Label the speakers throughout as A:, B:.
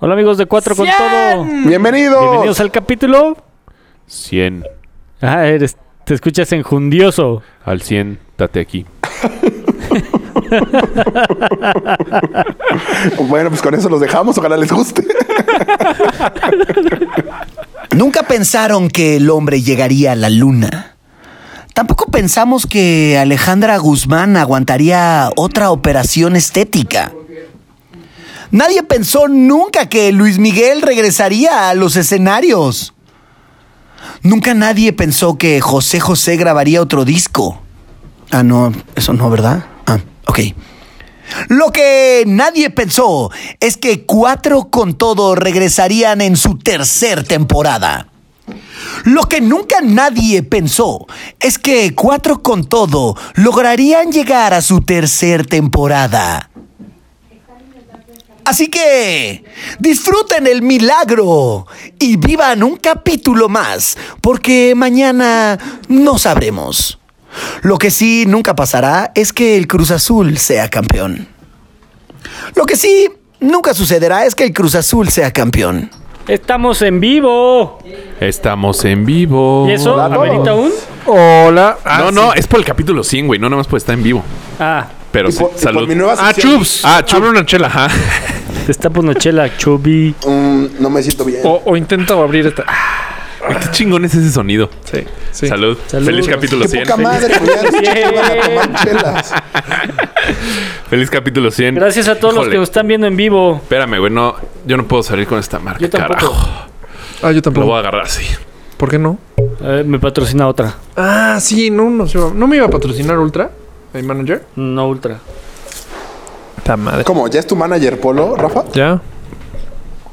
A: Hola amigos de Cuatro con Todo.
B: Bienvenidos.
A: Bienvenidos al capítulo.
C: 100.
A: Ah, eres, te escuchas enjundioso.
C: Al 100, date aquí.
B: Bueno, pues con eso los dejamos. Ojalá les guste.
D: Nunca pensaron que el hombre llegaría a la luna. Tampoco pensamos que Alejandra Guzmán aguantaría otra operación estética. Nadie pensó nunca que Luis Miguel regresaría a los escenarios. Nunca nadie pensó que José José grabaría otro disco. Ah, no, eso no, ¿verdad? Ah, ok. Lo que nadie pensó es que Cuatro con Todo regresarían en su tercer temporada. Lo que nunca nadie pensó es que Cuatro con Todo lograrían llegar a su tercer temporada. Así que disfruten el milagro y vivan un capítulo más, porque mañana no sabremos. Lo que sí nunca pasará es que el Cruz Azul sea campeón. Lo que sí nunca sucederá es que el Cruz Azul sea campeón.
A: Estamos en vivo.
C: Estamos en vivo.
A: ¿Y eso?
B: Hola a todos.
A: ¿Amerita un?
E: Hola. Ah,
C: no,
E: sí.
C: no, es por el capítulo 100, güey. No, nada más por estar en vivo.
A: Ah,
C: Pero
B: Y
C: sí,
B: por- y por
C: salud.
B: mi nueva
E: Ah,
B: sección,
E: chups.
C: Ah, chulo una chela, ajá.
A: te está poniendo chela, Chubby.
B: mm, no me siento bien.
E: O, o intento abrir esta. Ah,
C: Ay, Qué chingón es ese sonido.
E: sí, sí.
C: Salud.
A: Salud.
C: Feliz capítulo
B: Qué
C: 100.
B: poca
C: Feliz,
B: madre. güey, ya escuché que iban a tomar chelas.
C: feliz capítulo 100.
A: Gracias a todos los
C: Híjole,
A: que nos están viendo en vivo.
C: Espérame, güey. No, yo no puedo salir con esta marca.
A: Yo tampoco.
C: Carajo. Lo
E: Ah, yo
C: voy
E: tampoco.
C: a agarrar así.
E: ¿Por qué no?
A: Eh, me patrocina otra.
E: Ah, sí, no, no, se va- no me iba a patrocinar Ultra, mi manager.
A: No ultra.
E: Ta madre.
B: ¿Cómo? ¿Ya es tu manager, Polo, Rafa?
E: Ya.
B: ¿Ah,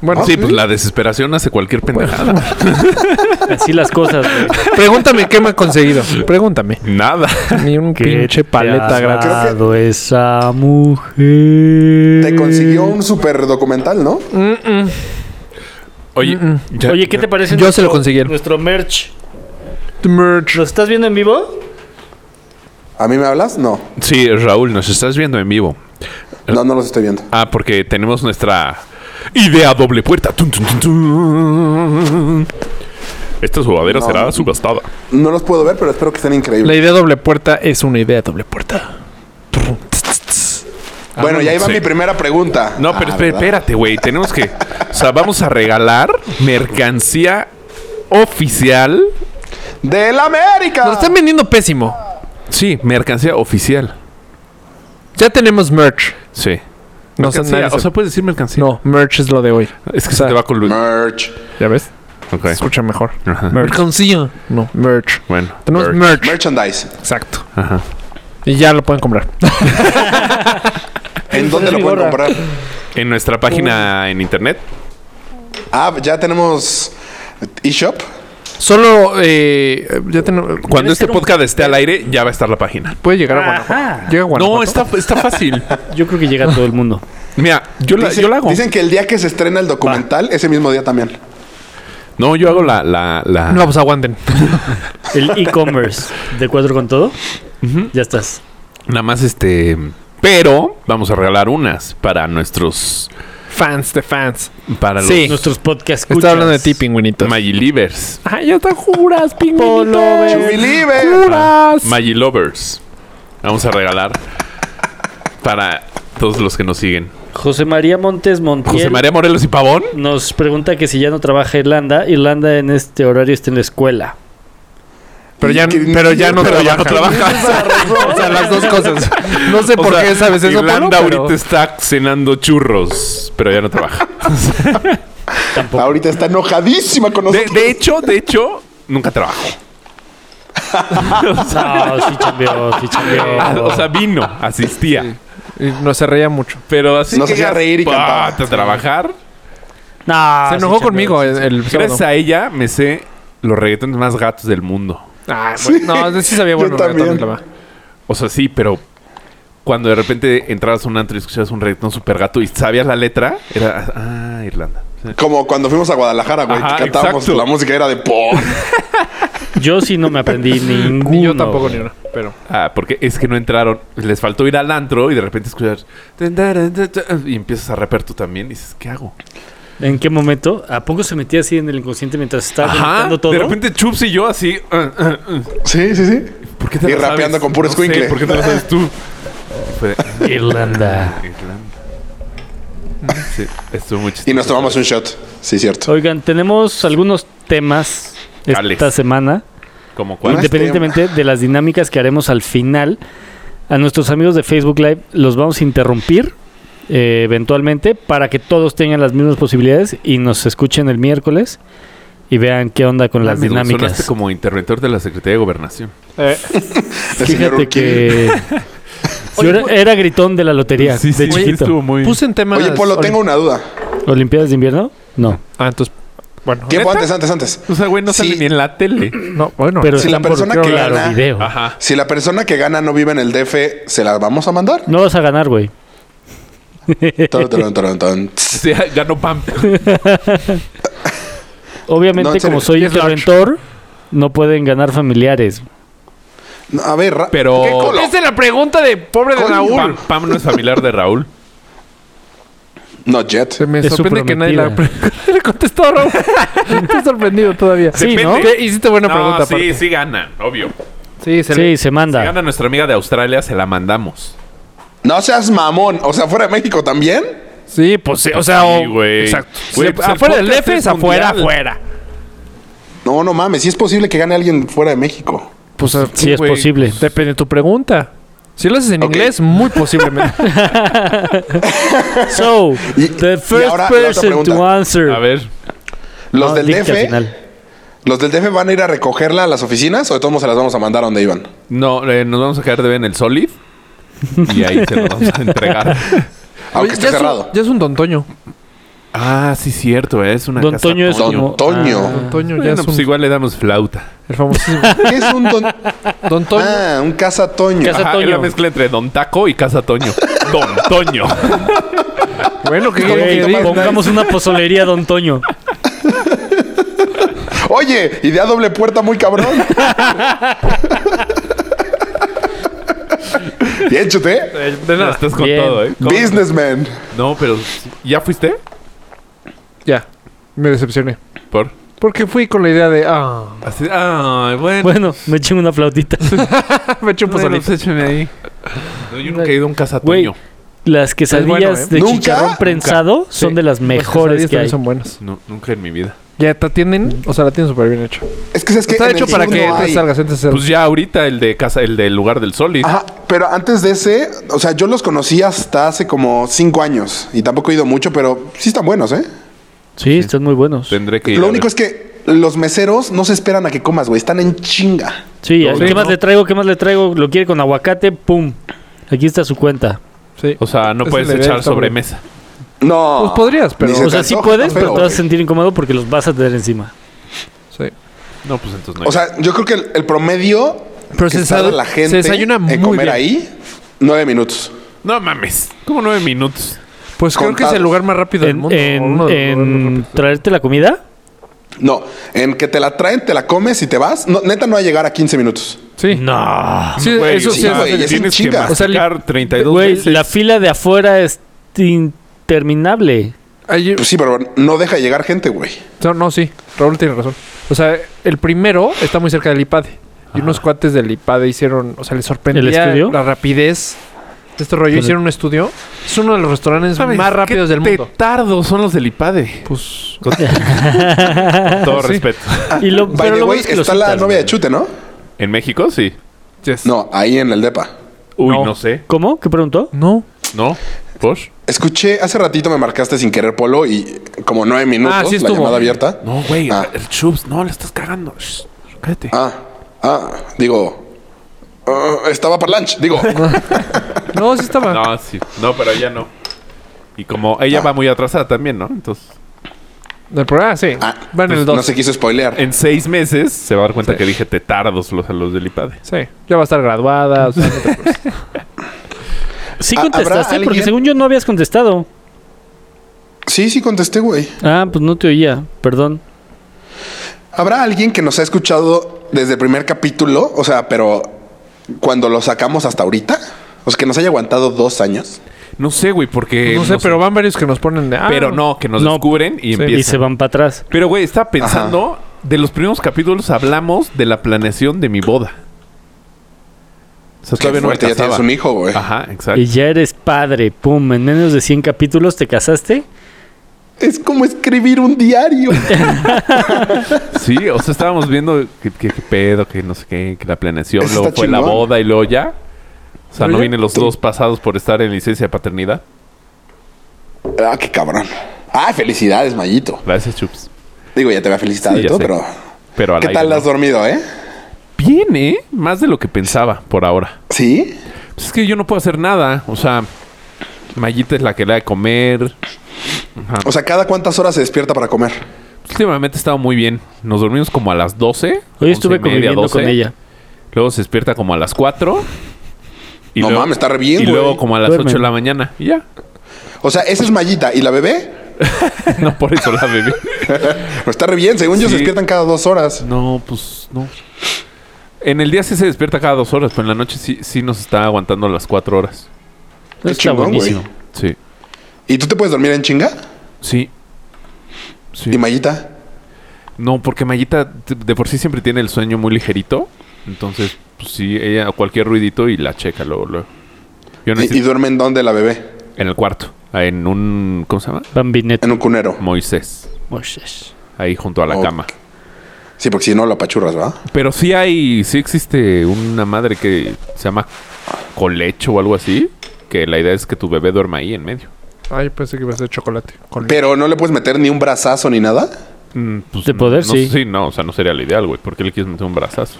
E: Bueno,
C: Sí, pues la desesperación hace cualquier pendejada.
A: Así las cosas. güey.
E: pregúntame qué me ha conseguido. Pregúntame.
C: Nada.
E: Ni un
A: ¿Qué
E: pinche
A: te
E: paleta
A: ha
E: gratis.
A: dado esa mujer.
B: Te consiguió un super documental, ¿no?
C: Oye, ya-
A: Mm, Oye, ¿qué te parece?
E: Yo se lo conseguí.
A: Nuestro merch.
E: Tu merch.
A: ¿Lo estás viendo en vivo?
B: ¿A mí me hablas? No.
C: Sí, Raúl, nos estás viendo en vivo.
B: No, no los estoy viendo.
C: Ah, porque tenemos nuestra idea doble puerta. Tun, tun, tun, tun. Esta sudadera
B: No.
C: será subastada.
B: No los puedo ver, pero espero que estén
E: La
B: increíbles.
E: idea doble puerta es una idea doble puerta.
B: Bueno, ya iba
C: sí.
B: mi primera pregunta.
C: No, pero
B: Ah,
C: espé-
B: ¿verdad?
C: espérate, güey. Tenemos que. O sea, vamos a regalar mercancía oficial.
B: ¡Del América!
E: Nos están vendiendo pésimo.
C: Sí, mercancía oficial.
E: Ya tenemos merch.
C: Sí.
E: No, sé
C: Mercancía,
E: nadie
C: o
E: se-
C: sea, puedes decir mercancía.
E: no, merch es lo de hoy.
C: Es que
E: O sea,
C: se te va con Luis.
B: Merch.
E: ¿Ya ves?
C: Ok.
E: Se escucha mejor.
C: Ajá.
E: Mercancía. No, merch.
C: Bueno.
E: Tenemos
C: merch.
E: merch.
B: Merchandise.
E: Exacto.
C: Ajá.
E: Y ya lo pueden comprar.
B: ¿En dónde lo pueden comprar?
C: En nuestra página en internet.
B: Ah, ya tenemos eShop.
E: Solo eh, ya tenemos.
C: Cuando este podcast esté al aire, ya va a estar la página.
E: puede llegar a Guanajuato. Llega a Guanajuato.
C: No, está, está fácil.
A: Yo creo que llega a todo el mundo.
C: Mira, yo la,
B: Dicen-
C: yo la hago.
B: Dicen que el día que se estrena el documental, ese mismo día también.
C: No, yo hago la, la, la-
E: No, pues aguanten.
A: El e-commerce de Cuatro con Todo. Ya estás.
C: Nada más este. Pero vamos a regalar unas para nuestros.
E: fans de fans.
C: Para los
E: Sí.
A: Nuestros podcast
E: Está hablando de ti,
A: tipping.
E: pingüinitos.
C: Magilivers.
E: Ay, ya te juras,
A: Polo,
E: pingüinitos.
B: ¡Believe!
E: Juras.
C: Magilovers. Vamos a regalar para todos los que nos siguen.
A: José María Montes Montiel
C: José María Morelos y Pavón.
A: nos pregunta que si ya no trabaja Irlanda, Irlanda en este horario está en la escuela.
E: Pero ya, pero ya no
C: Pero ya no
E: trabaja. o sea, las dos cosas. No sé
C: O
E: por
C: sea,
E: qué sabes eso.
C: Irlanda
E: Polo, pero-
C: ahorita está cenando churros, pero ya no trabaja.
A: Tampoco.
B: Ahorita está enojadísima con
C: De,
B: nosotros.
C: de hecho, de hecho, nunca trabajó.
A: No, sí chambeó, sí chambeó.
C: Ah, O sea, vino, asistía.
E: Y no se reía mucho.
C: Pero así
B: Nos hacía reír y cantaba.
C: "Pata, trabajar.
A: No,
E: se
A: Ah, sí chambeó.
E: enojó
C: eh.
E: conmigo el, el
C: Gracias
E: sábado.
C: a ella me sé los reggaetones más gatos del mundo.
E: Ah, bueno, no, sí sabía
B: Yo
E: bueno.
B: también.
C: O sea, sí, pero cuando de repente entrabas a un antro y escuchabas un reggaetón super gato y sabías la letra, era ah, Irlanda.
B: Como cuando fuimos a Guadalajara, güey.
C: Ajá,
B: Cantábamos,
C: exacto.
B: la música era de por.
A: Yo sí no me aprendí ninguno.
E: Ni yo tampoco ni una. Pero
C: Ah, porque es que no entraron, les faltó ir al antro y de repente escuchar y empiezas a reper tú también y dices, ¿qué hago?
A: ¿En qué momento? ¿A poco se metía así en el inconsciente mientras estaba
C: Ajá.
A: conectando todo?
C: De repente Chups y yo así. ah, ah, ah.
B: Sí, sí, sí.
C: ¿Por qué te
B: Y
C: la
B: rapeando
C: sabes?
B: con puro
C: No sé,
B: escuincle.
C: ¿Por qué te lo sabes tú? Fue de, ah,
A: Irlanda.
C: Irlanda. Sí, estuvo muy chistoso.
B: Y nos tomamos un shot. Sí, cierto.
A: Oigan, tenemos algunos temas
C: Alex.
A: esta semana.
C: ¿Como cuál?
B: Más
A: Independientemente de las dinámicas que haremos al final, a nuestros amigos de Facebook Live los vamos a interrumpir eh, eventualmente para que todos tengan las mismas posibilidades y nos escuchen el miércoles y vean qué onda
B: Ah,
A: con las
C: Mames, güey, Sonaste
A: dinámicas.
C: como interventor de la Secretaría de Gobernación.
E: Eh,
B: El señor
A: Fíjate
B: Urquín.
A: que yo era, era gritón de la lotería
C: Sí, sí,
A: de
C: sí,
A: chiquito.
C: estuvo muy...
E: puse en temas.
B: Oye, Polo, tengo una duda.
A: Olimpiadas de invierno, no.
E: Ah, entonces. Bueno,
B: Tiempo
C: ¿Neta?
B: antes, antes, antes.
C: O sea, güey, no sale
B: Sí.
C: ni en la tele.
E: no, bueno.
A: Pero
B: Si la
A: están por
B: persona que
A: claro
B: gana-
A: video.
C: Ajá.
B: Si la persona que gana no vive en el DF, ¿se la vamos a mandar?
A: No vas a ganar, güey.
B: Tron, tron, tron, tron.
C: O sea, ganó Pam.
A: Obviamente,
B: No, en serio,
A: como soy
E: es large.
A: interventor, no pueden ganar familiares.
B: No, A ver, ra-
C: Pero-
B: ¿Qué colo?
E: Esa es la pregunta de pobre de
B: Coño.
E: Raúl.
C: Pam, Pam no es familiar de Raúl.
B: No, Jet.
E: Se me
A: Es su
E: sorprende que nadie la
A: prometida.
E: le contestó, Raúl. Estoy sorprendido todavía.
A: Sí, ¿no?
C: Depende.
E: ¿Qué? Hiciste buena
C: No,
E: pregunta,
C: sí,
E: aparte. Ah.
C: sí ganan, obvio.
E: Sí, se
A: Sí,
E: le-
A: se
C: Si
A: manda.
C: gana nuestra amiga de Australia, se la mandamos.
B: No seas mamón. O sea, fuera de México también.
E: sí, pues sí. O sea, o-
C: Sí, güey.
E: Exacto.
C: Güey,
E: Sí,
C: pues el
E: afuera del
C: podcast
E: DF
C: es
E: es afuera,
C: mundial.
E: afuera.
B: No, no mames. Si es posible que gane alguien fuera de México.
E: Pues
A: Sí, es
C: güey.
A: posible.
E: depende de tu pregunta. Si lo haces en
B: Ok.
E: inglés, muy posiblemente.
A: So,
B: Y-
A: the
B: y
A: first
B: ahora la otra
A: person to
B: pregunta. Ah,
A: answer.
C: A ver.
B: Los
A: No,
B: del
A: dicta
B: DF.
A: al final.
B: ¿Los del DF van a ir a recogerla a las oficinas o de todos modos se las vamos a mandar a donde iban?
C: No, eh, nos vamos a quedar de ver en el Solid. Y ahí se lo vamos a entregar.
B: Aunque
E: Oye,
B: esté
E: ya es un-
B: cerrado.
E: ya es un Don Toño.
C: Ah, sí, cierto. eh, Es una
A: Don
C: casa
A: Toño es
B: Don
A: como...
B: Toño.
A: Ah,
E: Don Toño ya
C: Bueno,
E: es
C: pues
E: un-
C: igual le damos flauta.
E: el famosísimo.
B: ¿Qué es un don...
E: Don Ah. Toño.
B: Ah, un casa Toño.
A: Casa-
C: Ajá, es
A: Toño.
C: la mezcla entre Don Taco y Casa Toño. Don Toño.
E: bueno, ¿qué
A: güey,
E: quieren que diga?
A: pongamos una pozolería, Don Toño.
B: Oye, idea doble puerta muy cabrón. Bien, chute.
C: De nada. Estás con
A: Bien.
C: todo, ¿eh? ¿Cómo?
B: Businessman.
C: No, pero... ¿Ya fuiste?
E: Ya, me decepcioné.
C: Por...
E: Porque fui con la idea de. Ah,
C: Así... Ay, bueno.
A: Bueno, me eché una flautita.
E: me eché un pozolito.
C: écheme ahí. No, yo nunca he ido a un Casa
A: Güey,
C: Toño.
A: Las quesadillas
E: bueno, ¿eh?
A: de
B: ¿Nunca?
A: chicharrón prensado son
E: Sí.
A: de las
E: Los
A: mejores
E: quesadillas
A: que
E: también
A: hay.
E: son buenas.
C: No, nunca en mi vida.
E: Ya te atienden, o sea, la tienen súper bien hecho.
B: Es que es que
E: Está
B: en
E: hecho
B: el
E: para
B: sur
E: que
B: no
E: te
B: hay.
E: salgas, entonces
C: Pues ya ahorita el de casa, el del lugar del Solid.
B: Ajá, pero antes de ese, o sea, yo los conocí hasta hace como cinco años y tampoco he ido mucho, pero sí están buenos, ¿eh?
A: Sí, están muy buenos.
C: Tendré que ir.
B: Lo
C: a
B: único
C: ver.
B: es que los meseros no se esperan a que comas, güey. Están en chinga.
A: Sí,
C: No,
A: ¿qué
C: sí,
A: más
C: no.
A: le traigo? ¿Qué más le traigo? ¿Lo quiere con aguacate? ¡Pum! Aquí está su cuenta.
E: sí.
C: O sea, no
E: Esa
C: puedes
E: es la idea,
C: echar
E: está bueno.
C: sobremesa.
B: No.
E: Pues podrías, pero-
B: Ni
E: Se
A: o sea,
B: te
A: sí
B: antoja,
A: puedes,
B: está
A: pero
B: feo,
A: te vas a
B: güey.
A: sentir incómodo porque los vas a tener encima.
E: Sí.
C: No, pues entonces no.
B: O sea, yo creo que el, el promedio
E: Pero
B: que
E: se
B: tarda
E: desay-
B: la
E: se
B: gente
E: desayuna
B: en
E: muy
B: comer
E: bien.
B: ahí, nueve minutos.
C: no mames. Como nueve minutos.
E: Pues creo que es
B: Contados.
E: el lugar más rápido del
A: En,
E: mundo. o
A: en-
E: uno de los
A: en
E: lugares más rápidos.
A: traerte la comida,
B: No, en que te la traen, te la comes y te vas. No, neta no va a llegar a 15 minutos.
E: Sí.
A: no.
E: Sí,
C: Güey,
E: eso sí
B: sí,
E: es.
B: güey, es un
C: Tienes que
B: chinga.
E: O sea, li-
C: masticar 32
A: Güey,
C: veces.
A: la fila de afuera es interminable.
E: Hay-
B: Pues sí, pero no deja llegar gente, güey.
E: no, no, sí. Raúl tiene razón. O sea, el primero está muy cerca del IPADE. E, Y unos cuates del IPADE E hicieron, o sea, les
A: ¿El
E: sorprendía
A: estudio?
E: la rapidez de este rollo.
A: Pues-
E: Hicieron un estudio. Es uno de los restaurantes
C: ¿Sabes
E: más
C: qué
E: rápidos del mundo.
C: Petardos son los del IPADE.
E: Pues
C: E? Con todo respeto.
A: Y lo,
B: Ah, By
A: pero
B: the
A: lo
B: way,
A: bueno es que lo
B: está la
A: citas,
B: novia de
A: güey.
B: Chute, ¿no?
C: ¿En México? Sí.
E: yes.
B: No, ahí en el DEPA.
C: Uy, no,
E: No.
C: sé.
A: ¿Cómo? ¿Qué preguntó?
E: No.
C: ¿No? ¿Por?
B: Escuché, hace ratito me marcaste sin querer Polo y como nueve minutos
E: Ah, sí
B: la
E: estuvo.
B: llamada abierta.
C: No, güey.
B: Ah.
C: El Chups. No, le estás cagando. Shh, cállate.
B: Ah, ah, digo. ah, estaba para lunch, digo.
E: No, sí estaba.
C: Ah. No, sí. No, pero ella no. Y como ella va muy atrasada también, ¿no? Entonces,
E: Del programa, sí.
B: Ah,
E: Van en el 2.
B: no se quiso spoilear.
C: en seis meses se va a dar cuenta que dije tetardos los, a E. los del IPADE.
E: Sí. Ya va a estar graduada. o sea, no te-
A: Sí
B: ¿Habrá
A: contestaste,
B: alguien?
A: porque según yo no habías contestado.
B: Sí, sí contesté, güey.
A: Ah, pues no te oía, perdón.
B: ¿Habrá alguien que nos ha escuchado desde el primer capítulo? O sea, pero cuando lo sacamos hasta ahorita. O sea, que nos haya aguantado dos años.
C: No sé, güey, porque.
E: no sé, pero van varios que nos ponen de. ah,
C: Pero no, que nos
A: No.
C: descubren y
E: Sí.
C: empiezan.
A: Y se van para atrás.
C: Pero, güey, estaba pensando. De los primeros capítulos hablamos de la planeación de mi boda. O sea,
B: Qué fuerte, ya tienes
C: casaba.
B: un hijo, güey.
C: Ajá, exacto.
A: Y ya eres padre, pum, en menos de 100 capítulos te casaste.
B: Es como escribir un diario.
C: Sí, o sea, estábamos viendo que, que- que pedo, que no sé qué, que la planeación,
B: Eso
C: luego
B: está
C: fue la
B: chingón.
C: boda y luego ya. O sea,
E: Pero
C: no
E: ya-
C: vienen los dos pasados por estar en licencia de paternidad.
B: ah, qué cabrón. Ah, felicidades, Mayito.
C: Gracias, Chups.
B: Digo, ya te había felicitado
C: Sí,
B: y
C: ya
B: todo,
C: sé.
B: pero.
C: Pero al
B: ¿Qué
C: aire,
B: tal
C: ¿no?
B: has dormido, eh?
C: Bien, ¿eh? Más de lo que pensaba por ahora.
B: Sí.
C: Pues es que yo no puedo hacer nada. O sea, Mayita es la que le da de comer.
B: O sea, ¿cada cuántas horas se despierta para comer?
C: Últimamente he estado muy bien. Nos dormimos como a las 12.
A: Hoy
C: 11
A: estuve
C: y media,
A: conviviendo
C: 12.
A: con ella.
C: Luego se despierta como a las 4. Y
B: No mames, está re bien,
C: Y
B: güey.
C: luego como a las
A: Duerme.
C: 8 de la mañana. Y ya.
B: O sea, esa es Mayita. ¿Y la bebé?
C: No por eso la bebé.
B: Pero está re bien. Según yo,
C: Sí.
B: se despiertan cada dos horas.
C: No, pues no. En el día sí se despierta cada dos horas, pero en la noche sí, sí nos está aguantando las cuatro horas.
B: Qué
A: Está
B: chingón, güey.
A: buenísimo.
C: Sí.
B: ¿Y tú te puedes dormir en chinga?
C: Sí. Sí.
B: ¿Y Mayita?
C: No, porque Mayita de- de por sí siempre tiene el sueño muy ligerito. Entonces, pues sí, ella cualquier ruidito y la checa luego, luego. Yo
B: ¿Y, y
C: necesito...
B: duerme en dónde la bebé?
C: En el cuarto. En un... ¿Cómo se llama?
A: Bambinet.
B: En un cunero.
C: Moisés.
A: Oh, Moses.
C: Ahí junto a la
B: Ok.
C: cama.
B: Sí, porque si no, la pachurras, ¿verdad?
C: Pero sí hay... Sí existe una madre que se llama colecho o algo así. Que la idea es que tu bebé duerma ahí en medio.
E: Ay, pensé que iba a ser chocolate. Con
B: Pero no le puedes meter ni un brazazo ni nada.
C: Mm, pues,
A: De poder,
C: no,
A: sí.
C: Sí, no, o sea, no sería lo ideal, güey. ¿Por qué le quieres meter un brazazo?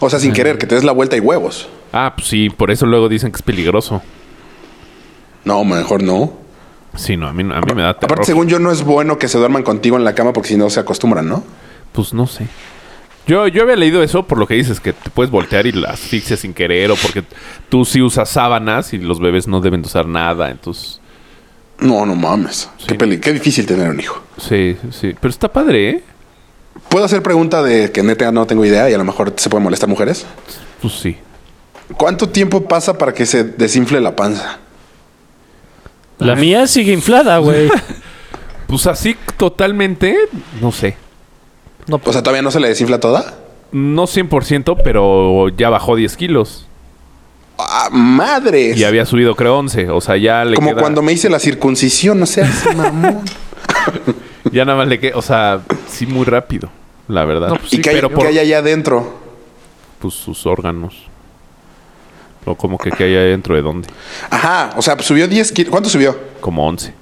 B: O sea, sin querer, que te des la vuelta y huevos.
C: Ah, pues sí, por eso luego dicen que es peligroso.
B: No, mejor no.
C: Sí, no, a mí, a mí me da terror.
B: Aparte, según yo, no es bueno que se duerman contigo en la cama porque si no se acostumbran, ¿no?
C: Pues no sé. Yo, yo había leído eso por lo que dices, que te puedes voltear y la asfixias sin querer, o porque tú sí usas sábanas y los bebés no deben de usar nada, entonces...
B: No, no mames. Qué, peli- qué difícil tener un hijo.
C: Sí, sí. Pero está padre, ¿eh?
B: ¿Puedo hacer pregunta de que neta no tengo idea y a lo mejor se pueden molestar mujeres?
C: Pues sí.
B: ¿Cuánto tiempo pasa para que se desinfle la panza?
A: La mía sigue inflada, güey.
C: Pues así totalmente, no sé.
B: O sea, ¿todavía no se le desinfla toda?
C: No 100%, pero ya bajó 10 kilos.
B: ¡Ah, madre!
C: Y había subido, creo, 11. O sea, ya le
B: Como
C: queda-
B: cuando me hice la circuncisión, no seas mamón.
C: Ya nada más le queda... O sea, sí muy rápido, la verdad.
E: No, pues
B: ¿Y qué hay,
C: pero por
B: qué hay allá adentro?
C: pues, sus órganos. O como que, que hay adentro de dónde.
B: Ajá, o sea, subió 10 kilos. ¿Cuánto subió?
C: Como 11.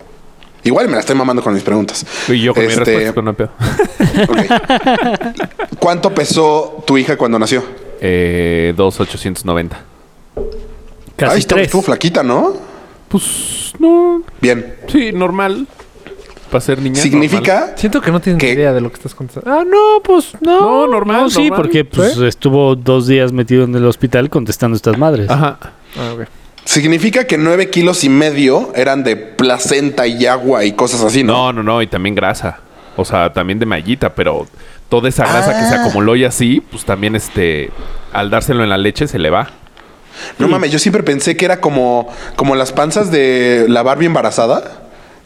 B: Igual me la estoy mamando con mis preguntas.
C: Y yo con mi
B: Este,
C: respuesta, pero no hay pedo.
B: ok. ¿Cuánto pesó tu hija cuando nació?
C: Eh, 2,890.
A: Casi
B: Ay, está-
A: tres.
B: estuvo flaquita, ¿no?
C: Pues no.
B: Bien.
C: Sí, normal. Para ser niña.
B: ¿Significa?
E: Siento que no tienes
B: ¿Qué?
E: ni idea de lo que estás contando. Ah, no, pues no.
C: No, normal,
A: No, sí,
C: normal.
A: porque pues,
B: ¿Eh?
A: estuvo dos días metido en el hospital contestando estas madres.
C: normal. Ajá.
E: Ah, ok.
B: Significa que nueve kilos y medio eran de placenta y agua y cosas así, ¿no?
C: No, no, no. Y también grasa. O sea, también de mallita, pero toda esa grasa que se
B: Ah.
C: acumuló y así, pues también este. Al dárselo en la leche se le va.
B: No mames, yo siempre pensé que era como, como las panzas de la Barbie embarazada.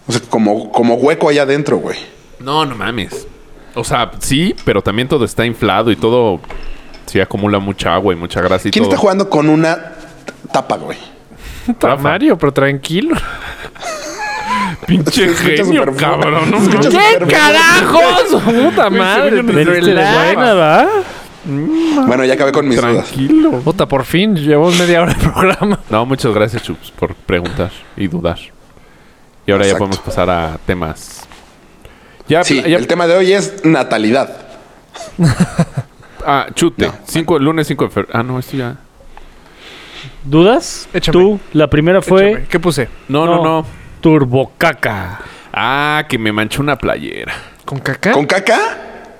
B: O sea, como, como hueco allá adentro, güey.
C: No, no mames. O sea, sí, pero también todo está inflado y todo. Sí, acumula mucha agua y mucha grasa y
B: ¿Quién
C: todo.
B: está jugando con una tapa, güey?
E: Puta
C: Rafa.
E: Mario, pero tranquilo.
B: Se
C: Pinche
B: escucha
C: genio,
B: súper fu-
C: cabrón. No
B: se escucha
C: mames.
B: súper fuerte.
E: ¡Qué carajos! ¡Puta madre! este
A: Veniste de
E: Relax.
A: Pues buena, ¿va?
B: Bueno, ya acabé con mis dudas.
C: Tranquilo.
E: Puta, por fin llevamos media hora de programa.
C: No, muchas gracias, Chups, por preguntar y dudar. Y ahora ya
B: Exacto.
C: podemos pasar a temas. Ya,
B: Sí,
C: ya-
B: el tema de hoy es natalidad.
C: ah, chute. Cinco, lunes 5 de febrero. Ah, no, esto ya.
A: ¿Dudas?
E: Échame.
A: Tú, la primera fue
E: Échame. ¿Qué puse?
C: No, no,
A: No.
C: no.
A: Turbocaca.
C: Ah, que me manchó una playera.
E: ¿Con caca?
B: ¿Con caca?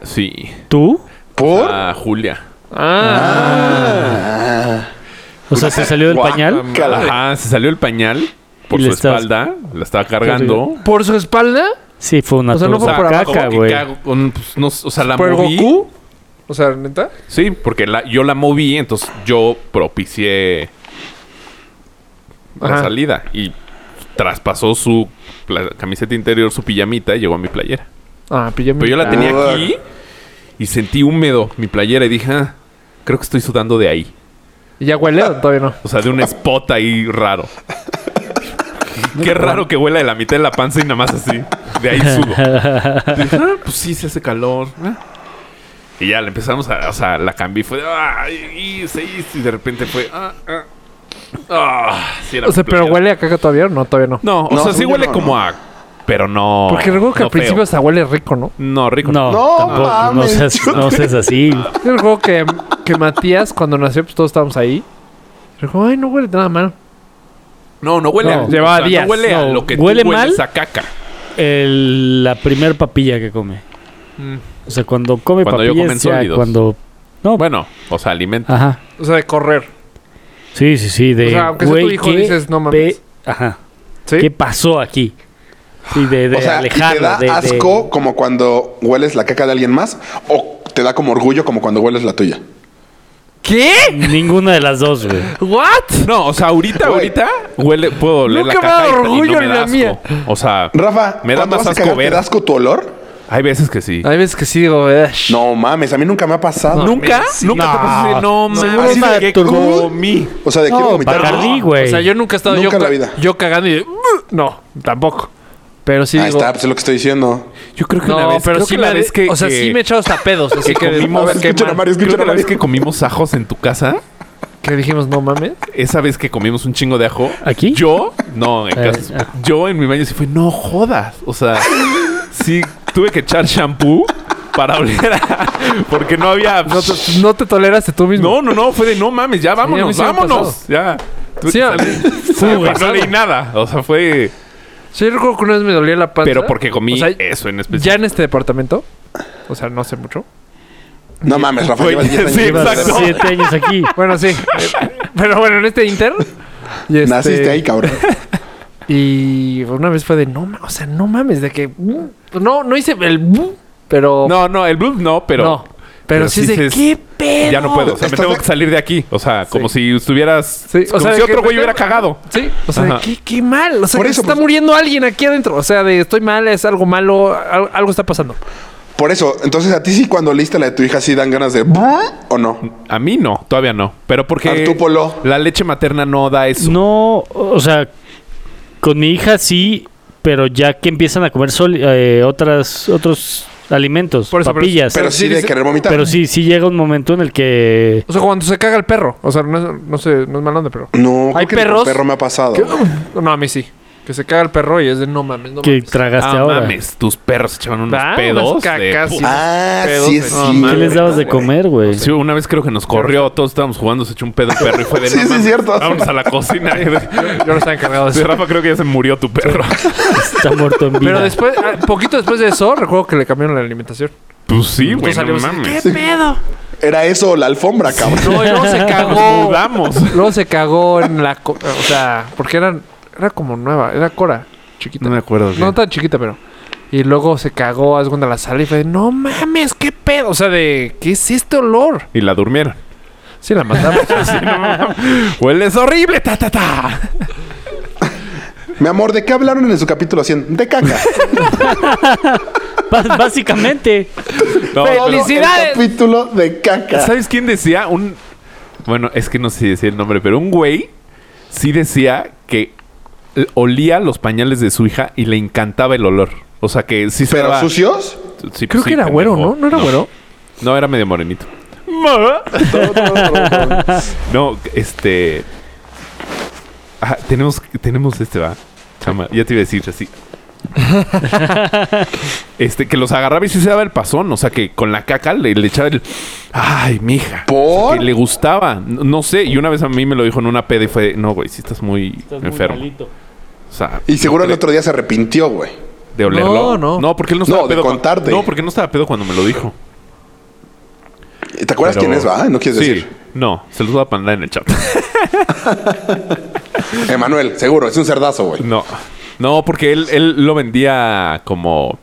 C: Sí.
A: ¿Tú?
B: ¿Por?
C: Ah, Julia.
E: Ah,
A: O sea, se salió del
B: Guau.
A: pañal.
B: Cada-
C: Ajá, se salió el pañal por
A: Y
C: su
A: le estás-
C: espalda. La estaba cargando.
E: ¿por su espalda?
A: Sí, fue una
E: O sea, no fue por abajo,
A: turbocaca,
C: como que
A: güey.
C: cago con- pues, no, o sea, la
E: ¿Por
C: moví.
E: Goku? O sea, ¿neta?
C: Sí, porque la- yo la moví, entonces yo propicié la
E: Ajá.
C: salida. Y traspasó su pla- camiseta interior, su pijamita y llegó a mi playera.
E: Ah, pijama.
C: Pero yo la tenía
B: Ah.
C: aquí y sentí húmedo mi playera y dije, "Ah, creo que estoy sudando de ahí.
E: ¿Y ya huele o todavía no?
C: O sea, de un spot ahí raro. Qué raro que huela de la mitad de la panza y nada más así. De ahí sudo. Dije, "Ah, pues sí, se hace calor. ah". Y ya le empezamos a... O sea, la cambié. y Fue... "Ah, y, y, se hizo", y de repente fue... Ah, ah, ah, sí era
E: O sea,
C: mi
E: pero
C: playera.
E: huele a caca todavía o no, todavía no.
C: No, o
B: No,
C: sea, sí
B: según yo
C: huele
B: no,
C: como
B: ¿no?
C: a... Pero no...
E: Porque recuerdo que
C: no
E: al principio
C: feo.
E: hasta huele rico, ¿no?
C: No, rico.
A: No,
B: No
A: tampoco, no,
B: mames,
A: seas,
B: yo
A: no seas así.
E: Yo recuerdo que, que Matías, cuando nació, pues todos estábamos ahí. Recuerdo, ay, no huele nada mal.
C: No, no huele
E: No,
C: a...
E: llevaba
C: no
E: días,
C: huele a
A: no.
C: lo que
A: ¿Huele
C: tú hueles
A: mal?
C: a caca.
A: El- la primer papilla que come.
E: Mm.
A: O sea, cuando come
C: Cuando yo
A: papilla
C: comí en
A: es ya
C: sólidos.
A: cuando... No,
C: Bueno, o sea, alimento.
A: Ajá.
E: O sea, de correr.
A: Sí, sí, sí. De,
E: O sea, aunque sea tu
A: güey,
E: hijo,
A: ¿qué
E: dices, "No mames".
A: pe- Ajá.
E: ¿Sí?
A: ¿Qué pasó aquí? Sí, de, de
B: o sea, ¿y
A: alejarlo,
B: ¿te da
A: de- de-
B: asco como cuando hueles la caca de alguien más? ¿O te da como orgullo como cuando hueles la tuya?
E: ¿Qué?
A: Ninguna de las dos, güey.
E: ¿What?
C: No, o sea, ahorita,
B: Güey.
C: ahorita huele, puedo oler
E: Nunca
C: la
E: me ha
C: caca
E: dado
C: y- y
E: orgullo
C: no me
E: ni
C: da
E: la
C: asco.
E: mía.
C: O sea,
B: Rafa,
C: me da
B: ¿cuando
C: más
B: vas a
C: asco
B: cagar,
C: ver.
B: ¿te da asco tu olor?
C: Hay veces que sí.
E: Hay veces que sí digo, eh,
B: No mames, a mí nunca me ha pasado.
C: ¿Nunca? ¿Nunca te pasas de, pues, no
A: Seguro
C: mames,
B: una
C: ¿qué
A: turbo-
C: comí?
B: O sea, de quiero
A: No,
B: vomitar.
A: Bacardí, güey.
E: O sea, yo nunca he estado
B: Nunca
E: yo,
B: en la
E: ca-
B: vida.
E: yo cagando y de, no, tampoco. Pero sí
B: Ahí
E: digo,
B: está, pues es lo que estoy diciendo.
C: Yo creo que
E: no,
C: una vez,
E: pero
C: creo
E: sí
C: que la
E: me,
C: vez que...
E: o sea,
C: que-
E: sí me he echado hasta pedos, así
C: que
E: que,
C: comimos-
E: a ver, qué
B: Escuchen a
E: mal.
B: Mario,
C: Creo
B: escuchen
C: que
B: a
C: la vez
B: Mario.
C: que comimos ajos en tu casa,
E: que dijimos, no mames.
C: esa vez que comimos un chingo de ajo.
A: ¿Aquí?
C: Yo, no, en
A: Eh,
C: casa.
A: ah.
C: Yo en mi baño sí fue, no jodas. O sea, sí tuve que echar shampoo para oler a- Porque no había...
E: No te, no te toleraste tú mismo.
C: No, no, no, fue de no mames, ya vámonos,
E: sí me ha
C: vámonos. Ya. Tuve
E: Sí, ah,
C: que
E: a-
C: salir.
E: me ha
C: Güey, no
E: pasado.
C: leí nada. O sea, fue.
E: Sí, yo recuerdo que una vez me dolía la panza.
C: Pero porque comí
E: O sea,
C: eso en
E: ya
C: especial.
E: en este departamento, o sea, no sé mucho.
B: No mames, Rafa,
C: Güey,
B: llevas 10 años.
C: sí,
B: viviendo
A: Llevas
C: exacto.
B: cerca.
A: siete años aquí.
E: Bueno, sí. pero bueno, en este inter. y este-
B: Naciste ahí, cabrón.
E: Y una vez fue de no mames, o sea, no mames, de que "Mm". no, no hice el "Mm", pero
C: No, no, el bloop no, pero.
E: no. Pero, sí, es de
C: dices,
E: qué pedo.
C: Ya no puedo. O sea, me
B: Estás
C: tengo
B: de-
C: que salir de aquí. O sea, como si estuvieras.
E: Sí, o
C: como
E: sea, de
C: si
E: que
C: otro güey
E: me
C: hubiera
E: tengo-
C: cagado.
E: Sí, o sea,
C: Ajá.
E: de qué, qué mal. O sea,
B: Por
E: que
B: eso, pues.
E: se está
B: por-
E: muriendo alguien aquí adentro. O sea, de estoy mal, es algo malo, al- algo está pasando.
B: Por eso, entonces a ti sí cuando leíste la de tu hija sí dan ganas de... ¿O no?
C: A mí no, todavía no. Pero porque.
B: Al túpolo.
C: La leche materna no da eso.
A: No, o sea, con mi hija sí, pero ya que empiezan a comer soli- eh, otras, otros alimentos,
E: Por eso, pero-
A: papillas.
B: Pero sí de
E: dice-
B: querer vomitar.
A: Pero sí, sí llega un momento en el que...
E: O sea, cuando se caga el perro. O sea, no, es- no sé, no es mal onda, pero.
B: No, creo que ni
E: Hay
B: con
E: perros
B: perro me ha pasado.
E: que- no, a mí sí. Que se caga el perro y es de no mames, no
A: que
E: mames.
A: tragaste
C: Ah,
A: ahora.
C: mames, tus perros echaban unos
E: Ah, unas
C: pedos. de
E: cacas y-
B: Ah,
C: puta.
E: Pedos
B: sí
E: de-
B: es
E: no,
B: cierto.
A: ¿Qué les dabas de comer, güey?
C: Sí, una vez creo que nos corrió, todos estábamos jugando, se echó un pedo un perro y fue de
B: Sí,
C: no
B: sí,
C: mames,
B: cierto.
C: Vámonos a la cocina.
E: Yo no estaba encargado de
C: Sí,
E: eso.
C: Rafa, creo que ya se murió tu perro.
A: Está muerto en vida.
E: Pero después, ah, poquito después de eso, recuerdo que le cambiaron la alimentación.
C: Pues sí, güey, no
E: salimos-
C: mames.
E: ¿Qué pedo?
B: Era eso o la alfombra, cabrón.
E: No, y luego se
C: Nos
E: cagó.
C: mudamos.
E: luego se cagó en la. co- O sea, porque eran, era como nueva, era Cora, chiquita.
C: No me acuerdo bien.
E: No tan chiquita, pero. Y luego se cagó, haz cuenta, la sala y fue de, no mames, qué pedo. O sea, de, ¿qué es este olor?
C: Y la durmieron.
E: Sí, la mandamos.
C: Hueles horrible, ta, ta, ta.
B: Mi amor, ¿de qué hablaron en su capítulo 100? De caca.
A: Bás- Básicamente.
C: No, pero-
B: El
E: ¡Felicidades!
B: capítulo de caca.
C: ¿Sabes quién decía? Un. Bueno, es que no sé si decía el nombre, pero un güey sí decía que l- olía los pañales de su hija y le encantaba el olor. O sea que sí se
B: ¿Pero
C: daba-
B: sucios?
C: Sí,
E: Creo
C: sí,
E: que era güero,
C: pendejo.
E: ¿no? ¿No era güero?
C: No, era medio morenito. No, este. Ah, tenemos, tenemos este, va. Chama, ya te iba a decir así. este, que los agarraba y sí se daba el pasón. O sea, que con la caca le, le echaba el. Ay, mija. O sea,
B: ¿Por?
C: que le gustaba. No, no sé. Y una vez a mí me lo dijo en una peda y fue. No, güey, sí estás muy enfermo. o sea,
B: Y seguro el otro día se arrepintió, güey.
C: de olerlo.
E: No, no.
C: No, porque él no
B: No,
C: estaba
B: de
C: pedo. cuan-
B: contarte.
C: no, porque no estaba pedo cuando me lo dijo.
B: ¿Te acuerdas
C: Pero-
B: quién es, va? No quieres
C: Sí.
B: decir.
C: No, se los voy a mandar en el chat.
B: Emanuel, seguro, es un cerdazo, güey.
C: No. No, porque él, él lo vendía como.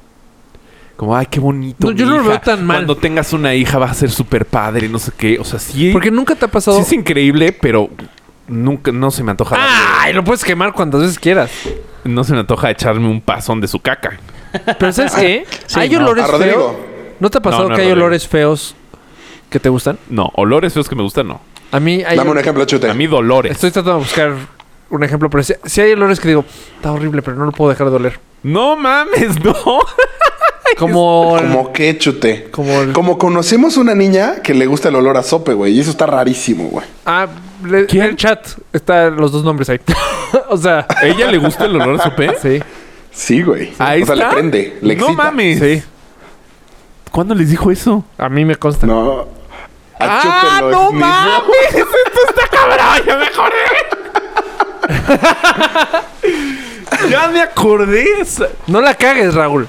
C: Como, ay, qué bonito.
E: No,
C: mi
E: yo no lo
C: hija.
E: veo tan mal.
C: Cuando tengas una hija vas a ser súper padre, no sé qué. O sea, sí.
E: Porque nunca te ha pasado.
C: sí es increíble, pero nunca, no se me antoja. darle-
E: ¡Ay! Lo puedes quemar cuantas veces quieras.
C: No se me antoja echarme un pasón de su caca.
E: Pero ¿sabes qué?
A: Sí,
E: hay
A: no.
E: olores
B: A Ah, Rodrigo.
E: feos. ¿No te ha pasado
C: No, no,
E: que hay
C: Rodrigo.
E: olores feos que te gustan?
C: No, olores feos que me gustan, no.
E: A mí hay
B: Dame un ejemplo, chute.
C: A mí dolores.
E: Estoy tratando de buscar un ejemplo, pero si, si hay olores que digo, está horrible, pero no lo puedo dejar de oler.
C: No mames, no.
E: Como, el-
B: Como que chute.
E: Como el-
B: Como conocemos una niña que le gusta el olor a sope, güey. Y eso está rarísimo, güey.
E: Ah, le- en el chat están los dos nombres ahí. o sea,
C: ¿Ella le gusta el olor a su pez?
E: sí.
B: Sí, güey.
C: Ahí
B: o sea,
C: está.
B: le prende, le
C: no
B: excita.
C: mames.
E: Sí.
C: ¿Cuándo les dijo eso?
E: A mí me consta.
B: No. Ah,
E: Ah,
B: A Chute lo esnifó.
C: ¡Cabrón! ¡Ya me acordé! ¡Ya me acordé! Sa-
E: No la cagues, Raúl,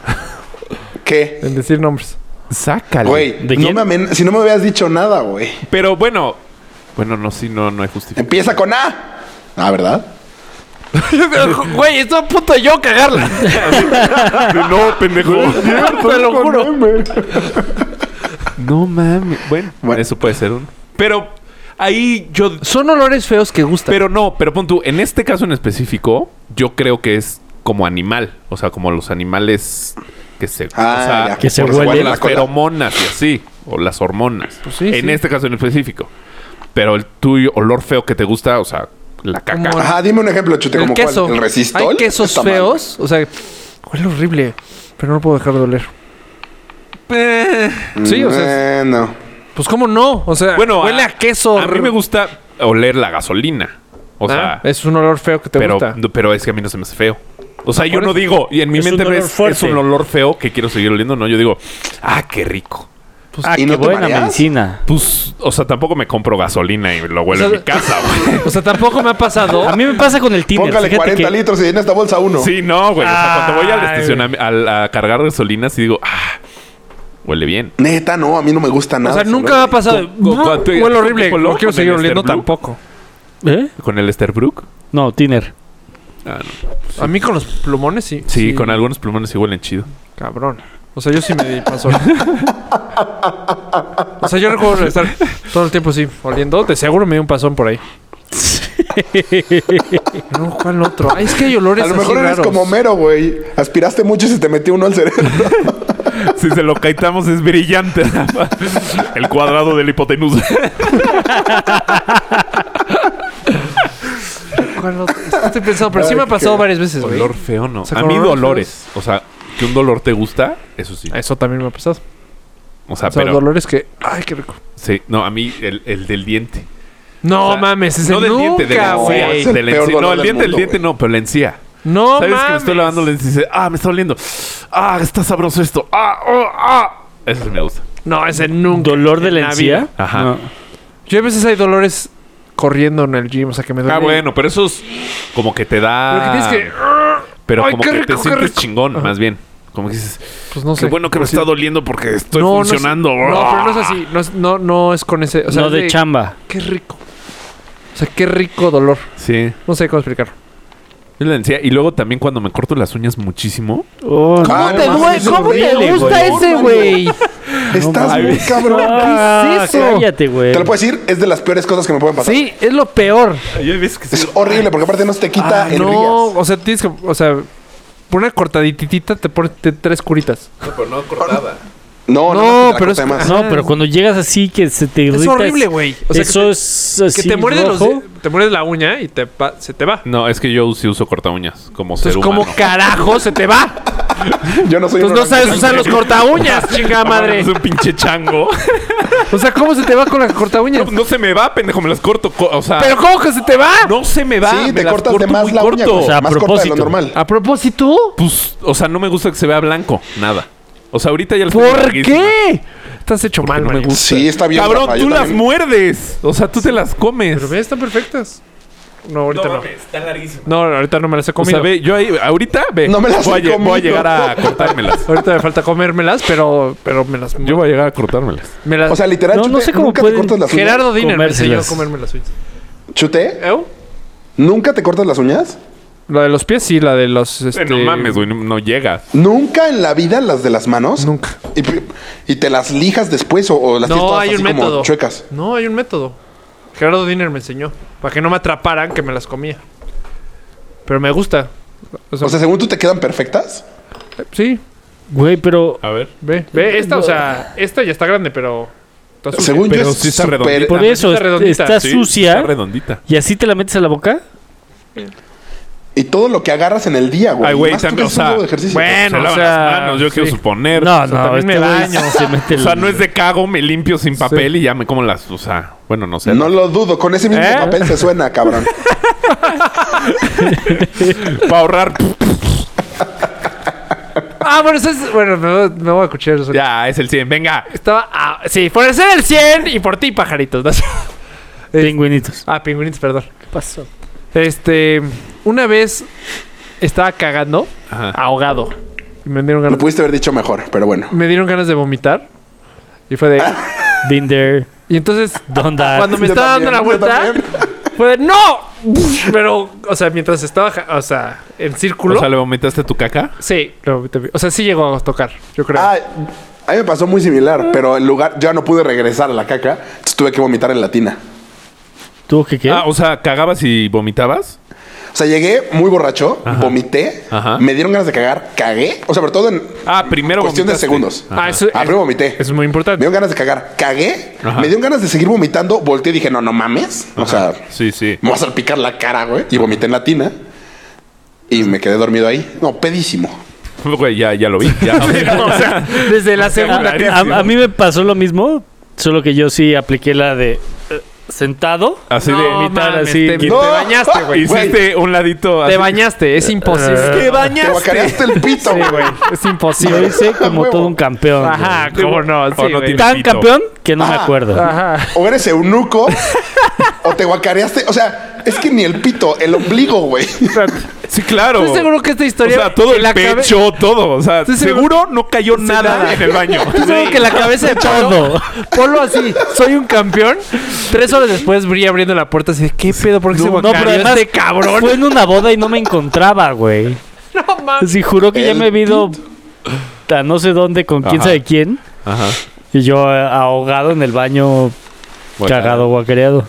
B: ¿Qué?
E: en decir nombres.
C: Sácale.
B: Güey,
A: ¿De
B: no
A: quién?
B: me amen- si no me habías dicho nada, güey.
C: Pero bueno. Bueno, no, sí, no, no hay justificación.
B: Empieza con A. Ah, ¿verdad?
E: Güey, estoy a punto de yo cagarla.
C: no, pendejo.
E: Te lo juro.
C: No mames. Bueno,
B: Bueno.
C: eso puede ser un. Pero ahí yo.
E: Son olores feos que gustan.
C: Pero no, pero pon tú, en este caso en específico, yo creo que es como animal. O sea, como los animales que se.
B: Ah,
C: o sea,
B: ya.
A: que se
B: Por su
A: huele.
B: guarda
C: las
B: la cola.
C: feromonas y así, o las hormonas.
E: Pues sí,
C: en
E: sí.
C: este caso en específico. Pero el tuyo, olor feo que te gusta, o sea, la caca.
E: Como-
B: Ajá, dime un ejemplo, Chute.
E: el
B: como
E: queso.
B: ¿cuál? ¿El resistol?
E: Hay quesos
B: Está mal.
E: feos. O sea, huele horrible, pero no lo puedo dejar de oler. Sí, o sea,
B: Eh, no.
E: pues cómo no. O sea,
C: Bueno,
E: huele a, queso.
C: A mí me gusta oler la gasolina. O
E: Ah,
C: sea,
E: es un olor feo que te
C: pero,
E: gusta.
C: no, pero es que a mí no se me hace feo. O sea, yo
E: por
C: no
E: eso.
C: digo, y en mi
A: Es
C: mente
A: un
C: no
A: olor
C: es, es
A: fuerte.
C: un olor feo que quiero seguir oliendo, no, yo digo, ah, qué rico.
A: Ah,
B: Pues, ¿Y
A: qué
B: no te
A: buena
B: mareas?
A: medicina.
C: Pues, o sea, tampoco me compro gasolina y lo huelo
E: O sea,
C: en mi casa, güey.
E: O sea, tampoco me ha pasado.
A: A mí me pasa con el Tinder.
B: Póngale
A: fíjate
B: 40
A: que-
B: litros y en esta bolsa uno.
C: Sí, no, güey. O sea, cuando voy al
A: Ay,
C: estacionamiento al- a, cargar gasolina, sí digo, ah, huele bien.
B: Neta, no, a mí no me gusta
E: o
B: nada.
E: sea,
B: ese
E: nunca
B: olor.
E: me ha pasado.
C: Con- con- con-
E: Huele horrible.
C: con-
E: No
C: con
E: quiero
C: el
E: seguir oliendo
C: Esterbrook.
E: tampoco.
A: ¿Eh?
C: ¿Con el Esterbrook?
A: No, Tinder.
C: Ah, no.
E: A mí con los plumones sí.
C: Sí, con algunos plumones sí huelen chido.
E: Cabrón. O sea, yo sí me di paso. o sea, yo recuerdo estar todo el tiempo así, oliendo. De seguro me di un pasón por ahí. no, ¿cuál otro? Ay, es que hay olores
B: A lo
E: así
B: mejor eres
E: raros.
B: como Homero, güey. Aspiraste mucho y se te metió uno al cerebro.
C: Si se lo caitamos es brillante. Rafa. El cuadrado de la hipotenusa.
E: ¿Cuál otro? Estoy pensando, pero sí me ha pasado varias veces, güey.
C: Olor feo, no.
E: O sea,
C: a
E: con
C: mí
E: olores
C: dolores. O sea, que un dolor te gusta, eso sí.
E: Eso también me ha pasado.
C: O sea,
E: O sea,
C: Ah, pero...
E: dolores que... Ay, qué rico.
C: Sí, no, a mí el, el del diente.
E: No
C: O sea,
E: mames, ese
C: No del
E: nunca,
C: diente, de la encía.
E: güey.
B: Es el
C: de la
B: peor
C: encía.
B: dolor
C: No, el
B: del
C: diente, el
B: mundo,
C: diente no, pero la encía.
E: No
C: ¿Sabes que me
E: mames.
C: estoy lavando les dice, ah, me está oliendo. Ah, está sabroso esto. Ah, oh, ah. Eso sí me gusta.
E: No, ese nunca.
A: ¿Dolor de
E: en
A: la encía?
E: vida.
C: Ajá.
A: No.
E: Yo a veces hay dolores corriendo en el gym, o sea, que me duele.
C: Ah, bueno, Ah. pero eso es como que te
E: Pero que
C: da.
E: tienes que...
C: Pero
E: Ay,
C: como
E: qué
C: que
E: rico,
C: te
E: qué
C: sientes
E: rico.
C: chingón, más bien. Como que dices,
E: Pues no
C: qué
E: sé.
C: bueno que me está doliendo porque estoy
E: No, no es-
C: funcionando.
E: No, pero no es así. No es, no, no es con ese... O sea,
A: no
E: es
A: de chamba.
E: Qué rico. O sea, qué rico dolor.
C: Sí.
E: No sé cómo explicarlo.
C: Es la encía. Y luego también cuando me corto las uñas muchísimo.
A: Oh, no.
B: Ah, no mames, es horrible, Estás muy cabrón.
A: Ah,
E: es eso?
A: Cállate, güey.
B: Te lo puedo decir, es de las peores cosas que me pueden pasar.
E: Sí, es lo peor.
C: Hay veces que
B: Es horrible porque aparte no se te quita
E: Ah,
B: el
E: no, o sea, tienes que... O sea, por una cortaditita te pones te- tres curitas.
C: pero no cortada.
B: No, no,
E: No,
B: no, pero
E: pero es-
B: más.
A: No, pero cuando llegas así que se te irrita.
E: Es horrible, güey. O sea, que
A: eso
E: te-
A: es así
E: Que te muerde los
A: rojo.
E: de- te muerde la uña y te pa- se te va.
C: No, es que yo sí uso corta uñas como
E: Entonces,
C: ser
E: ¿cómo
C: humano.
E: carajo se te va?
B: Yo no soy
E: Entonces
B: un
E: no sabes
B: orangután.
E: usar los corta uñas, chingada madre.
C: Es un pinche chango.
E: O sea, ¿cómo se te va con la corta uñas?
C: no se me va, pendejo, me las corto. co- O sea,
E: Pero ¿cómo que se te va?
C: no se me va.
B: Sí,
C: me
B: te
C: las
B: cortas de
C: corto
B: más
C: muy
B: la uña,
C: corto.
B: güey.
A: O sea, a
B: más corta de lo
A: propósito.
B: normal.
E: A propósito,
C: Pues, o sea, no me gusta que se vea blanco. Nada. O sea, ahorita ya las tengo
E: ¿por
C: larguísimas.
E: qué? Estás hecho mal,
C: no me
E: man.
C: gusta.
B: Sí, está bien.
C: Cabrón,
B: Rafa, yo
C: tú las
B: también-
C: muerdes. O sea, tú te las comes.
E: Pero ve, están perfectas. No, ahorita no.
C: está larguísimo.
E: No, ahorita no me las he
C: O
E: comido.
C: sea, ve, yo ahí, ahorita, ve.
B: No me las
C: voy, a,
B: he
C: lle- voy a
B: comido.
C: llegar a cortármelas.
E: Ahorita me falta comérmelas, pero, pero me las...
C: Yo voy a llegar a cortármelas.
E: me las
B: O sea, literal,
A: No, no
B: chute,
A: sé cómo
B: nunca
A: pueden-
B: te cortas las uñas.
E: Gerardo Diner me enseñó a
A: comérselas.
E: comerme las uñas.
B: ¿Chute?
E: ¿Eu?
B: ¿Nunca te cortas las uñas?
E: La de los pies sí, la de los...
C: Eh,
E: Este...
C: No mames, güey, no, no llega.
B: ¿Nunca en la vida las de las manos?
E: Nunca.
B: ¿Y, p- y te las lijas después o, o las tienes
E: No,
B: todas
E: hay
B: así
E: un
B: como
E: método.
B: chuecas?
E: No, hay un método. Gerardo Diner me enseñó. Para que no me atraparan, que me las comía. Pero me gusta. O sea,
B: O sea, según tú te quedan perfectas.
E: sí,
A: Güey, pero
C: A ver.
E: ve, ve. Esta, o sea, esta ya está grande, pero. está sucia.
B: Según yo
C: pero
B: es
C: sí está
B: súper-
C: redondita.
A: por eso
E: está
A: est-
E: redondita,
A: está,
C: Sí,
A: sucia
C: Está redondita.
A: y así te la metes a la boca.
B: Y todo lo que agarras en el día, güey.
C: Ay, güey,
B: Más tú que
C: también,
B: haces
C: o
B: un
C: sea,
B: huevo de ejercicio.
E: bueno,
C: se
E: o
C: lavan
E: sea,
C: las manos, yo quiero
E: sí.
C: suponer.
A: No,
E: o sea,
A: no,
E: también
A: este
E: me
A: güey
E: baño.
A: se mete
C: O sea,
A: el-
C: no es de cago, me limpio sin papel y ya me como las. O sea, bueno, no sé.
B: No lo dudo, con ese mismo
E: ¿Eh?
B: papel se suena, cabrón.
C: Para ahorrar.
E: Ah, bueno, eso es- bueno me, voy- me voy a escuchar. eso.
C: ya, es el 100. Venga.
E: Estaba. ah, sí, por ser el 100 y por ti, pajaritos. ¿no?
A: Pingüinitos.
E: Ah, pingüinitos, perdón.
A: ¿Qué pasó?
E: Este. Una vez estaba cagando,
C: Ajá.
E: ahogado. Y me dieron
B: Lo
E: ganas,
B: pudiste haber dicho mejor, pero bueno.
E: me dieron ganas de vomitar. Y fue de.
A: Been there,
E: Y entonces,
A: done that.
E: cuando me
B: Yo
E: estaba dando
B: también,
E: la
B: yo
E: vuelta,
B: también.
E: fue de ¡No! Pero, o sea, mientras estaba, ja- o sea, en círculo.
C: O sea, le vomitaste tu caca.
E: sí, lo vomité. o sea, sí llegó a tocar, yo creo.
B: Ah, a mí me pasó muy similar, pero el lugar ya no pude regresar a la caca, entonces tuve que vomitar en la tina.
A: ¿Tú qué qué?
C: Ah, o sea, cagabas y vomitabas.
B: O sea, llegué muy borracho, vomité,
C: Ajá.
B: me dieron ganas de cagar, cagué. O sea, sobre todo en
C: Ah, primero
B: cuestión de
C: vomitaste.
B: segundos.
E: Ah,
C: Ajá.
E: eso,
B: Ah,
E: es,
B: primero vomité.
E: eso es muy
B: Me
E: importante.
B: dieron ganas de cagar, cagué,
C: Ajá.
B: me dieron ganas de seguir vomitando, volteé y dije, no, no mames. O sea,
C: Sí, sí.
B: me voy a salpicar la cara, güey. Y vomité en la tina. Y me quedé dormido ahí. No, pedísimo.
C: Güey, ya, ya lo vi. Ya.
E: O sea, desde la segunda.
C: Clarísimo.
A: a, a- a mí me pasó lo mismo, solo que yo sí apliqué la de eh, sentado.
C: Así de.
E: No,
A: vomitar
E: mames,
A: así.
E: Te,
B: No.
E: te bañaste, güey.
C: Hiciste un ladito.
E: Te
C: así.
E: bañaste, Pues es imposible.
A: Te
B: Te guacareaste el pito,
E: Sí,
B: güey.
E: güey, es
A: Yo
E: imposible.
A: hice como
B: Huevo.
A: todo un campeón.
E: Ajá,
A: güey.
E: cómo no, sí,
C: O no
E: güey.
C: tiene-
A: Tan
C: Pito.
A: campeón que no me
B: Ah.
A: acuerdo.
E: Ajá.
B: O eres eunuco. o te guacareaste. O sea, es que ni el pito, el ombligo, güey.
C: Sí, claro.
E: Estoy seguro que esta
C: O
E: historia.
C: sea, todo
E: que
C: el
E: la cabe-
C: pecho, todo. O sea,
E: Estoy seguro-
C: seguro, no cayó nada
E: nada.
C: en el baño.
A: Pues
E: Estoy seguro que la cabeza de Polo,
A: Todo.
E: Polo así, soy un campeón. Tres horas después, Bri abriendo la puerta así de, ¿qué pedo? ¿Por qué se
A: No, pero
E: guacareó
A: además
E: este cabrón?
A: fue en una boda y no me encontraba, güey.
E: No mames.
A: Sí, juro que ya
B: El
A: me he ido a no sé dónde con quién
C: Ajá.
A: sabe quién.
C: Ajá.
A: Y yo eh, ahogado en el baño, cagado, guacareado.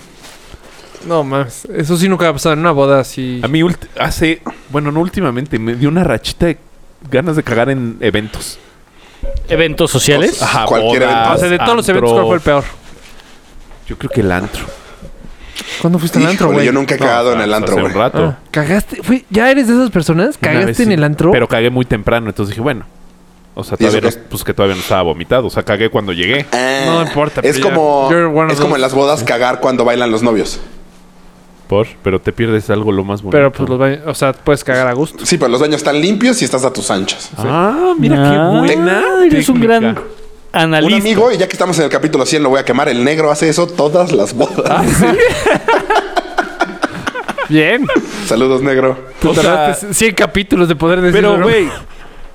E: No mames. Eso sí nunca ha pasado en una boda así.
C: A mí ulti- hace, bueno, no últimamente, me dio una rachita de ganas de cagar en eventos.
A: ¿Eventos sociales?
B: Ajá, Cualquier
C: Ah,
B: evento.
E: O sea, de todos los eventos, ¿cuál
C: antro.
E: fue el peor?
C: Yo creo que el antro.
E: ¿Cuándo fuiste al antro,
B: Híjole,
E: güey?
B: yo nunca he cagado en el antro,
C: Hace
B: güey.
C: un rato.
E: Ah, ¿Cagaste? Fue- ¿Ya eres de esas personas?
C: Una vez
E: ¿Cagaste en
C: sí,
E: el antro?
C: Pero cagué muy temprano, entonces dije, bueno. O sea,
B: ¿Y eso
C: todavía no,
B: qué?
C: pues que todavía no estaba vomitado. O sea, cagué cuando llegué.
B: Ah,
E: No importa,
B: Es
E: pero ya-
B: como,
E: you're one of
B: es como
E: those. Mm.
B: en las bodas cagar cuando bailan los novios.
C: Por, pero te pierdes algo lo más bonito.
E: Pero pues los baños, o sea, puedes cagar a gusto.
B: Sí, pero los baños están limpios y estás a tus anchas.
C: Ah, mira qué
A: Ah,
C: buena.
A: Eres un
C: técnica.
A: gran
B: Un
A: analista.
B: amigo, y ya que estamos en el capítulo 100, lo voy a quemar. El negro hace eso todas las bodas.
E: Ah. Bien. Pues,
B: Saludos, negro.
E: O
C: O sea,
E: sea, 100 capítulos de poder decir.
C: Pero,
E: ¿no?
C: güey,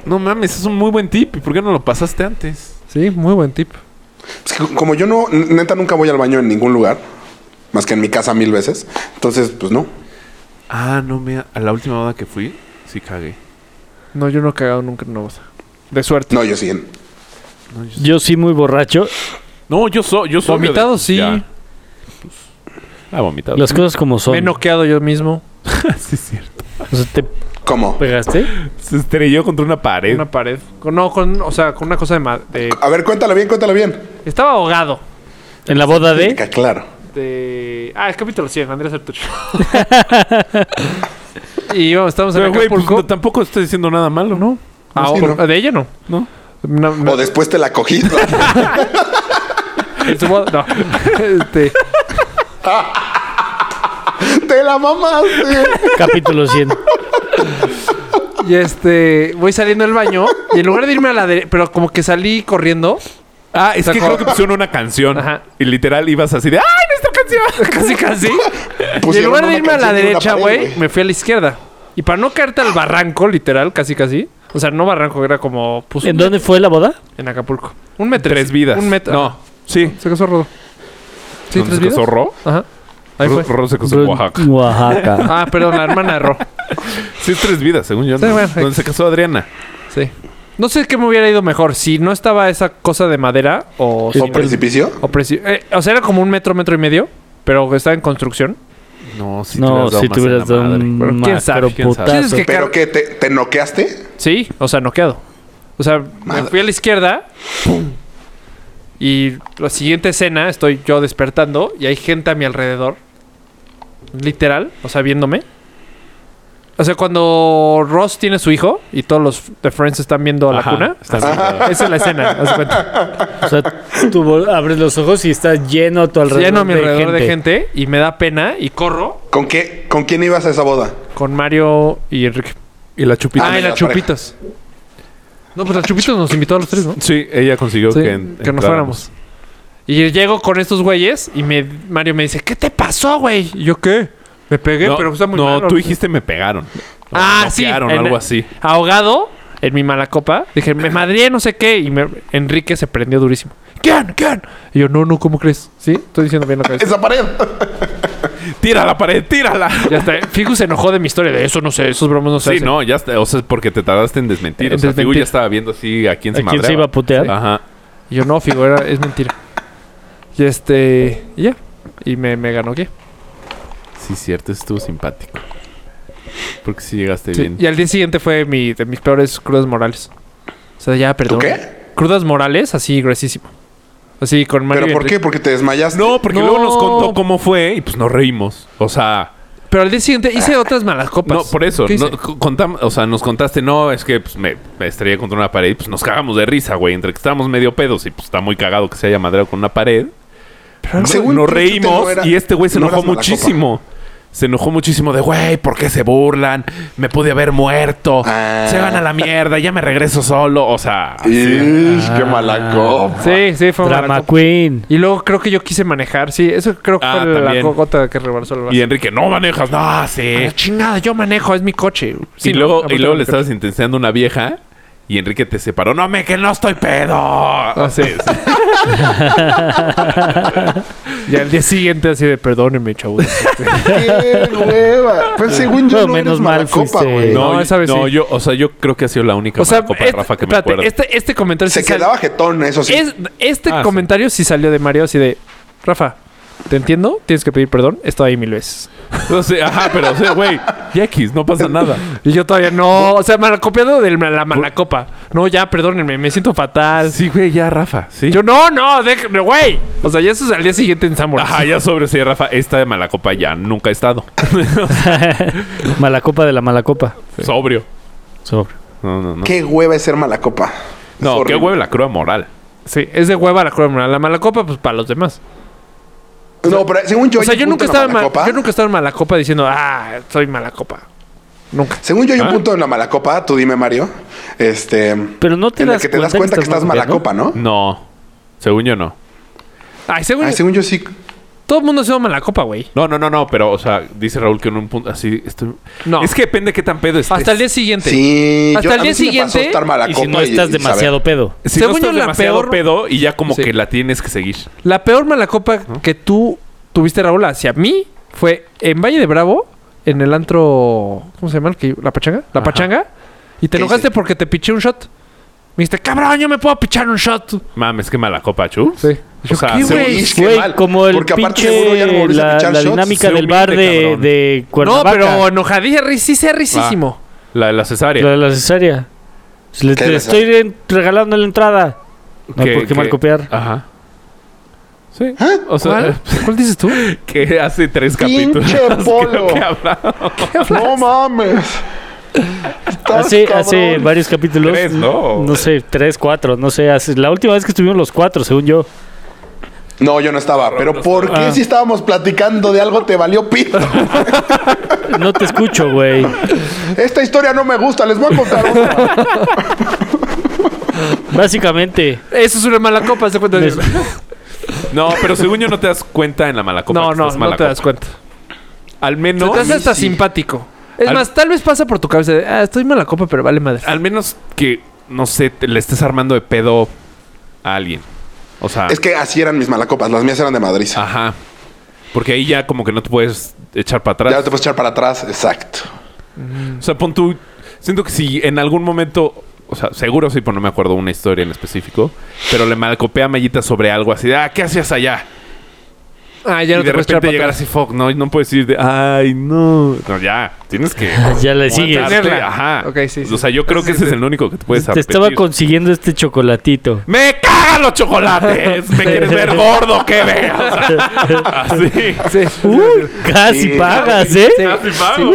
C: no mames, es un muy buen tip. ¿Y por qué no lo pasaste antes?
E: Sí, muy buen tip.
B: Es que como yo no, neta, nunca voy al baño en ningún lugar, más que en mi casa mil veces. Entonces, pues no.
C: Ah, no me. A la última boda que fui, sí cagué.
E: No, yo no he cagado nunca en una boda. De suerte.
B: No, yo sí. en-
A: Yo sí muy borracho.
C: No, yo soy. Yo soy
E: Vomitado, sí.
C: Ya. Pues, ah, vomitado.
A: Las cosas como son.
E: Me he noqueado yo mismo.
C: sí, es cierto.
A: O sea, te
B: ¿Cómo?
A: pegaste.
C: Se estrelló contra una pared.
E: Una pared. Con- No, con, o sea, con una cosa de, ma- de-
B: A ver, cuéntalo bien, cuéntalo bien.
E: Estaba ahogado.
A: En la boda de.
B: Ca- Claro.
E: De... Ah, el capítulo 100, Andrés Artucho. y vamos, estamos en
C: Pero, güey, pues,
E: Acapulco.
C: no, tampoco estoy diciendo nada malo, ¿no?
E: Ah,
B: sí,
E: por-
B: ¿no?
E: De ella no.
C: ¿No?
E: No, no,
B: O después te la cogí.
E: en su boda, no. Este,
B: te la mamaste.
A: Capítulo 100.
E: y este, voy saliendo del baño y en lugar de irme a la derecha, pero como que salí corriendo,
C: Ah, es
E: sea,
C: que
E: como-
C: creo que pusieron una canción.
E: Ajá.
C: Y literal ibas así de. ¡Ay, nuestra canción!
E: casi casi. y en
B: Pusieron
E: lugar de
B: Pues una
E: irme a la
B: canción en una
E: derecha,
B: pared,
E: güey, me fui a la izquierda. Y para no caerte al barranco, literal, casi casi. O sea, no barranco, era como... pues,
A: ¿En dónde fue la boda?
E: En Acapulco. Un metro.
C: Tres vidas.
E: Un metro.
C: No. Sí.
E: Se casó Rodo. Sí,
C: ¿Dónde
E: tres
C: se
E: vidas.
C: casó Ro?
E: Ajá. Ahí
C: Ro,
E: fue.
C: Ro se casó Pues en Oaxaca.
A: Oaxaca.
E: Ah, perdón, la hermana de Ro.
C: Sí, es tres vidas, según yo.
E: Sí,
C: ¿no?
E: bueno,
C: Donde se casó Adriana.
E: Sí. No sé qué me hubiera ido mejor, si no estaba esa cosa de madera o... si
B: ¿O
E: no-
B: precipicio?
E: o preci- eh, o sea, era como un metro, metro y medio. pero está en construcción.
C: No, si
A: No, si te hubieras dado un
E: Pero quién sabe,
A: macro
E: quién sabe.
A: putazo.
E: ¿Quieres que
B: ¿Pero qué? ¿Te, te noqueaste?
E: Sí, o sea, noqueado. O sea, me fui a la izquierda. ¡pum! Y la siguiente escena estoy yo despertando y hay gente a mi alrededor. Literal, o sea, viéndome. O sea, cuando Ross tiene su hijo y todos los de Friends están viendo a la
C: Ajá,
E: cuna.
C: están
E: Esa es la escena. haz de cuenta.
A: O sea, tú vol- abres los ojos y está lleno a tu alrededor.
E: Lleno a mi alrededor de gente y me da pena y corro
B: ¿Con qué? ¿Con quién ibas a esa boda?
E: con Mario y Enrique.
C: Y la chupita.
E: Ah, y
B: la
E: las chupitas. No, pues las chupitas nos invitó a los tres, ¿no?
C: Sí, ella consiguió
E: Sí,
C: que,
E: que,
C: en-
E: nos
C: entráramos.
E: fuéramos. Y llego con estos güeyes y me, Mario me dice, ¿qué te pasó, güey? Y yo, ¿qué? Me pegué,
C: No,
E: pero está muy
C: no,
E: malo".
C: tú dijiste me pegaron. O
E: ah,
C: me
E: sí.
C: noquearon,
E: en-
C: algo así.
E: Ahogado en mi mala copa. Dije, me madrié, no sé qué. Y me- Enrique se prendió durísimo. ¿Quién? ¿Quién? Y yo, no, no, ¿cómo crees? ¿Sí? Estoy diciendo bien lo que
B: Esa pared.
C: Tira la pared, tírala.
E: Ya está. eh. Figu se enojó de mi historia. De eso no sé, esos bromas no sé.
C: Sí, no, ya está. O sea, es porque te tardaste en desmentir.
E: En
C: o sea, Figu
E: desmentir.
C: ya estaba viendo así a quién se
A: ¿A quién se
C: madreaba.
A: iba a putear?
C: Ajá.
E: Y yo, no, Figu, era- es mentira. Y este... Y ya. Y me, me ganó, ¿qué?
C: Sí, cierto, estuvo simpático. Porque si llegaste
E: Sí,
C: bien.
E: Y al día siguiente fue mi, de mis peores crudas morales. O sea, ya, perdón.
B: ¿Tú qué?
E: Crudas morales, así gruesísimo. Así con Mario.
B: ¿Pero
E: y
B: por qué?
E: Enrique.
B: ¿Porque te desmayaste?
C: No, porque
E: No.
C: luego nos contó cómo fue y pues nos reímos. O sea,
E: Pero al día siguiente hice otras malas copas.
C: no, por eso.
E: ¿Qué hice?
C: no, co- contam- o sea, nos contaste, no, es que pues, me, me estrellé contra una pared y pues nos cagamos de risa, güey. Entre que estábamos medio pedos y pues está muy cagado que se haya madreado con una pared.
B: Según
C: nos
B: tú,
C: reímos
B: tú te no era-
C: y este güey se
B: no
C: enojó
B: eras mala
C: muchísimo. Se enojó muchísimo de, güey, ¿por qué se burlan? Me pude haber muerto.
B: Ah.
C: Se van a la mierda, ya me regreso solo. O sea,
B: copa. Ish, ¡Qué mala copa!
E: Sí, sí, fue una mala
A: Drama
E: copa.
A: Queen.
E: Y luego creo que yo quise manejar. Sí, eso creo que
C: Ah,
E: fue la
C: también.
E: gota que rebalsó el vaso.
C: y Enrique, no manejas, no,
E: A
C: sí.
E: la chingada, yo manejo, es mi coche.
C: y
E: Sí,
C: luego,
E: no,
C: y luego le
E: mi coche.
C: estabas intensiando una vieja y Enrique te separó. No, me que no estoy pedo.
E: Ah,
C: O sea, sí.
E: Y al día siguiente así de, perdónenme, chavos.
B: ¡Qué hueva! Pues según yo
A: Pero
B: no
A: menos
B: eres
A: mal
B: mala copa,
A: fuiste.
B: güey.
C: no,
E: No,
C: yo-
E: esa vez
C: no,
E: sí.
C: yo, o sea, yo creo que ha sido la única
E: o sea,
C: mala copa de
E: este,
C: Rafa que
E: espérate,
C: me acuerdo.
E: este, este comentario
B: Se
E: sí sal-
B: quedaba jetón, eso sí.
E: Es- este
C: Ah, sí.
E: comentario sí. salió de Mario así de Rafa, te entiendo, tienes que pedir perdón, he estado ahí mil veces.
C: O sea, ajá, pero, o sea, güey, ya X, no
E: Este,
C: pasa nada.
E: Y yo todavía no, o sea, malacopiado de la la malacopa. No, ya, perdónenme, me siento fatal.
C: Sí, güey, ya, Rafa, sí.
E: Yo no, no, déjenme, güey. O sea, ya eso es al día siguiente en Samurai.
C: Ajá, ya sobre sí, Rafa, esta de mala copa ya nunca he estado.
A: mala copa de la mala copa.
C: Sobrio.
A: Sobre.
C: No, no, no.
B: ¡Qué hueva es ser mala copa! Es
C: No, qué
B: horrible.
C: hueve la cruda moral.
E: Sí, es de hueva la cruda. La malacopa, pues para los demás.
B: No, pero según yo...
E: o sea,
B: hay un
E: yo nunca,
B: punto en la
E: estaba en
B: mala
E: ma-
B: copa.
E: yo nunca estaba en malacopa diciendo, ah, soy malacopa. Nunca.
B: Según yo hay un
C: Ah.
B: punto en la mala copa, tú dime, Mario. Este...
A: Pero no te
B: en el
A: das
B: que te das cuenta que estás mala copa, ¿no?
C: No, según yo no.
E: Ay, según,
B: Ay, según yo sí...
E: todo el mundo ha sido malacopa, güey.
C: No, no, no, no, pero, o sea, dice Raúl que en un punto así. estoy-
E: No.
C: Es que depende de qué tan pedo estés.
E: Hasta el día siguiente.
B: Sí,
E: Hasta
B: yo-
E: el
B: a mí
E: día
B: sí me pasó
E: siguiente,
B: estar mala
A: Y si no
B: copa
A: estás
B: y saber.
A: demasiado pedo.
C: Si
E: Según
C: no
E: yo,
C: estás
E: la
C: demasiado
E: peor-
C: pedo y ya como
E: Sí.
C: que la tienes que seguir.
E: La peor mala copa que tú tuviste, Raúl, hacia mí fue en Valle de Bravo, en el antro. ¿Cómo se llama? el que- ¿La Pachanga? La Pachanga. Y te
B: ¿Qué
E: enojaste
B: hice?
E: porque te piché un shot. Me dijiste, cabrón, yo me puedo pichar un shot.
C: Mames, qué mala copa, Chu.
E: Sí.
C: O sea,
E: ¿qué,
C: según-
E: güey?
B: Ish, qué
A: Güey,
B: mal.
A: como el
B: Porque aparte seguro ya no
A: pinche...
B: volviste a
A: La,
B: pichar
A: la
B: shots.
A: dinámica
C: Se
A: del bar
C: humilde,
A: de,
C: cabrón.
A: de
E: No,
A: Cuernavaca.
E: pero enojadía, ri- sí, sea risísimo.
C: La de la
A: Lo
C: cesárea.
A: de la cesárea. Se le-
B: ¿Qué
A: te
B: le
A: estoy re- regalando la entrada. No,
C: Que-
A: ¿por qué
C: que-
A: mal copiar?
C: Ajá. Sí.
B: ¿Ah?
C: O sea,
E: ¿Cuál? ¿Cuál dices tú?
C: que hace tres capítulos.
B: Pinche polo.
C: Creo que habrá.
B: No mames. Estás
A: Hace,
B: cabrón.
A: hace varios capítulos.
C: Tres, ¿no?
A: No sé, tres, cuatro, no sé. hace- la última vez que estuvimos los cuatro, según yo.
B: No, yo no estaba. Pero ¿por qué si estábamos platicando de algo te valió pito?
A: No te escucho, güey.
B: Esta historia no me gusta. Les voy a contar otra.
A: Básicamente.
E: Eso es una mala copa, ¿se cuenta?
A: Les-
C: No, pero según yo no te das cuenta en la mala copa.
E: No,
C: que
E: no,
C: estás mala
E: no te das
C: copa.
E: cuenta.
C: Al menos.
E: te
C: Sí,
E: hace hasta
C: sí.
E: simpático. Es
C: Al-
E: más, tal vez pasa por tu cabeza de, ah, estoy mala copa, pero vale madre.
C: Al menos que, no sé, te- le estés armando de pedo a alguien. O sea,
E: Ah.
B: Es que así eran mis malacopas. Las mías eran de Madrid.
C: ajá. Porque ahí ya como que no te puedes echar para
B: Ya no
C: atrás.
B: te puedes echar para atrás. Exacto.
C: O sea, pon tú. Siento que si en algún momento. O sea, seguro sí, pero no me acuerdo una historia en específico. Pero le malcopé a Mellita sobre algo así de, ah, ¿qué hacías allá?
E: Ah, ya no
C: y de
E: te puedes echar
C: repente
E: para
C: llegar
E: atrás.
C: así, fuck, no, y no puedes ir de, ay, no. No, ya, tienes que.
A: Ya le sigues.
C: aguantarte,
E: Tenerla.
C: Ajá.
E: Ok, sí, sí.
C: O sea, yo creo que ese es el único que te puedes
A: Te estaba
C: apetir.
A: consiguiendo este chocolatito.
C: ¡Me cagan los chocolates! ¿Me quieres ver gordo? ¿Qué veo? O sea, así.
E: Sí.
A: Uy, casi
B: Sí.
A: pagas, ¿eh?
E: Sí.
C: Así pago.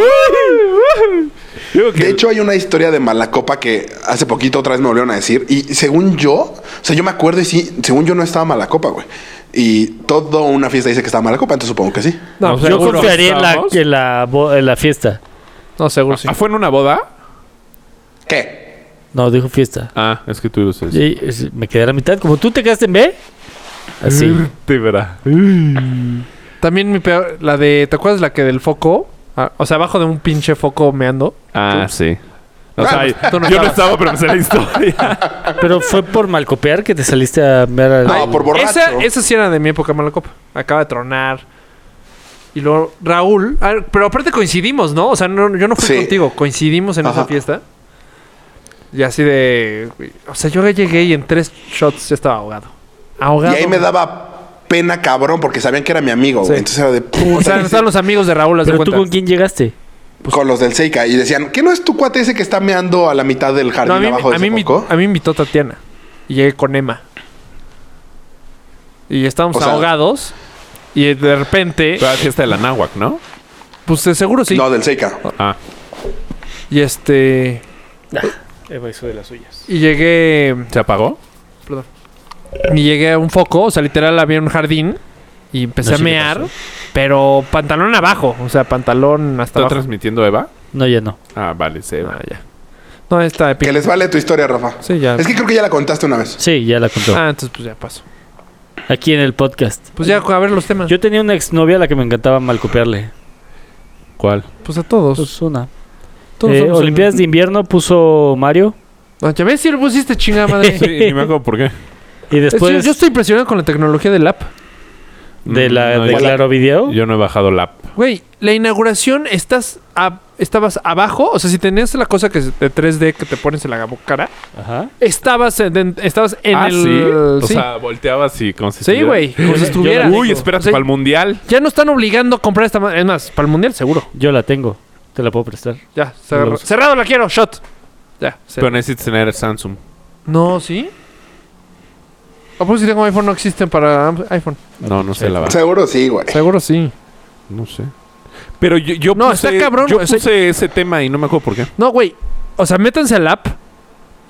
C: Digo que-
B: De hecho, hay una historia de mala copa que hace poquito otra vez me volvieron a decir. Y según yo, o sea, yo me acuerdo y sí, según yo no estaba mala copa, güey. Y toda una fiesta dice que estaba mala copa, entonces supongo que sí.
E: No,
C: O sea,
A: Yo
E: seguro.
A: confiaría en la,
C: ¿Estamos?
A: en la bo- en la fiesta.
E: No, seguro sí.
C: Ah, ¿Fue en una boda?
B: ¿Qué?
A: No, dijo fiesta.
C: Ah, es que tú lo sabes.
A: Y, es- me quedé a la mitad. Como tú te quedaste en B. Así.
C: Te verá.
E: También mi peor, la de, ¿te acuerdas la que del foco? Ah, o sea, abajo de un pinche foco meando.
C: Ah, sí. O sea,
E: tú no
C: yo Ah, pues, no
E: estabas.
C: estaba, pero me sé la historia.
A: Pero fue por malcopear que te saliste a ver al...
B: No, por borracho.
E: Esa, esa sí era de mi época mala copa. Acaba de tronar. Y luego Raúl, ah, pero aparte coincidimos, ¿no? O sea, no- yo no fui
B: Sí.
E: contigo, coincidimos en
B: Ajá.
E: esa fiesta. Y así de, o sea, yo llegué y en tres shots ya estaba ahogado.
B: Y
E: Ahogado.
B: ahí me daba pena cabrón porque sabían que era mi amigo, güey.
E: Sí.
B: Entonces era de
E: O sea,
B: puta. pues,
E: están los amigos de Raúl, haz de
A: Pero tú
E: cuenta.
A: con quién llegaste.
B: con los del Seika. Y decían, ¿qué no es tu cuate ese que está meando a la mitad del jardín
E: No, a mí,
B: abajo de
E: a, mí
B: ese
E: mi-
B: foco?
E: a mí me invitó Tatiana. Y llegué con Emma. Y estábamos
B: O sea-
E: ahogados. Y de repente,
C: Fue la fiesta de la náhuac, ¿no?
E: pues de seguro sí.
B: No, del Seika.
C: Ah.
E: Y este.
A: de las suyas.
E: Y llegué.
C: ¿Se apagó?
E: Y llegué a un foco. O sea, literal había un jardín. Y empecé
A: No
E: a
A: sé qué
E: mear.
A: pasó.
E: Pero pantalón abajo. O sea, pantalón hasta
C: ¿Está
E: abajo.
C: transmitiendo Eva?
A: No, ya no.
C: Ah, vale, se
E: Ah, ya. No, está de
B: Que les vale tu historia, Rafa.
E: Sí, ya.
B: Es que creo que ya la contaste una vez.
A: Sí, ya la contó.
E: Ah, entonces pues ya paso.
A: Aquí en el podcast.
E: Pues ya, a ver los temas.
A: Yo tenía una exnovia a la que me encantaba malcopearle.
C: ¿Cuál?
E: Pues a todos.
A: Pues una.
E: todos
A: Eh,
E: somos-
A: Olimpiadas de invierno puso Mario.
E: No, ya ves si lo pusiste chingada madre.
C: Sí, ni me acuerdo por qué.
A: Y
E: Es que
A: después
E: Yo estoy Mm, impresionado con la tecnología del app.
A: de la
C: No,
A: de
C: yo-
A: Claro Video.
C: Yo no he bajado la app.
E: Güey, la inauguración estás a- estabas abajo. O sea, si tenías la cosa que es de 3D que te pones en la cara,
A: Ajá.
E: estabas en, en- estabas en
C: ah,
E: el.
C: sí. O
E: sí.
C: sea, volteabas y como si
E: Sí,
C: estuviera-
E: güey. Como si estuvieras.
C: Uy, espérate,
E: Sí.
C: para el mundial.
E: Ya no están obligando a comprar esta. ma- Es más, para el mundial seguro.
A: Yo la tengo. Te la puedo prestar.
E: Ya, cerra-
A: Los-
E: cerrado la quiero, shot. Ya, cer-
C: Pero necesitas tener Samsung.
E: No, sí. ¿A poco si tengo iPhone no existen para am- iPhone?
C: No, no sé la baja.
B: Seguro sí, güey.
E: Seguro sí.
C: No sé. Pero yo, yo
E: No, está cabrón,
C: Yo
E: o sea-
C: puse ese tema y no me acuerdo por qué.
E: No, güey. O sea, métanse al app.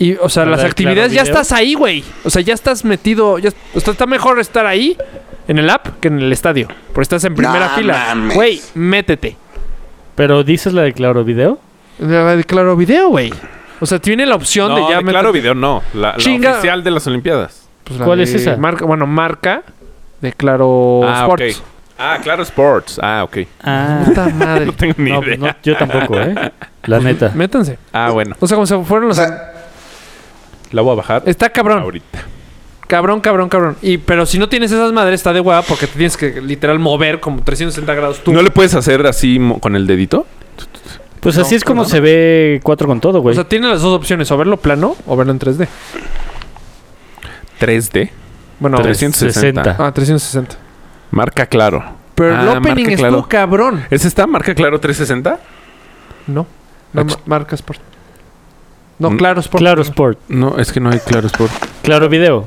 E: Y, o sea,
A: ¿A
E: las
A: la de
E: actividades
A: Claro
E: ya
A: Video?
E: estás ahí, güey. O sea, ya estás metido. Ya, o sea, está mejor estar ahí en el app que en el estadio. Porque estás en primera
B: No
E: fila.
B: mames.
E: Güey, métete.
A: Pero dices la de Claro Video.
E: La de Claro Video, güey. O sea, tiene la opción
C: No,
E: de ya
C: de claro, video no. La, la
E: Chinga.
C: oficial de las Olimpiadas.
E: Pues la
A: ¿Cuál
E: de
A: es esa?
E: Marca, bueno, marca de Claro
C: ah,
E: Sports.
C: ok. Ah, claro, Sports. Ah, ok.
A: Ah.
E: Puta madre.
C: No tengo ni
A: No,
C: idea.
A: pues no, yo tampoco, ¿eh? La neta.
E: Métanse.
C: Ah, bueno.
E: O sea, como se fueron
B: O
E: los.
B: sea,
C: La voy a bajar
E: está cabrón.
C: ahorita.
E: Cabrón, cabrón, cabrón. Y, pero si no tienes esas madres, está de hueva porque te tienes que literal mover como 360 grados tú.
C: ¿No le puedes hacer así mo- con el dedito?
A: Pues así
E: No,
A: es como
E: no.
A: se ve cuatro con todo,
E: o
A: güey.
E: sea, tiene las dos opciones, o verlo plano o verlo en 3D.
C: 3D.
E: Bueno,
C: 360.
A: 360.
E: ah, 360.
C: Marca claro.
E: Pero el
C: Ah,
E: opening
C: marca
E: estuvo
C: Claro.
E: cabrón.
C: ¿Es esta? ¿Marca claro 360?
E: No, no
C: Ah,
E: ma-
C: ch-
E: marca Sport. No,
C: Mm.
E: Claro Sport.
A: Claro Sport.
C: No, es que no hay claro Sport.
A: Claro Video.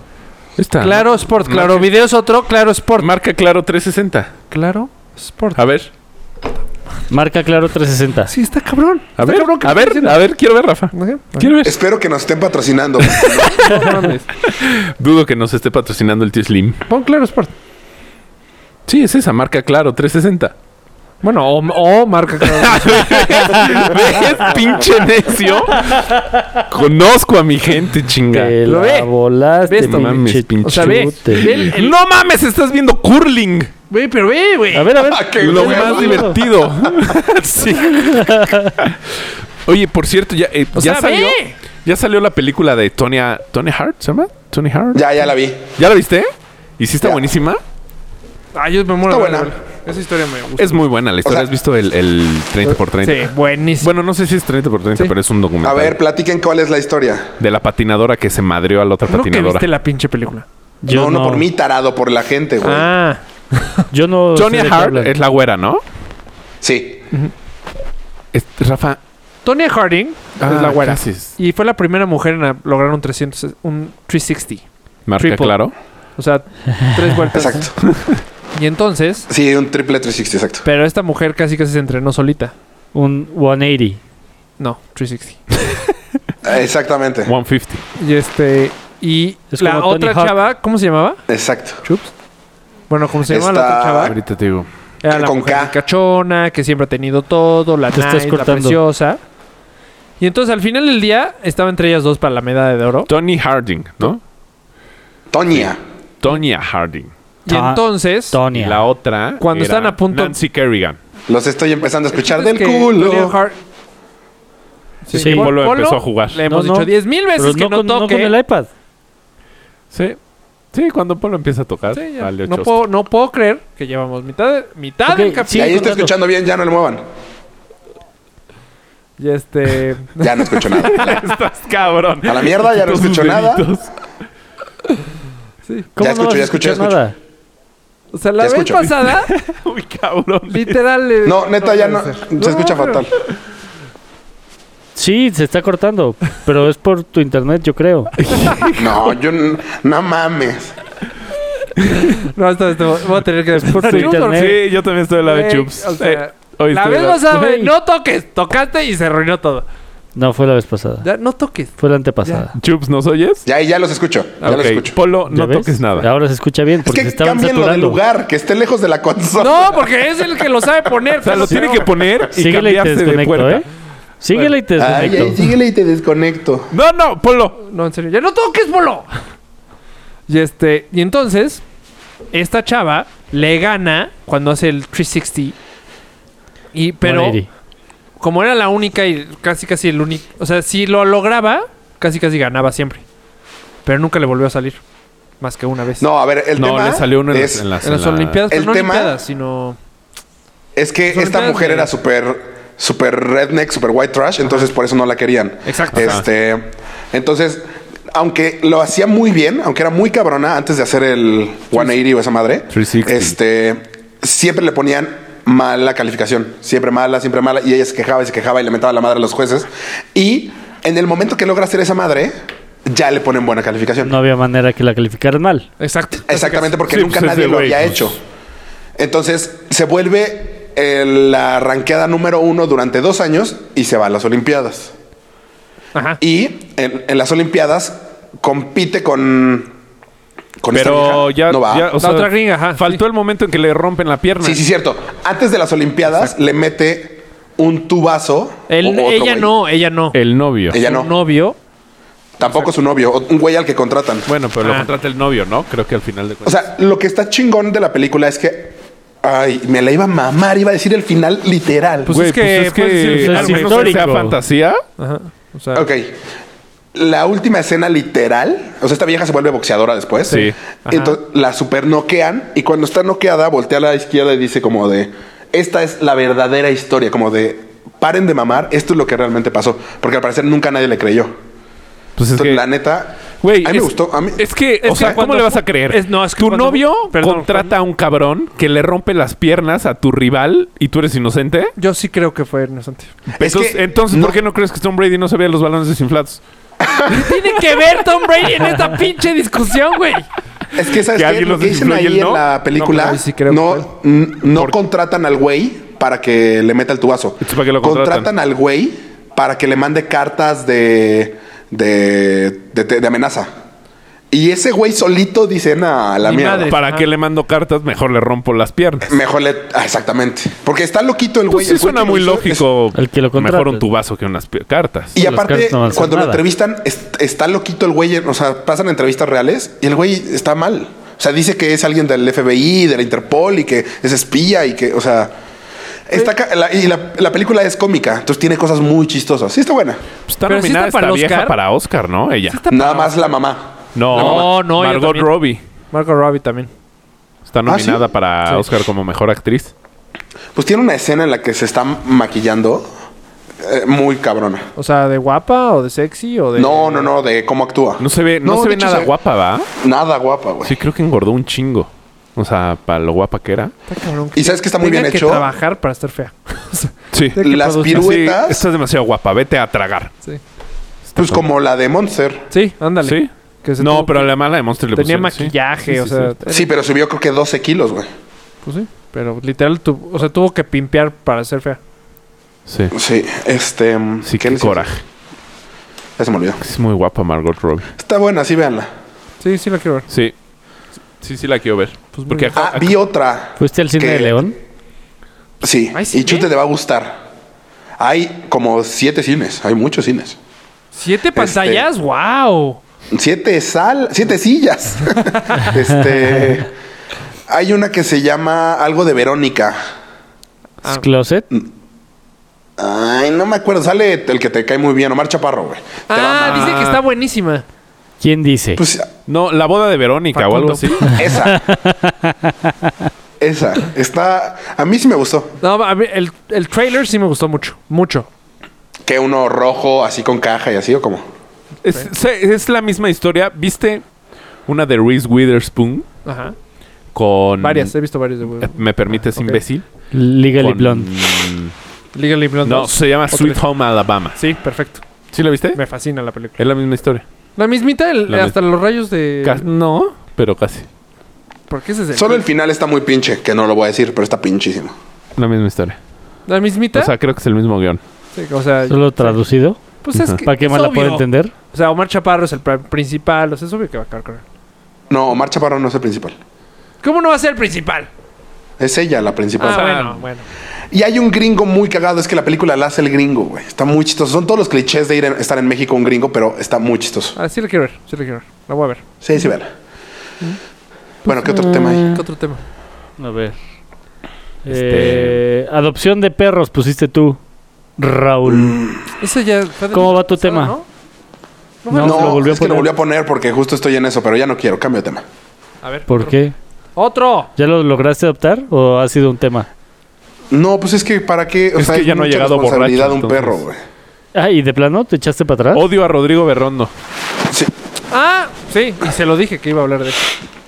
C: Esta.
E: Claro Sport, claro
C: Marca-
E: video es otro, claro
C: Por
E: Sport.
C: marca claro 360.
E: Claro Sport.
C: A ver.
A: Marca Claro 360.
E: Sí, está cabrón.
C: A ver. A ver, a ver, quiero ver, Rafa. Quiero ver.
B: espero que nos estén patrocinando.
C: Dudo que nos esté patrocinando el tío Slim.
E: Pon Claro Sport.
C: Sí, es esa marca claro 360.
E: Bueno, o, o marca Claro.
C: ¿Ves, pinche necio? Conozco a mi gente, chinga.
A: Te la
E: Lo ve.
A: volaste,
E: Ve esto.
A: pinche
C: Mames, pinche
E: o sea, ve.
A: chute.
E: ve el- el-
C: No mames, estás viendo curling.
E: Güey, pero ve, güey.
A: A ver, a ver.
B: Ah, qué
C: Lo
B: güey.
C: más divertido. sí. Oye, por cierto, ya, eh,
E: O
C: ya
E: sea,
C: salió.
E: ve.
C: Ya salió la película de Tonya. Tony Hart, ¿se llama? Tony Hart.
B: Ya, ya la vi.
C: ¿Ya la viste? ¿Y sí está
B: Ya.
C: buenísima?
E: Ah, yo me muero.
B: Está
E: de
B: buena.
E: verla. Esa historia me gusta.
C: Es muy buena la historia.
B: sea-
C: ¿Has visto el, el 30x30?
E: Sí, buenísimo.
C: Bueno, no sé si es 30x30,
E: Sí.
C: pero es un
B: A
C: documental.
B: ver, platiquen cuál es la historia.
C: De la patinadora que se madreó a la otra
E: Creo que
C: patinadora.
E: viste la pinche película.
A: Yo
B: no, no, por mí, tarado por la gente, güey.
E: Ah,
A: Yo no. sé
C: Johnny
A: de qué
C: Hart
A: hablan.
C: es la güera, ¿no?
B: Sí.
C: Es- Rafa. ah,
E: Tonya Harding
A: Ah,
E: es la güera.
C: gracias.
E: Y fue la primera mujer en a- lograr un 300, un 360.
C: Marca
E: Triple.
C: claro.
E: O sea, tres vueltas.
B: Exacto.
E: Y entonces,
B: Sí, un triple 360, exacto.
E: pero esta mujer casi casi se entrenó solita.
A: Un 180.
E: No, 360.
B: Exactamente.
C: 150.
E: Y este. Y
A: Es
E: la
A: como Tony
E: otra
A: Hawk.
E: chava, ¿cómo se llamaba?
B: Exacto.
E: Chups. Bueno, ¿cómo se llamaba la
B: Esta-
E: otra chava?
C: Ahorita te digo.
E: Era la
B: con
E: mujer
B: K.
E: cachona, que siempre ha tenido todo, la
A: Te estás
E: nice, la
A: cortando.
E: preciosa. Y entonces al final del día estaba entre ellas dos para la medalla de oro.
C: Tony Harding, ¿no?
B: Tonya.
C: Tonya Harding.
E: Y
A: Ta-
E: entonces,
C: Y
A: Tonya.
C: la otra.
E: Cuando
C: era
E: estaban a punto-
C: Nancy Kerrigan.
B: Los estoy empezando a escuchar del
E: que Tony
B: culo.
E: Hart-
A: Sí,
E: Sí,
A: sí.
E: Pol-
C: Polo empezó a jugar.
E: Le hemos
A: No, no.
E: dicho 10 mil
A: Pero
E: veces que
A: no,
E: no,
A: con, no
E: toque.
A: con el iPad.
C: Sí. Sí, cuando Polo empieza a tocar.
E: Sí, ya.
C: vale,
E: no,
C: ocho.
E: puedo, no puedo creer que llevamos mitad, de- mitad
A: Ok,
E: del
B: Si
E: capítulo.
B: ahí está
A: contando.
B: escuchando bien, ya no le muevan.
E: Y este.
B: Ya no escucho nada.
C: Estás cabrón.
B: A la mierda, ya no
C: Tus
B: escucho nada.
C: deditos.
A: ¿Cómo
B: escucho,
A: no vas a
B: ya escucho, ya
A: escuchar
B: escucho.
A: nada?
E: O sea, la
B: Ya
E: vez
B: escucho.
E: pasada,
C: Uy, cabrón.
E: literal. eh,
B: No, neta, ya no.
E: puede ser.
B: Se escucha
E: pero-
B: fatal.
A: Sí, se está cortando. Pero es por tu internet, yo creo.
B: No, yo n- no mames.
E: No, esta vez te voy voy a tener que
A: tu
E: después.
A: internet.
C: Sí, yo también estoy de la de
E: Güey,
C: Chups.
E: o sea,
C: Eh, hoy
E: La
C: estoy
E: vez
C: de
E: pasada, güey,
A: Güey.
E: no toques. Tocaste y se arruinó todo.
A: No, fue la vez pasada.
E: Ya, no toques.
A: Fue la antepasada.
C: Chups, ¿nos oyes?
B: Ya, ya los escucho. Ya
C: Ok,
B: los escucho.
C: Polo,
A: ¿Ya
C: no
A: ves?
C: toques nada.
A: Ahora se escucha bien
B: Es
A: porque se
B: que
A: estaban
B: cambienlo de
A: saturando.
B: lugar, que esté lejos de la consola.
E: No, porque es el que lo sabe poner.
C: O sea, lo tiene que poner y
A: Síguele y te
C: cambiarse de
A: desconecto,
C: puerta.
A: ¿eh? Síguele y te
B: Ay,
A: desconecto.
B: ay, síguele y te desconecto.
C: No, no, Polo.
E: No, en serio. ¡Ya no toques, bolo! Y este. Y entonces, esta chava le gana cuando hace el 360. Y pero.
A: 180.
E: Como era la única y casi casi el único. O sea, si lo lograba, casi casi ganaba siempre. Pero nunca le volvió a salir. Más que una vez.
B: No, a ver, el
C: No,
B: tema
C: le salió uno en, las-
B: es,
C: en las,
E: En las
C: en la-
E: Olimpiadas,
B: El
E: pero no
B: tema-
E: Olimpiadas, sino.
B: es que
E: Las
B: esta
E: Olimpiadas
B: mujer
E: de-
B: era súper super redneck, super white trash, entonces por eso no la querían.
E: Exacto.
B: Este, entonces, aunque lo hacía muy bien, aunque era muy cabrona antes de hacer el 180 o esa madre,
C: 360.
B: este, siempre le ponían mala calificación, siempre mala, siempre mala, y ella se quejaba y se quejaba y le mentaba la madre a los jueces. Y en el momento que logra hacer esa madre, ya le ponen buena calificación.
A: No había manera que la calificaran mal.
E: Exacto.
B: Exactamente, porque
C: Sí,
B: nunca
C: pues, es
B: nadie
C: de
B: lo
C: güey,
B: había
C: pues.
B: hecho. Entonces se vuelve eh, la ranqueada número uno durante dos años y se va a las Olimpiadas.
E: Ajá.
B: Y en, en las Olimpiadas compite con. con esta
C: Pero
B: vieja.
C: ya,
B: No va.
C: ya, o
E: La otra gringa, ajá,
C: Faltó el momento en que le rompen la pierna.
B: Sí, sí, cierto. Antes de las Olimpiadas le mete un tubazo.
E: El-
B: o- otro
E: ella
B: güey.
E: no, ella no.
C: El novio.
B: Ella
E: Su
B: no.
E: novio.
B: Tampoco su novio. o- Un güey al que contratan.
C: Bueno, pero lo
E: Ah.
C: contrata el novio, ¿no? Creo que al final de
B: O
C: cuentas.
B: sea, lo que está chingón de la película es que. Ay, me la iba a mamar, iba a decir el final literal.
E: Pues
C: Güey,
E: es que puedes decir,
A: es
C: al menos que sea
A: histórico.
C: fantasía.
E: Ajá. O sea,
B: Ok. La última escena literal, o sea, esta vieja se vuelve boxeadora después.
C: Sí.
B: Entonces la super noquean y cuando está noqueada voltea a la izquierda y dice como de, esta es la verdadera historia, como de, paren de mamar, esto es lo que realmente pasó, porque al parecer nunca nadie le creyó.
C: Pues es
B: Entonces,
C: que.
B: la neta,
C: Güey,
B: a mí me
C: es-
B: gustó, a mí
C: Es que,
E: Eh, Es
C: o
E: que
C: sea, ¿cómo
E: cuando
C: le vas
E: fu-
C: a creer?
E: es- no, es que
C: tu
E: cuando-
C: novio
E: Perdón,
C: contrata a un cabrón que le rompe las piernas a tu rival y tú eres inocente.
E: Yo sí creo que fue inocente.
B: Es
C: entonces,
B: que
C: entonces
B: no-
C: ¿por qué no crees que Tom Brady no sabía los balones desinflados?
E: Tiene que ver Tom Brady en esta pinche discusión, güey.
B: es que sabes
C: que
B: qué?
C: alguien
B: lo
C: los
B: que dicen
C: influye,
B: ahí en
C: ¿no?
B: la película,
E: No,
B: no,
E: sí creo que
B: no, contratan al güey para que le meta el tubazo.
C: Entonces, ¿para qué lo contratan?
B: contratan al güey para que le mande cartas de, de, de, de amenaza. Y ese güey solito dice, nah, la
E: Mi
B: mierda.
E: madre.
C: ¿Para
E: Ajá.
C: qué le mando cartas? Mejor le rompo las piernas.
B: Mejor le... ah, exactamente. Porque está loquito el güey.
C: Pues sí
B: el güey
C: suena
B: que lo
C: muy
B: hizo es-
C: lógico.
A: El que lo contrata.
C: Mejor un tubazo que unas pi- cartas.
B: Y
A: Las
B: aparte,
A: cartas no van a hacer
B: cuando lo
A: nada.
B: entrevistan, es- está loquito el güey. O sea, pasan entrevistas reales y el güey está mal. O sea, dice que es alguien del FBI, de la Interpol y que es espía y que, o sea... Está ca- la- y la, la película es cómica, entonces tiene cosas muy chistosas. Sí, está buena.
C: Pues está
E: Pero sí
C: nominada
E: está
C: esta
E: para el
C: vieja
E: Oscar.
C: para Oscar, ¿no? Ella.
B: Nada más la mamá.
E: La
C: No,
E: mamá. No, yo
C: Margot
E: también.
C: Robbie
E: Marco Robbie también.
C: está nominada
B: ¿Ah, ¿sí?
C: para
E: Sí.
C: Oscar como mejor actriz.
B: Pues tiene una escena en la que se está maquillando eh, muy cabrona.
E: O sea, de guapa o de sexy o de.
B: No, no, no, de cómo actúa.
C: No se ve, no, se
B: de
C: ve
B: hecho,
C: nada guapa, ¿va?
B: Nada guapa, güey.
C: Sí, creo que engordó un chingo. O sea, para lo guapa que era.
E: Está cabrón que
B: ¿Y sabes que está muy
E: tenga
B: bien
E: que
B: hecho?
E: trabajar para estar fea. O sea,
C: Sí.
E: que
B: Las
E: producir.
C: Sí,
B: piruetas,
C: estás demasiado guapa, vete a tragar.
E: sí.
B: pues como la de Monster.
E: Sí, ándale.
C: ¿Sí?
E: Que se
C: No,
E: tuvo
C: pero
E: que-
C: la mala de Monster le
E: tenía
C: pusieron, sí.
E: maquillaje,
C: Sí,
E: o
C: sí,
E: sea,
C: sí.
E: era-
B: Sí, pero subió creo que 12 kilos, güey.
E: pues sí, pero literal tu- o sea, tuvo que pimpear para ser fea.
C: Sí.
B: Sí, este...
C: Sí,
B: ¿qué
C: qué
B: les iba a decir?
C: coraje.
B: Ya se me olvidó.
C: Es muy guapa Margot Robbie.
B: Está buena, sí, véanla.
E: Sí, sí la quiero ver.
C: Sí. Sí, sí la quiero ver.
E: Pues muy
C: Porque
E: bien.
C: acá-
B: Ah, vi otra.
A: ¿Fuiste al cine
B: ¿Qué?
A: de León?
B: Sí,
E: Ay, sí,
B: y Chute
E: ¿eh?
B: te va a gustar. Hay como siete cines, hay muchos cines. Este,
E: Siete pantallas, wow.
B: Siete sal, siete sillas. este. Hay una que se llama algo de Verónica.
E: Ah.
A: Closet.
B: Ay, no me acuerdo. Sale el que te cae muy bien, Omar Chaparro, güey. Te va a
E: Ah,
B: amar.
E: dice que está buenísima.
A: ¿Quién dice?
B: Pues
C: No, la boda de Verónica o algo así.
E: Facundo.
B: esa. esa. Está. A mí sí me gustó.
E: No, a mí el, el trailer sí me gustó mucho, mucho.
B: Que uno rojo, así con caja y así, o como.
C: Es, se- es la misma historia. ¿Viste una de Reese Witherspoon
E: Ajá.
C: con.
E: Varias, he visto varias de
C: Eh,
E: huevo.
C: ¿Me permites,
E: ok.
C: imbécil?
A: Legally
C: Con-
A: Blonde.
E: Legally Blonde.
C: No,
E: dos.
C: se llama
E: Otra
C: Sweet
E: vez.
C: Home Alabama.
E: Sí, perfecto.
C: ¿Sí la viste?
E: Me fascina la película.
C: Es la misma historia.
E: La mismita, el-
C: La
E: hasta los rayos de.
C: Ca- no, pero casi.
E: ¿Por qué ese es el-
B: Solo el final está muy pinche, que no lo voy a decir, pero está pinchísimo.
C: La misma historia.
E: La mismita.
C: O sea, creo que es el mismo guión.
E: Sí, o sea,
A: Solo traducido.
E: pues es que.
A: ¿Para qué
E: es
A: más la
E: obvio.
A: puedo entender?
E: O sea, Omar Chaparro es el pr- principal. O sea, es obvio que va a acabar con él.
B: No, Omar Chaparro no es el principal.
E: ¿Cómo no va a ser el principal?
B: Es ella la principal.
E: Ah,
C: sea,
E: bueno, bueno.
B: Y hay un gringo muy cagado, es que la película la hace el gringo, güey. Está muy chistoso. Son todos los clichés de ir a estar en México un gringo, pero está muy chistoso.
E: Ah, sí la quiero ver, sí la quiero ver. La voy a ver.
B: Sí, sí, vean. Bueno, ¿qué otro tema hay?
E: ¿Qué otro tema?
A: A ver. Eh, adopción de perros pusiste tú, Raúl.
E: Ese ya. fue del
A: ¿Cómo
E: año
A: va tu tema?
E: ¿no?
A: No,
B: No,
A: se lo volvió a
B: es que lo
A: poner.
B: volví a poner porque justo estoy en eso, pero ya no quiero. Cambio de tema.
E: A ver.
A: ¿Por
E: otro.
A: qué?
E: ¡Otro!
A: ¿Ya lo lograste adoptar o ha sido un tema?
B: No, pues es que ¿para qué? O
C: Es que ya no ha
B: mucha
C: llegado
B: responsabilidad
C: borracho,
B: de un perro, güey.
C: entonces.
A: Ah, y de plano te echaste para atrás.
C: Odio a Rodrigo Berrondo.
B: Sí.
E: Ah, sí, y se lo dije que iba a hablar de eso.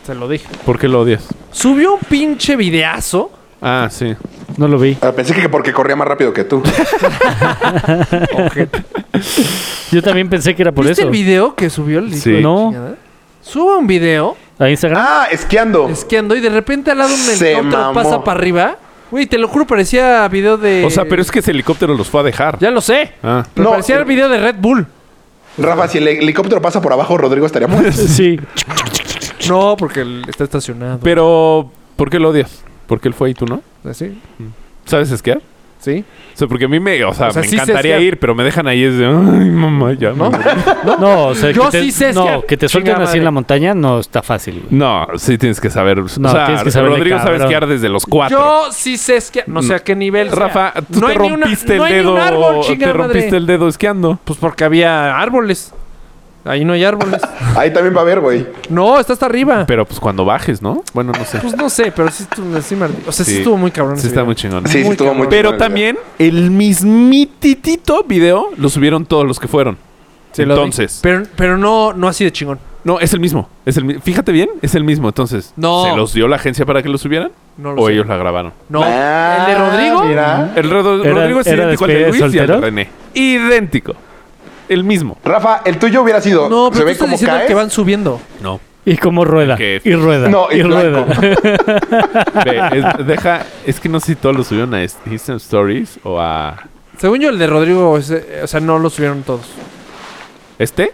E: Se lo dije.
C: ¿Por qué lo odias?
E: Subió un pinche videazo.
C: Ah, sí.
A: No lo vi.
B: Ah, pensé que porque corría más rápido que tú.
E: Ojete.
A: Yo también pensé que era por
E: ¿Viste
A: eso.
E: el video que subió el hijo
C: Sí.
E: de
A: No.
E: chingada? Sube un video
A: ¿A Instagram?
B: ah, esquiando.
E: esquiando y de repente al lado un
B: Se
E: helicóptero
B: mamó.
E: pasa para arriba. Güey, te lo juro, parecía video de.
C: O sea, pero es que ese helicóptero los fue a dejar.
E: Eh, Ya lo sé.
C: Ah.
E: Pero
B: No,
E: parecía el
B: pero-
E: video de Red Bull.
B: Rafa, si el helicóptero pasa por abajo, Rodrigo estaría muerto.
A: Sí.
E: No, porque él está estacionado.
C: Pero, ¿por qué lo odias? Porque él fue y tú no.
E: ¿Sí?
C: ¿Sabes esquiar?
E: ¿Sí?
C: O sea, porque a mí me, o sea,
E: O sea,
C: me
E: sí sé
C: encantaría
E: esquiar.
C: ir, pero me dejan ahí es de, ay, mamá, ya.
E: ¿No?
C: No,
A: No, o sea,
E: Yo
A: que, te,
E: sí sé
A: no,
E: esquiar.
A: que te suelten
E: Chinga
A: así en
E: madre.
A: la montaña no está fácil. güey.
C: no sí tienes que saber.
A: No,
C: o sea,
A: tienes que saber de
C: Rodrigo sabe
A: cabrón.
C: esquiar desde los cuatro.
E: Yo sí sé esquiar. No sé a qué nivel. sea.
C: Rafa, tú te
E: hay ni una-
C: rompiste
E: no hay
C: el
E: ni
C: dedo.
E: un árbol,
C: te
E: chingada
C: rompiste
E: madre.
C: el dedo esquiando.
E: Pues porque había árboles. Ahí no hay árboles.
B: Ahí también va a haber, güey.
E: no, está hasta arriba.
C: Pero pues cuando bajes, ¿no? Bueno, no sé.
E: Pues no sé, pero sí estuvo sí me ardí. O sea, sí,
C: Sí.
E: estuvo muy cabrón.
C: Sí,
E: ese
C: está
E: video.
C: muy chingón.
B: Sí, sí,
E: Muy
B: estuvo
E: cabrón.
B: muy
C: Pero
B: chingón el video.
C: también el mismititito video lo subieron todos los que fueron.
E: Sí, lo vi.
C: Entonces,
E: Pero, pero no, no así de chingón.
C: no, es el mismo. Es el, mi- fíjate bien, es el mismo. Entonces,
E: No.
C: ¿se los dio la agencia para que lo subieran?
E: No lo
C: ¿O
E: sé.
C: ellos la grabaron?
E: No.
B: Ah,
E: el de Rodrigo.
B: mira.
C: El Rodo-
A: ¿Era-
C: Rodrigo es
A: era
C: idéntico al de
A: despedida de
C: Luis y al de
A: soltero?
C: René. Idéntico. El mismo.
B: Rafa, el tuyo hubiera sido.
E: No, pero
B: se
E: tú
B: ve
E: estás
B: como
E: diciendo
B: caes.
E: que van subiendo.
C: No.
A: Y como rueda.
C: Que-
A: Y rueda.
B: No,
A: y
B: y
A: rueda.
C: deja, es que no sé si todos lo subieron a Inst- Instant Stories o a.
E: Según yo, el de Rodrigo, ese- o sea, no lo subieron todos.
C: ¿Este?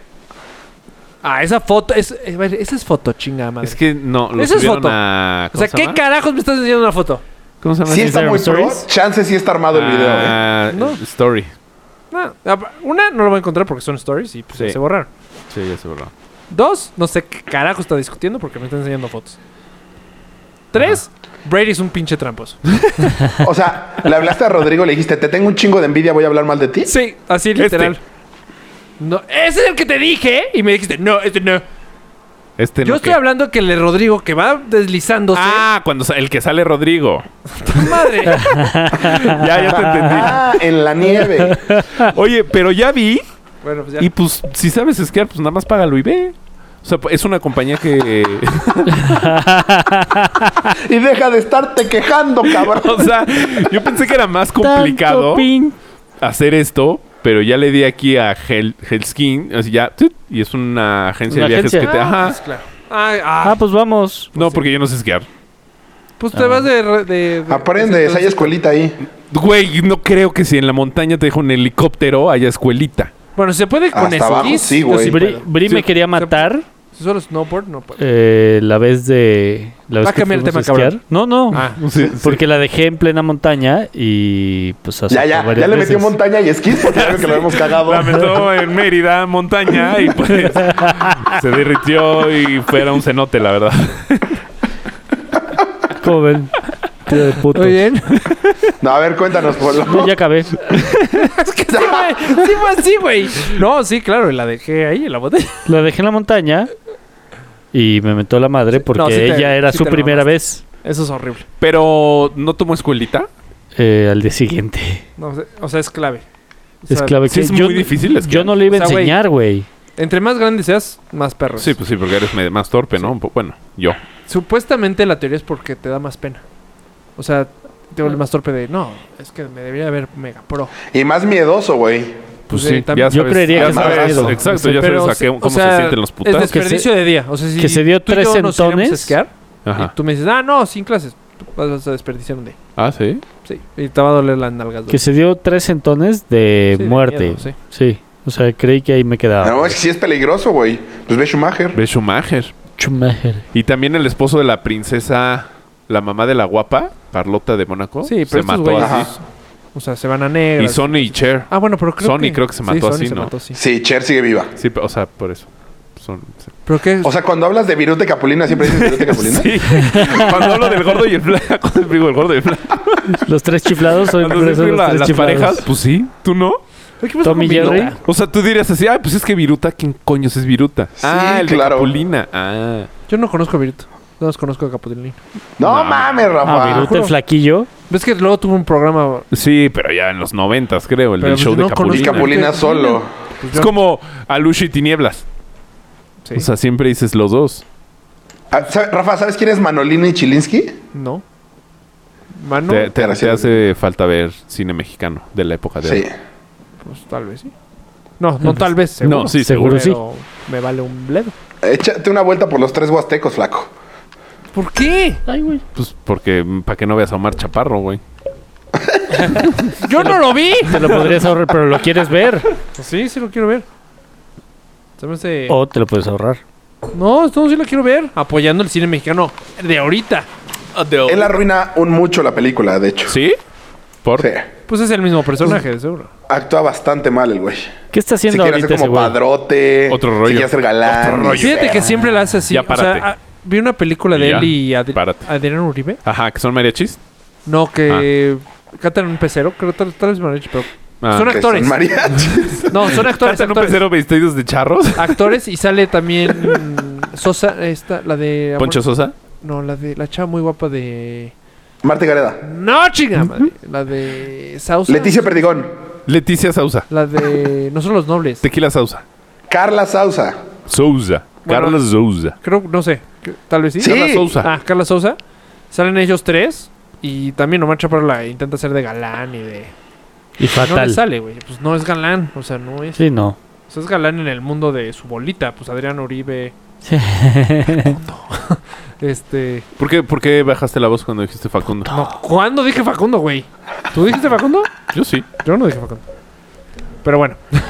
E: Ah, esa foto, es, a ver, esa es foto, chingada madre.
C: Es que no, lo
E: Esa es
C: subieron
E: foto.
C: a.
E: o
C: ¿cómo
E: sea,
C: se
E: ¿qué
C: llama?
E: carajos me estás enseñando una foto?
C: ¿Cómo se llama?
B: Sí está
A: Instagram
B: muy pro.
A: Stories.
B: Chance sí está armado el video. ¿eh?
C: Ah,
E: No.
C: Story.
E: No, ah, una, no lo voy a encontrar porque son stories y pues,
C: Sí.
E: se borraron.
C: Sí, ya se borró.
E: Dos, no sé qué carajo está discutiendo porque me está enseñando fotos. Tres, Brady es un pinche tramposo.
B: O sea, le hablaste a Rodrigo, le dijiste, te tengo un chingo de envidia, voy a hablar mal de ti.
E: Sí, así literal. Este. No, ese es el que te dije y me dijiste, no, este no.
C: Este no.
E: Yo estoy
C: ¿qué?
E: hablando que el de Rodrigo que va deslizándose.
C: Ah, cuando sa- el que sale Rodrigo.
E: madre!
C: ya, ya te entendí.
B: Ah, en la nieve.
C: Oye, pero ya vi.
E: bueno, pues ya.
C: Y pues, si sabes esquiar, pues nada más págalo y ve. O sea, es una compañía que.
B: Y deja de estarte quejando, cabrón.
C: o sea, yo pensé que era más
A: Tanto
C: complicado
A: pin-
C: hacer esto, pero ya le di aquí a Hel Helskin, así ya, ¡tut! y es una agencia
A: Una
C: de viajes
A: agencia.
C: que te. Ajá.
E: Pues claro. Ah, ah,
A: Ah, pues vamos.
C: no, porque yo no sé esquiar.
E: pues te vas de... re- de- de-
B: Aprendes, hay escuelita ahí.
C: Güey, no creo que si en la montaña te dejo un helicóptero haya escuelita.
E: Bueno, se puede con
B: Hasta abajo,
E: esquís.
B: sí,
E: Yo
B: güey.
E: sí
A: Bri,
E: puedo.
A: Bri me quería matar
E: Si solo snowboard, no puedo.
A: eh, la vez de. La vez
E: Va a cambiar el
A: fuimos
E: tema,
A: a
E: cabrón.
A: No, no.
E: Ah,
C: Sí, sí.
A: Porque la dejé en plena montaña y pues hace
B: Ya, ya, ya le metió montaña y esquís porque ya ven que lo hemos cagado.
C: La metió en Mérida, montaña, y pues se derritió y fue era un cenote, la verdad.
A: ¿Cómo ven? Tío de puto.
E: Muy bien.
B: No, a ver, cuéntanos, Polo.
A: Yo ya acabé.
E: Sí, güey. Sí fue así, güey. No, sí, claro, y la dejé ahí en la botella.
A: La dejé en la montaña y me metió la madre porque
E: No, sí te-
A: ella era
E: sí
A: su
E: te la
A: primera vez
E: Eso es horrible.
C: Pero no tomó escuelita.
A: eh, al día siguiente.
E: No, o sea- o sea, es clave. O sea,
A: Es clave
C: sí
A: que
C: es
A: yo,
C: muy difícil esquiar.
A: yo no le iba a
E: O sea, güey.
A: enseñar, güey.
E: Entre más grande seas, más perros.
C: Sí, pues sí, porque eres me- más torpe, ¿no? Un po- Bueno, yo.
E: Supuestamente la teoría es porque te da más pena. O sea, te
C: Ah.
E: vuelve más torpe de... No, es que me debería haber mega pro.
B: Y más miedoso, güey.
C: Pues
E: Pues
C: sí,
E: sí, tam-
C: ya
A: yo
C: sabes-
A: creería
C: ya
A: que es
C: sabes-
A: miedo.
C: Exacto, ya
E: Este, Pero,
C: sabes a qué-
E: o
C: cómo se
E: sea,
C: sienten los
E: Es
C: putas.
A: des-
E: desperdicio de día. O sea, si
A: que se dio
E: tú y yo
A: tres
E: nos iremos a
A: sentones.
E: esquiar,
C: Ajá.
E: Y tú me dices, ah, no, sin clases. Tú vas a desperdiciar un día.
C: Ah, sí.
E: Sí. Y te va a doler las nalgas.
A: Que se dio tres entones de
E: Sí, de
A: muerte.
E: miedo,
A: sí.
E: sí.
A: o sea, creí que ahí me
E: Ah,
A: quedaba.
B: No, es que sí es peligroso, güey. Pues ve Schumacher.
C: Ve Schumacher.
A: Schumacher.
C: Y también el esposo de la princesa, la mamá de la guapa, Carlota de Mónaco.
E: Sí, pero
C: se
E: estos
C: mató
E: güeyes-
C: así.
E: O sea, se van a negro.
C: Y Sony y Cher.
E: Ah, bueno, pero creo
C: Sony
E: que...
C: creo que se mató
E: Sony
C: así,
E: se
C: ¿no?
E: mató así.
B: Sí, Cher sigue viva.
C: Sí, pe- o sea, por eso. Son- sí.
E: Pero que...
B: O sea, cuando hablas de Virute Capulina, siempre dices Virute Capulina.
C: Sí. Cuando hablo del gordo y el flaco, siempre digo el gordo y el flaco.
A: Los tres chiflados son
C: Cuando
A: los
C: siempre
A: tres
C: la- las
A: chiflados.
C: parejas, pues sí, tú no.
A: Tommy Jerry.
C: O sea, tú dirías así, ay, pues es que Viruta, ¿quién coño es Viruta?
B: Sí,
C: ah, el
B: claro.
C: de Capulina. Ah.
E: Yo no conozco a Virut. No los conozco a Capodilín.
B: No,
C: No.
B: mames,
A: Ah,
B: Rafa.
A: Viruta, el flaquillo.
E: Ves que luego tuvo un programa...
C: Sí, pero ya en los noventas, creo, el
E: Pero
C: del
E: pues
C: show
E: no
C: de
B: Y
C: Capulina.
E: conozco-
B: Capulina solo.
E: pues,
C: Es
E: yo-
C: como Alushi y Tinieblas.
E: Sí.
C: O sea, siempre dices los dos.
B: Ah, ¿sabe- Rafa, ¿sabes quién es Manolina y Chilinsky?
E: No. Mano,
C: te, te-
B: gracias.
C: te hace falta ver cine mexicano de la época de
B: Sí.
C: oro.
E: pues tal vez sí. No, no tal vez, seguro.
C: No, pues sí,
A: Seguro
C: seguro.
A: sí.
E: Pero me vale un bledo.
B: Échate una vuelta por los tres huastecos, flaco.
E: ¿Por qué?
A: Ay, güey.
C: Pues porque para que no veas a Omar Chaparro, güey.
E: ¡Yo no lo vi!
A: Te lo podrías ahorrar, pero lo quieres ver.
E: Pues sí, sí lo quiero ver. Se me hace...
C: Oh.
A: O te lo puedes ahorrar.
E: No, esto sí lo quiero ver. Apoyando el cine mexicano de ahorita.
C: Ah,
B: Él arruina un mucho la película, de hecho.
C: ¿Sí? ¿Por?
B: Sí.
E: Pues es el mismo personaje, de seguro.
B: Actúa bastante mal el güey.
A: ¿Qué está
B: Se
A: haciendo
B: quiere hacer
A: ahorita ese
B: como
A: güey?
B: padrote.
C: Otro rollo.
B: Se quiere hacer galán.
C: Otro rollo.
E: Fíjate que siempre la hace así.
C: Ya
E: o sea,
C: párate.
E: ah, vi una película de
C: Ya,
E: él y Adri-
C: párate.
E: Adrián Uribe.
C: Ajá, que son mariachis.
E: No, que cantan en un pecero. Creo tal, tal vez me lo han dicho, pero...
C: Ah.
E: son
B: Que
E: actores.
B: son mariachi.
E: No, son actores.
C: ¿Cantan un
E: actores. Ah,
C: pecero vestidos de charros?
E: actores y sale también Sosa, esta, la de...
C: Poncho Sosa.
E: No, la de la chava muy guapa de...
B: Marta Gareda.
E: No, chinga madre. La de Sausa.
B: Leticia Perdigón.
C: Leticia Sausa.
E: La de... No son los nobles.
C: Tequila Sausa.
B: Carla Sausa.
C: Sousa.
E: Bueno.
C: Carlos Sousa.
E: Creo, no sé. que- Tal vez sí.
B: Sí.
C: Carla Sousa.
E: Ah, Carla Sousa. Salen ellos tres. Y también Omar Chaparro la intenta hacer de galán y de...
A: Y
E: No le
A: fatal.
E: sale, güey. Pues no es galán. O sea, no es...
A: sí, no.
E: O sea, es galán en el mundo de su bolita. Pues Adrián Uribe. Este...
C: ¿Por, qué, por qué bajaste la voz cuando dijiste Facundo?
E: No, ¿cuándo dije Facundo, güey? ¿Tú dijiste Facundo?
C: Yo sí.
E: Yo no dije Facundo. Pero bueno.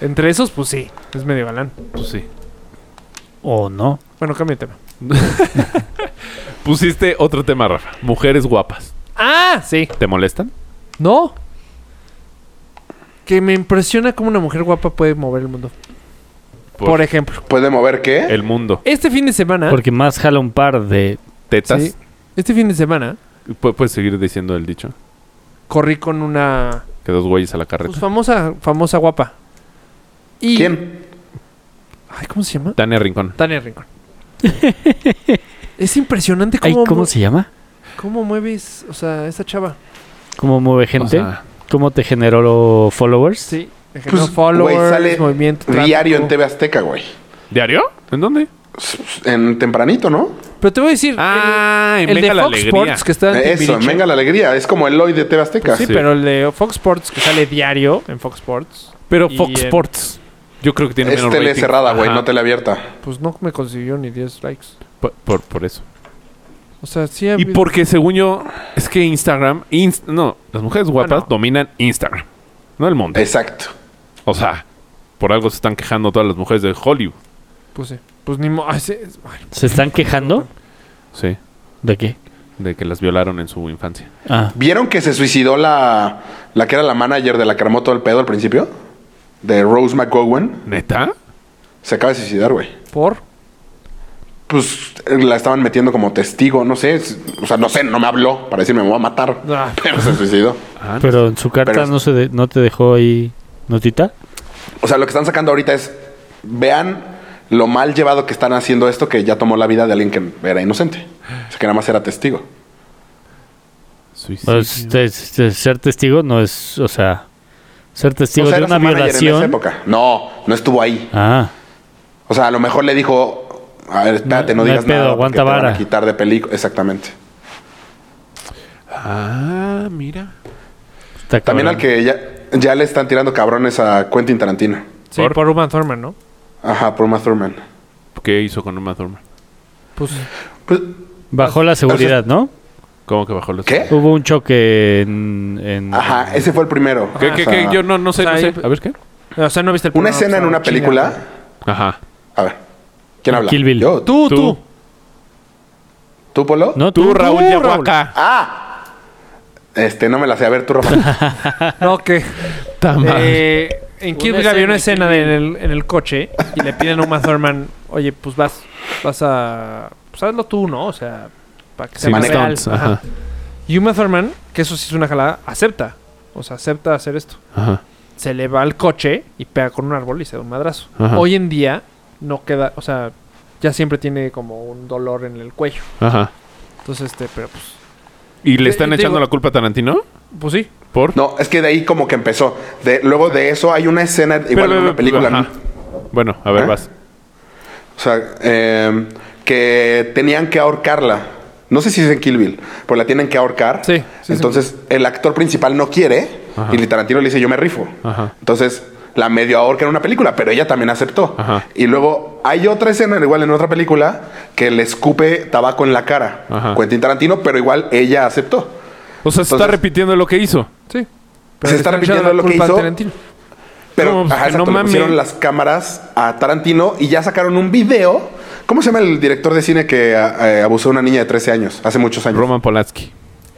E: Entre esos, pues sí. Es medio galán.
C: Pues sí.
A: o no.
E: Bueno, cambio de tema.
C: Pusiste otro tema, Rafa. Mujeres guapas.
E: ¡Ah! Sí.
C: ¿Te molestan?
E: ¿No? Que me impresiona cómo una mujer guapa puede mover el mundo. Por,
C: Por
E: ejemplo,
B: ¿Puede mover qué?
C: El mundo.
E: este fin de semana.
A: Porque más jala un par de.
C: Tetas.
E: Sí, este fin de semana
C: Pu- Puedes seguir diciendo el dicho.
E: corrí con una
C: Que dos güeyes a la
E: pues,
C: carreta.
E: famosa, famosa guapa. Y,
B: ¿Quién?
E: Ay, ¿cómo se llama?
C: Tania Rincón.
E: Tania Rincón. es impresionante
A: Ay,
E: cómo,
A: ¿Cómo
E: mu-
A: se llama?
E: cómo mueves, o sea, esta chava.
A: ¿Cómo mueve gente?
C: O sea,
A: ¿Cómo te generó followers?
E: Sí, de que
B: Pues,
E: no followers,
B: güey, sale
E: movimiento.
B: Diario en
E: tráfico.
B: TV Azteca, güey.
C: ¿Diario? ¿En dónde?
B: En tempranito, ¿no?
E: Pero te voy a decir,
C: Ah, en
E: el, el de
C: Venga la
E: Fox
C: Alegría.
E: Sports que está en
B: Eso,
E: Timbiriche.
B: venga la alegría. Es como el hoy de TV Azteca.
E: Sí,
C: Pues Sí.
E: pero el de Fox Sports que sale diario en Fox Sports.
C: Pero
E: Y
C: Fox
E: en-
C: Sports. Yo creo que tiene
B: es
C: menos
B: tele
C: rating.
B: cerrada, güey,
C: Ajá.
B: no tele abierta.
E: Pues no me consiguió ni 10 likes.
C: Por, por- por eso.
E: O sea, sí ha
C: Y
E: habido-
C: porque según yo, es que Instagram... ins- no, las mujeres guapas
E: Ah, no.
C: dominan Instagram. No el mundo.
B: Exacto.
C: O sea, por algo se están quejando todas las mujeres de Hollywood.
E: Pues sí. Pues ni mo- ay, sí, es- bueno.
A: ¿Se están quejando?
C: Sí.
A: ¿De qué?
C: De que las violaron en su infancia.
A: Ah.
B: ¿Vieron que se suicidó la, la que era la manager de la que armó todo el pedo al principio? De Rose McGowan.
C: ¿Neta?
B: Se acaba de suicidar, güey.
E: Por.
B: Pues eh, la estaban metiendo como testigo, no sé. es- O sea, no sé, no me habló para decirme me voy a matar.
E: Ah.
B: Pero se suicidó.
C: Ah,
A: Pero en su carta
B: Pero-
A: no, se de- no te dejó ahí notita.
B: O sea, lo que están sacando ahorita es, vean lo mal llevado que están haciendo esto que ya tomó la vida de alguien que era inocente. O sea, que nada más era testigo.
C: suicidio.
A: Pues, te- te- ser testigo no es, o sea, ser testigo
B: o sea,
A: de una
B: era su manager en esa
A: violación.
B: época. No, no estuvo ahí.
A: Ah,
B: O sea, a lo mejor le dijo, a ver, espérate,
A: No-
B: no,
A: no hay
B: digas
A: pedo,
B: nada.
A: aguanta
B: porque te van
A: vara.
B: a quitar de película. Exactamente.
C: Ah, mira.
A: está
B: También
A: cabrón.
B: al que ya, ya le están tirando cabrones a Quentin Tarantino.
E: Sí, por,
C: Por.
E: Uma Thurman, ¿no?
B: Ajá, por Uma Thurman.
C: ¿Qué hizo con Uma Thurman?
E: Pues
B: Pues,
A: Bajó la seguridad, ¿no?
C: ¿Cómo que bajó los...
B: ¿Qué?
A: Hubo un choque en... en-
B: ajá, ese fue el primero.
C: ¿Qué,
B: O
C: qué,
B: sea,
C: qué? Yo no, no sé,
E: o
C: no
E: sea,
C: sé.
E: ahí-
C: A ver, ¿qué?
E: o sea, no viste el
B: Una
E: programa,
B: escena
E: o sea,
B: en una
E: chinga.
B: película.
C: Ajá.
B: A ver, ¿quién habla?
A: Kill Bill.
B: Yo, ¿Tú?
E: Tú, tú.
C: Tú.
B: ¿Tú, Polo?
A: No,
C: Tú, Raúl
A: Raúl.
C: Yahuaca.
B: Ah. Este, no me la sé. A ver, tú, Rafa.
E: No, que. eh, en Kill Bill había una escena de- en el, en el coche y le piden a Uma Thurman, oye, pues vas, vas a. Pues hazlo tú, ¿no? O sea, para que
C: Sí,
E: sea más real.
C: Stones,
E: Ajá.
C: Ajá.
E: Y Uma Thurman, que eso sí es una jalada, acepta. O sea, acepta hacer esto.
C: Ajá.
E: se le va al coche y pega con un árbol y se da un madrazo.
C: Ajá.
E: Hoy en día no queda, o sea, ya siempre tiene como un dolor en el cuello.
C: Ajá.
E: Entonces, este, pero pues,
C: ¿Y le están
E: Eh,
C: echando la
E: digo-
C: culpa a Tarantino?
E: pues sí.
C: ¿Por?
B: No, es que de ahí como que empezó. De, luego de eso hay una escena
C: Pero,
B: igual en una
C: pero,
B: película.
C: ajá. Bueno, a ver,
B: ¿Eh?
C: vas.
B: O sea, eh, que tenían que ahorcarla. No sé si es en Kill Bill, pero la tienen que ahorcar.
E: Sí, sí, sí.
B: Entonces, el actor principal no quiere
C: Ajá.
B: y el Tarantino le dice, yo me rifo.
C: Ajá.
B: Entonces, la medio ahorca en una película, pero ella también aceptó.
C: Ajá.
B: Y luego hay otra escena, igual en otra película, que le escupe tabaco en la cara.
C: Ajá.
B: Quentin Tarantino, pero igual ella aceptó.
C: O sea, se está
B: Entonces-
C: repitiendo lo que hizo.
E: Sí.
B: Se está
E: le están echando
B: repitiendo
E: la
B: lo que
E: culpa a
B: hizo.
E: Tarantino.
B: Pero
C: No, pues,
B: ajá,
C: que no
B: exacto, le
C: mames.
B: pusieron las cámaras a Tarantino y ya sacaron un video. ¿Cómo se llama el director de cine que a- eh, abusó de una niña de 13 años? Hace muchos años.
C: Roman Polanski.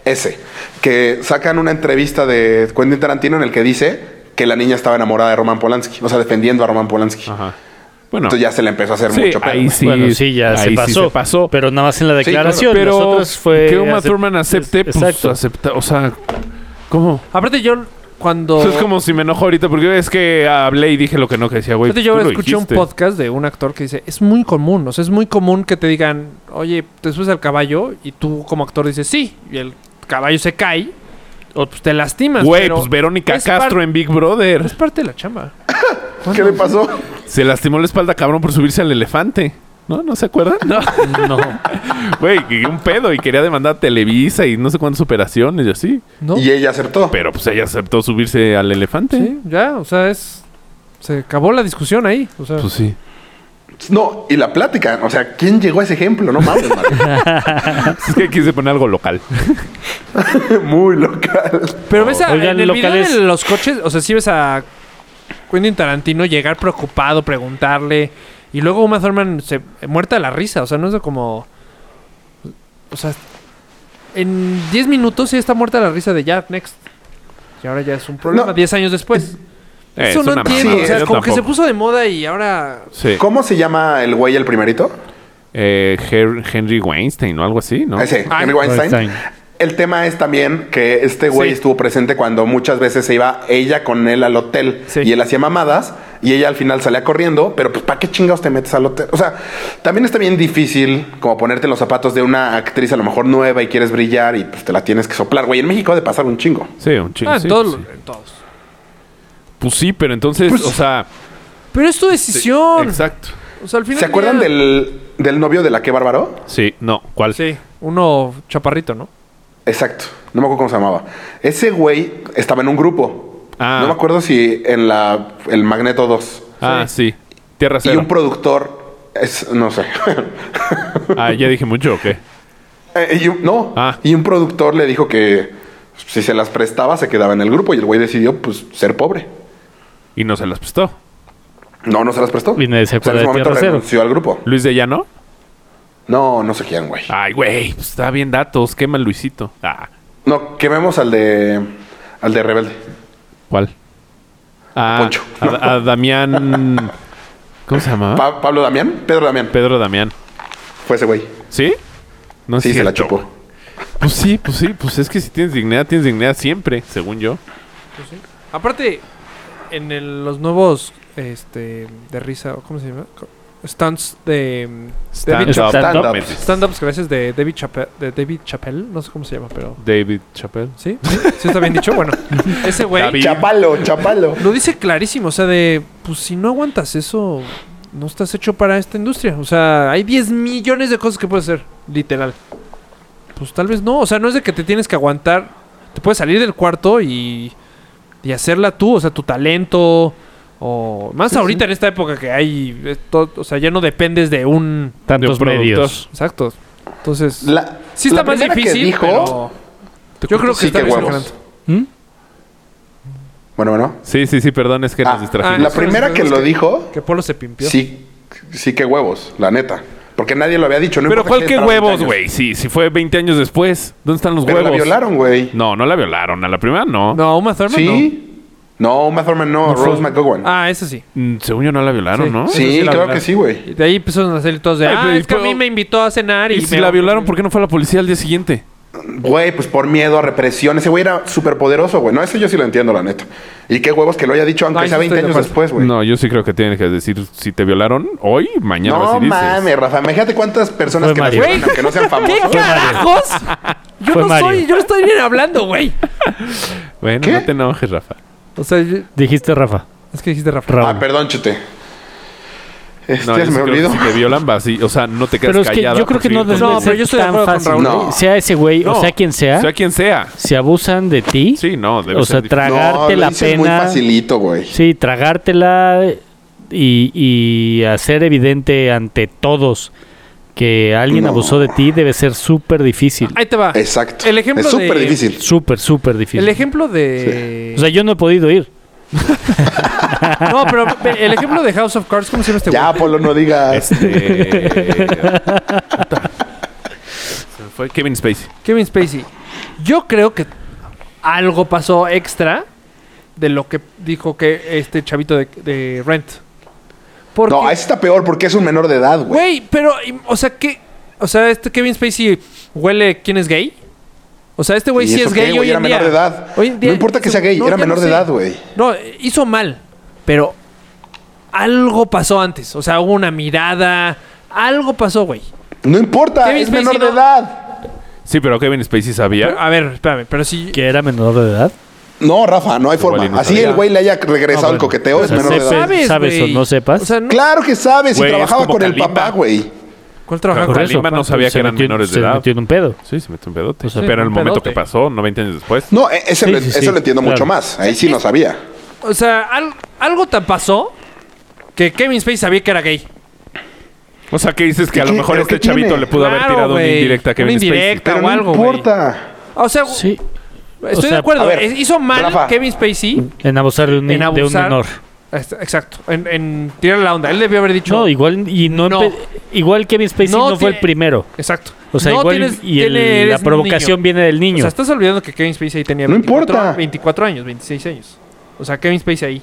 B: Ese. Que sacan una entrevista de Quentin Tarantino en el que dice que la niña estaba enamorada de Roman Polanski. O sea, defendiendo a Roman Polanski.
C: Ajá. Bueno.
B: Entonces ya se le empezó a hacer
C: Ah, Sí,
B: mucho pedo.
C: ahí
B: güey.
C: sí.
A: bueno, sí, ya se
C: ahí sí
A: pasó,
C: se pasó.
A: Pero nada más en la
B: Sí, claro.
A: declaración.
C: Pero
A: Las otras fue
C: que Uma
A: acep-
C: Thurman acepte, pues
A: Exacto.
C: acepta. O sea, ¿cómo?
E: Aparte yo cuando
C: Eso es como si me enojo ahorita porque es que hablé y dije lo que no que decía, güey.
E: aparte,
C: pues,
E: yo
C: tú lo
E: escuché un
C: dijiste.
E: podcast de un actor que dice, es muy común, o sea, es muy común que te digan, "Oye, te subes al caballo" y tú como actor dices, "Sí", y el caballo se cae o pues, te lastimas,
C: Güey,
E: pero
C: pues Verónica
E: es par-
C: Castro en Big Brother.
E: es parte de la chamba.
B: ¿Qué le pasó?
C: Se lastimó la espalda, cabrón, por subirse al elefante. ¿No? ¿No se acuerdan? No.
A: No,
C: Güey, que un pedo y quería demandar a Televisa y no sé cuántas operaciones y así.
E: ¿No?
B: Y ella acertó.
C: Pero pues ella aceptó subirse al elefante.
E: Sí, ya, o sea, es. Se acabó la discusión ahí. O sea,
C: Pues sí.
B: No, y la plática. O sea, ¿quién llegó a ese ejemplo? No mames, man.
C: Es que quise poner algo local.
B: Muy local.
E: pero ves a,
A: Oigan,
E: en el video
A: locales-
E: de los coches, o sea, sí ves a Quentin Tarantino llegar preocupado, preguntarle. Y luego Uma Thurman se muerta de la risa. O sea, no es de como. O sea, en 10 minutos sí está muerta de la risa de ya, next. Y ahora ya es un problema.
B: No.
E: 10 años después.
C: Eh,
E: Eso
C: es
E: no
C: una
E: entiendo.
C: mamada,
E: o sea,
C: yo
E: como que se
C: tampoco.
E: puso de moda y ahora.
C: Sí.
B: ¿Cómo se llama el güey el primerito?
C: Eh, Her- Henry Weinstein o algo así, ¿no?
B: Ese,
E: Ah,
B: Henry Weinstein.
A: Weinstein.
B: El tema es también que este güey
E: Sí.
B: estuvo presente cuando muchas veces se iba ella con él al hotel
E: Sí.
B: y él hacía mamadas y ella al final salía corriendo, pero pues ¿para qué chingados te metes al hotel? O sea, también está bien difícil como ponerte en los zapatos de una actriz a lo mejor nueva y quieres brillar y pues te la tienes que soplar, güey. En México ha de pasar un chingo.
C: Sí, un chingo.
E: Ah, en
C: sí,
E: todos
C: pues,
E: los-
C: sí.
E: en todos.
C: Pues sí, pero entonces, o sea,
E: Pero es tu decisión.
C: exacto.
E: O sea, al final
B: ¿Se acuerdan
E: del día-
B: del, del novio de la que bárbaro?
C: Sí, no. ¿Cuál?
E: Sí, uno chaparrito, ¿no?
B: Exacto. No me acuerdo cómo se llamaba. Ese güey estaba en un grupo.
C: Ah.
B: No me acuerdo si en la el Magneto 2.
C: Ah, sí. Tierra
B: Y
C: Cero.
B: un productor. es- no sé.
C: Ah, ya dije mucho o qué.
B: Eh, y un- no.
C: Ah.
B: Y un productor le dijo que si se las prestaba se quedaba en el grupo y el güey decidió pues ser pobre.
C: Y no se las prestó.
B: No, no se las prestó.
A: Y nadie se
B: O sea,
A: acuerda de
B: en ese momento
A: Tierra Cero.
B: renunció al grupo.
C: ¿Luis de Llano?
B: No, no sé quién, güey.
C: Ay, güey. pues está bien datos. Quema el Luisito. Ah,
B: No, quememos al de al de Rebelde.
C: ¿cuál? Ah,
B: Poncho.
C: A, a Damián. ¿Cómo se llamaba?
B: Pa- Pablo Damián, Pedro Damián.
C: Pedro Damián.
B: Fue ese güey.
C: ¿Sí? No es
B: Sí, se la
C: cierto.
B: chupó.
C: Pues sí, pues sí. Pues es que si tienes dignidad, tienes dignidad siempre, según yo.
E: Aparte, en el- los nuevos este, de risa, ¿cómo se llama? Co- Stunts de. mm, David
A: Stand-up.
E: Chappelle.
A: Stand-up.
C: comedy.
E: Stand-ups gracias de David Chappelle, de David Chappelle, no sé cómo se llama, pero.
C: David Chappelle.
E: ¿Sí? ¿Sí, ¿Sí está bien dicho? Bueno, ese güey
C: David.
B: Chapalo, chapalo.
E: lo dice clarísimo, o sea, de. Pues si no aguantas eso, no estás hecho para esta industria. O sea, hay 10 millones de cosas que puedes hacer, literal. Pues tal vez no, o sea, no es de que te tienes que aguantar. Te puedes salir del cuarto y. y hacerla tú, o sea, tu talento. O más ahorita en esta época que hay. eh, to- o sea, ya no dependes de un.
A: Tantos
C: De un
A: medios.
E: Exacto. Entonces.
B: La,
E: sí está
B: la
E: más
B: primera que
E: difícil.
B: dijo-
E: pero yo creo que
B: Sí,
E: está
B: qué
E: más
B: huevos.
E: emocionante.
A: ¿Mm?
B: Bueno, bueno.
C: Sí, sí, sí, perdón, es que
B: Ah,
C: nos distrajimos.
B: la
E: Eso
B: primera
E: es
B: que
E: lo
B: lo
E: que-
B: dijo,
E: Que Polo se pimpió.
B: sí, sí que huevos, la neta. Porque nadie lo había dicho. No
C: Pero
B: importa
C: ¿cuál
B: haya
C: qué
B: estado
C: huevos,
B: 20 años.
C: güey? Sí, sí fue 20 años después. ¿Dónde están los
B: Pero
C: huevos?
B: la violaron, güey.
C: No, no la violaron. A la primera no.
E: No, Uma Thurman
B: ¿Sí? No, Uma Thurman no, Rose McGowan.
E: no. Ah, ese sí.
C: Mm, Según yo no la violaron,
E: Sí.
C: ¿no?
E: eso sí
B: sí,
E: la
B: claro
E: violaron.
B: que sí, güey.
E: Y de ahí empezaron a salir todos de.
C: Ay,
E: Ah,
C: pero-
E: es que a mí
C: pero-
E: me invitó a cenar y.
C: Y si
E: me-
C: la violaron, ¿por qué no fue a la policía al día siguiente?
B: Güey, pues por miedo a represión. Ese güey era súper poderoso, güey. No, eso yo sí lo entiendo, la neta. Y qué huevos que lo haya dicho, aunque
E: Ay,
B: sea
E: sí
B: 20
E: estoy de
B: años
E: acuerdo.
B: después, güey.
C: No, yo sí creo que tienen que decir si te violaron hoy, mañana.
B: No
C: pues, si dices.
B: mames, Rafa. Imagínate cuántas personas
A: Fue
B: que nos
A: Mario.
B: violan, aunque no sean
E: ¿Qué
B: famosos. Ah,
E: carajos? Yo
A: Fue
E: no
A: Mario.
E: soy. Yo no estoy bien hablando, güey.
C: Bueno,
B: ¿Qué?
C: no te enojes, Rafa.
E: O sea, yo-
A: Dijiste, Rafa.
E: es que dijiste Rafa.
A: Raúl.
B: Ah, perdón, chute. Este,
C: No,
B: ya se
C: yo sí
B: me
C: creo que
B: olvidó.
C: Si te violan, vas y, o sea, no te quedas
A: Pero es que
C: callada.
A: yo creo
C: por
A: que no
C: seguir
A: debe
E: No,
A: no,
E: pero
A: ser
E: yo estoy de
A: tan
E: acuerdo con
A: fácil.
E: Raúl.
B: No.
A: Sea ese güey
C: pues, No,
A: o sea quien sea,
C: Sea quien sea.
A: se abusan de ti.
C: Sí, no, debe
A: o sea,
C: ser difícil.
B: No,
A: tragarte
B: lo
A: la
B: dices muy
A: pena.
B: facilito, güey.
A: Sí, tragártela y, y hacer evidente ante todos que alguien
B: No.
A: abusó de ti debe ser súper difícil.
E: Ahí te va.
B: Exacto.
E: El ejemplo
B: es súper
E: de-
B: difícil.
A: Súper, súper difícil.
E: El ejemplo de.
A: O sea, yo no he podido ir.
E: No, pero ve, el ejemplo de House of Cards, ¿cómo se llama este güey?
B: Ya, Polo, no digas.
C: Este. Puta. Se me Fue Kevin Spacey.
E: Kevin Spacey. Yo creo que algo pasó extra de lo que dijo que este chavito de, de Rent. Porque,
B: No, ese está peor porque es un menor de edad, güey.
E: güey, pero, im- o sea, ¿qué? O sea, este Kevin Spacey huele quién es gay. O sea, este güey
B: ¿Y
E: sí
B: eso
E: es
B: qué,
E: gay
B: güey?
E: hoy
B: Era
E: en
B: menor
E: día.
B: de edad.
E: Hoy en día-
B: No importa que sea gay,
E: No,
B: era
E: ya
B: menor
E: no
B: de
E: sé.
B: edad, güey.
E: No, hizo mal, pero algo pasó antes. O sea, hubo una mirada, algo pasó, güey.
B: No importa,
E: Kevin
B: es
E: Spacey
B: menor de
E: no-
B: edad.
C: Sí, pero Kevin Spacey sabía.
E: Pero, a ver, espérame, pero si...
A: Que era menor de edad.
B: No, Rafa, no hay
C: Igual
B: forma.
C: y no
B: Así
C: sabía.
B: el güey le haya regresado
A: No, bueno.
B: el coqueteo,
A: O
B: es
A: sea,
B: menor de
A: sepa-
B: edad.
A: sabes o
E: güey.
A: no sepas.
E: O sea, no-
B: Claro que sabes,
C: Güey,
B: y
C: es
B: trabajaba
C: como
B: con el
C: Kalimba.
B: papá, güey.
E: ¿Cuál trabajaba
C: Por
E: con-
C: Kalimba no sabía
A: se
C: que eran
A: metió en-
C: menores de
A: se
C: edad.
A: metió en un pedo.
C: Sí, se metió un pedote.
A: O sea,
C: pero en el
E: un
C: momento
E: pedote.
C: que pasó, no 20 años después.
B: No, e- ese
A: Sí,
B: lo-
A: sí,
B: eso
A: sí,
B: lo entiendo
A: claro.
B: mucho más. Ahí sí no sabía.
E: O sea, al- algo tan pasó que Kevin Spacey sabía que era gay.
C: O sea, ¿qué dices? Que a lo
B: ¿Qué?
C: mejor
B: ¿Pero
C: este
B: qué
C: chavito
B: tiene?
C: le pudo haber
E: Claro,
C: tirado una
E: güey.
C: indirecta a
E: Una
C: Kevin Spacey.
E: indirecta.
B: Pero
E: o
B: no
E: algo, güey.
B: importa.
E: O sea,
A: Sí,
E: estoy de
A: sea,
E: acuerdo.
B: a ver,
E: es- hizo mal
B: Rafa.
E: Kevin Spacey
A: en abusar de un, ni-
E: en
A: de un
E: abusar.
A: menor.
E: Est- Exacto. En, en tirar la onda. Él debió haber dicho.
A: No, igual y no,
E: No.
A: empe- igual Kevin Spacey no,
E: No
A: fue
E: tiene-
A: el primero.
E: Exacto.
A: O sea,
E: No
A: igual y-
E: tienes-
A: y el-
E: tienes-
A: la
E: eres
A: provocación
E: niño.
A: viene del
E: O
A: niño.
E: sea, estás olvidando que Kevin Spacey ahí tenía
B: No
E: 24,
B: importa.
E: 24 años, 26 años. O sea, Kevin Spacey ahí.